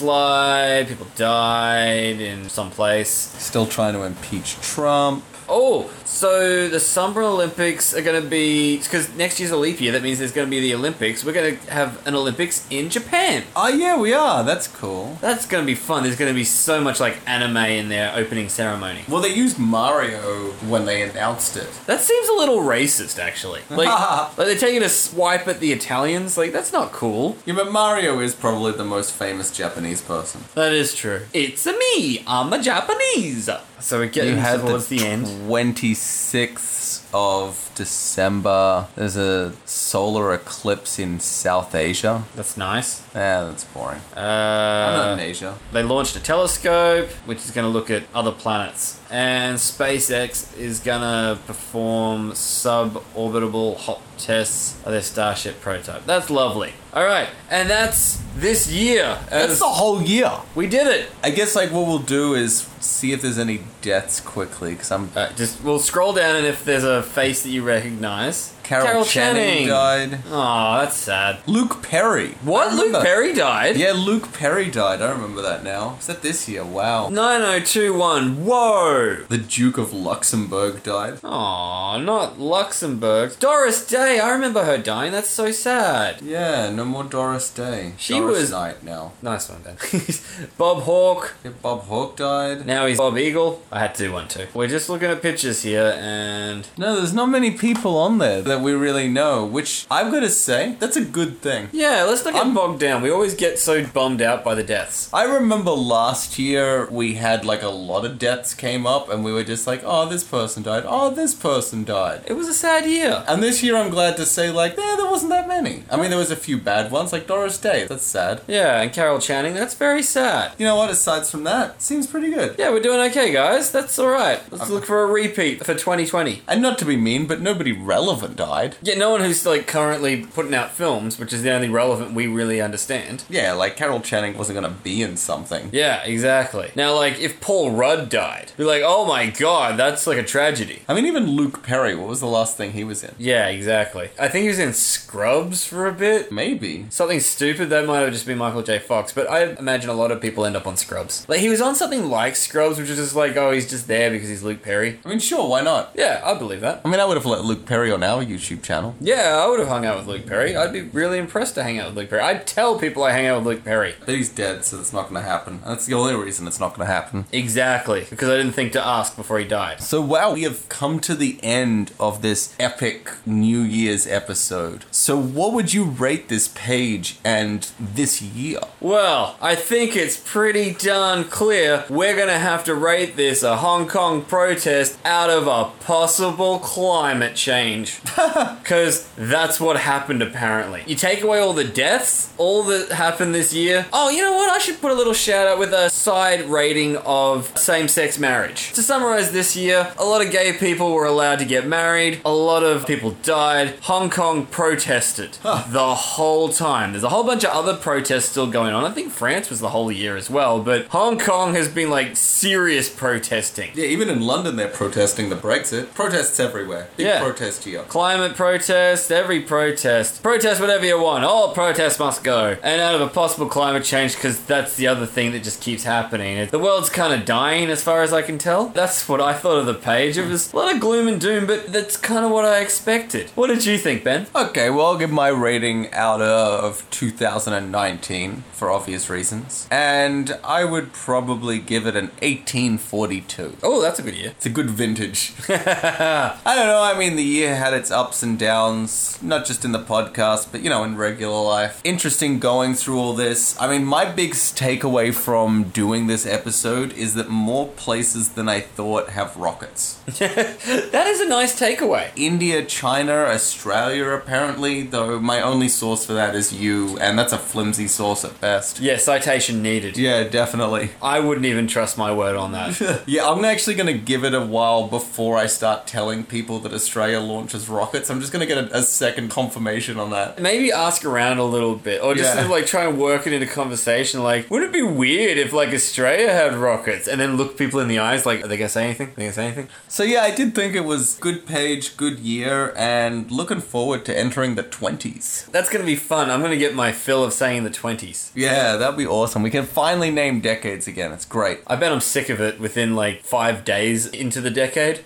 S2: landslide, people died in some place.
S1: Still trying to impeach Trump.
S2: Oh, so the Summer Olympics are going to be because next year's a leap year. That means there's going to be the Olympics. We're going to have an Olympics in Japan.
S1: Oh yeah, we are. That's cool.
S2: That's going to be fun. There's going to be so much like anime in their opening ceremony.
S1: Well, they used Mario when they announced it.
S2: That seems a little racist, actually. Like, like they're taking a swipe at the Italians. Like, that's not cool.
S1: Yeah, but Mario is probably the most famous Japanese person.
S2: That is true. It's a me. I'm a Japanese. So we're getting towards the, end.
S1: Twenty sixth of December. There's a solar eclipse in South Asia.
S2: That's nice.
S1: Yeah, that's boring. I'm not in
S2: Uh,
S1: Asia.
S2: they launched a telescope, which is going to look at other planets. And SpaceX is going to perform suborbital hop tests of their Starship prototype. That's lovely. All right. And that's this year.
S1: That's
S2: As
S1: the whole year.
S2: we did it.
S1: I guess like what we'll do is see if there's any deaths quickly because I'm
S2: All right, Uh, just we'll scroll down, and if there's a face that you recognize,
S1: Carol, Channing. died.
S2: Oh, that's sad.
S1: Luke Perry. I
S2: What? Luke
S1: remember-
S2: Perry died?
S1: Yeah, Luke Perry died. I remember that now. Is that this year? Wow.
S2: 9021. Whoa!
S1: The Duke of Luxembourg died.
S2: Aw, not Luxembourg. Doris Day, I remember her dying. That's so sad.
S1: Yeah, no more Doris Day.
S2: She
S1: Doris
S2: was-
S1: Knight now.
S2: Nice one, Dan. Bob Hawke.
S1: Yeah, Bob Hawke died.
S2: Now he's Bob Eagle. I had to do one too. We're just looking at pictures here, and
S1: No, there's not many people on there that that we really know, which I'm gonna say that's a good thing.
S2: Yeah, let's not get
S1: I'm-
S2: bogged down. We always get so bummed out by the deaths.
S1: I remember last year we had like a lot of deaths came up and we were just like, oh, this person died, oh, this person died.
S2: It was a sad year.
S1: And this year I'm glad to say like, yeah, there wasn't that many. I mean, there was a few bad ones like Doris Day. That's sad.
S2: Yeah, and Carol Channing, that's very sad.
S1: You know what? Aside from that, seems pretty good.
S2: Yeah, we're doing okay, guys. That's all right. Let's look for a repeat for 2020.
S1: And not to be mean, but nobody relevant died.
S2: Yeah, no one who's like currently putting out films, which is the only relevant we really understand.
S1: Yeah, like Carol Channing wasn't gonna be in something.
S2: Yeah, exactly. Now, like, if Paul Rudd died, you're like, oh my god, that's like a tragedy.
S1: I mean, even Luke Perry, what was the last thing he was in?
S2: Yeah, exactly. I think he was in Scrubs for a bit.
S1: Maybe.
S2: Something stupid, that might have just been Michael J. Fox, but I imagine a lot of people end up on Scrubs. Like, he was on something like Scrubs, which is just like, oh, he's just there because he's Luke Perry.
S1: I mean, sure, why not?
S2: Yeah, I believe that.
S1: I mean, I would have let Luke Perry on our YouTube channel.
S2: Yeah, I would have hung out with Luke Perry. I'd be really impressed to hang out with Luke Perry. I'd tell people I hang out with Luke Perry.
S1: But he's dead, so that's not going to happen. That's the only reason it's not going to happen.
S2: Exactly, because I didn't think to ask before he died.
S1: So, wow, we have come to the end of this epic New Year's episode. So, what would you rate this page and this year?
S2: Well, I think it's pretty darn clear we're gonna have to rate this a Hong Kong protest out of a possible climate change. Because that's what happened apparently. You take away all the deaths, all that happened this year. Oh, you know what? I should put a little shout out with a side rating of same sex marriage. To summarize this year, a lot of gay people were allowed to get married, a lot of people died. Hong Kong protested the whole time. There's a whole bunch of other protests still going on. I think France was the whole year as well, but Hong Kong has been like serious protesting.
S1: Yeah, even in London, they're protesting the Brexit. Protests everywhere. Big
S2: Yeah.
S1: protest year.
S2: Climate protest, every protest. Protest whatever you want. All protests must go. And out of a possible climate change, because that's the other thing that just keeps happening. The world's kind of dying, as far as I can tell. That's what I thought of the page. It was a lot of gloom and doom, but that's kind of what I expected. What did you think, Ben?
S1: Okay, well, I'll give my rating out of 2019 for obvious reasons. And I would probably give it an 1842.
S2: Oh, that's a good year.
S1: It's a good vintage. I don't know. I mean, the year had its ups and downs, not just in the podcast, but you know, in regular life. Interesting going through all this. I mean, my big takeaway from doing this episode is that more places than I thought have rockets.
S2: That is a nice takeaway.
S1: India, China, Australia, apparently, though my only source for that is you, and that's a flimsy source at best.
S2: Yeah, citation needed.
S1: Yeah, definitely.
S2: I wouldn't even trust my word on that.
S1: Yeah, I'm actually going to give it a while before I start telling people that Australia launches rockets. I'm just going to get a, a second confirmation on that.
S2: Maybe ask around a little bit, or just
S1: Yeah.
S2: like try and work it into conversation. Like, would it be weird if like Australia had rockets, and then look people in the eyes? Like, are they gonna say anything? Are they gonna say anything?
S1: So yeah, I did think it was good page, good year, and looking forward to entering the 20s.
S2: That's gonna be fun. I'm gonna get my fill of saying the twenties.
S1: Yeah, that'd be awesome. We can finally name decades again. It's great.
S2: I bet I'm sick of it within like five days into the decade.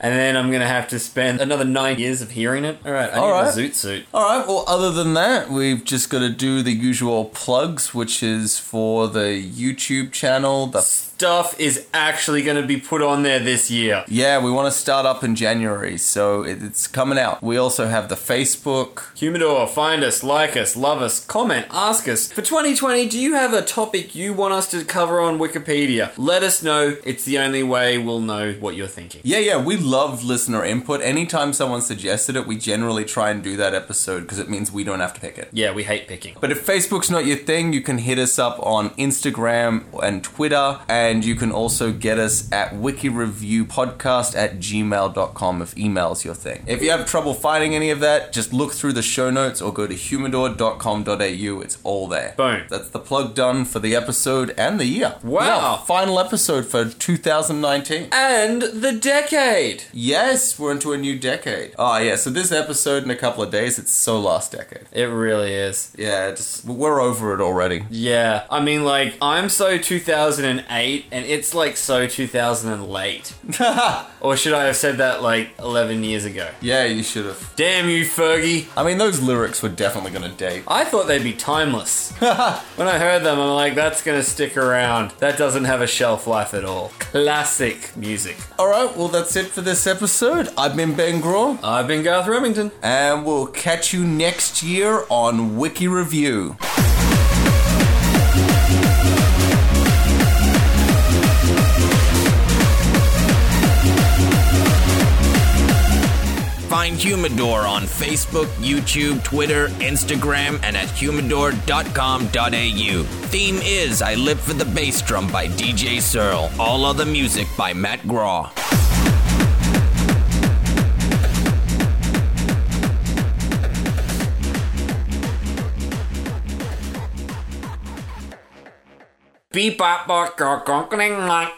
S2: And then I'm gonna have to spend another nine years of hearing it. All right, I
S1: All
S2: need
S1: right.
S2: a zoot suit.
S1: All right, well, other than that, we've just got to do the usual plugs, which is for the YouTube channel, the
S2: Stuff is actually gonna be put on there this year.
S1: Yeah, we want to start up in January, so it- it's coming out. We also have the Facebook,
S2: Humidor, find us, like us, love us, comment, ask us. For 2020, do you have a topic you want us to cover on Wikipedia? Let us know. It's the only way we'll know what you're thinking.
S1: Yeah, yeah, we love listener input. Anytime someone suggested it, we generally try and do that episode because it means we don't have to pick it.
S2: Yeah, we hate picking.
S1: But if Facebook's not your thing, you can hit us up on Instagram and Twitter, and you can also get us at wikireviewpodcast at gmail.com if email's your thing. If you have trouble finding any of that, just look through the show notes or go to humidor.com.au. It's all there.
S2: Boom.
S1: That's the plug done for the episode and the year.
S2: Wow.
S1: final episode for 2019.
S2: And the decade!
S1: Yes, we're into a new decade. Oh yeah, so this episode in a couple of days, it's so last decade.
S2: It really is.
S1: Yeah, just we're over it already.
S2: Yeah, I mean, like, I'm so 2008, and it's like so 2000 and late. or should I have said that like 11 years ago?
S1: yeah, you should have.
S2: Damn you, Fergie!
S1: I mean, those lyrics were definitely gonna date.
S2: I thought they'd be timeless. when I heard them, I'm like, that's gonna stick around. That doesn't have a shelf life at all. Classic music.
S1: All right, well that's it for
S4: this episode. I've been Ben Graw,
S2: I've been Garth Remington.
S4: and we'll catch you next year on Wiki Review.
S1: Find Humidor on Facebook, YouTube, Twitter, Instagram, and at humidor.com.au. Theme is I Live for the Bass Drum by DJ Searle. All other music by Matt Graw.
S2: Beep bop bop, gong, gong, gong, gong.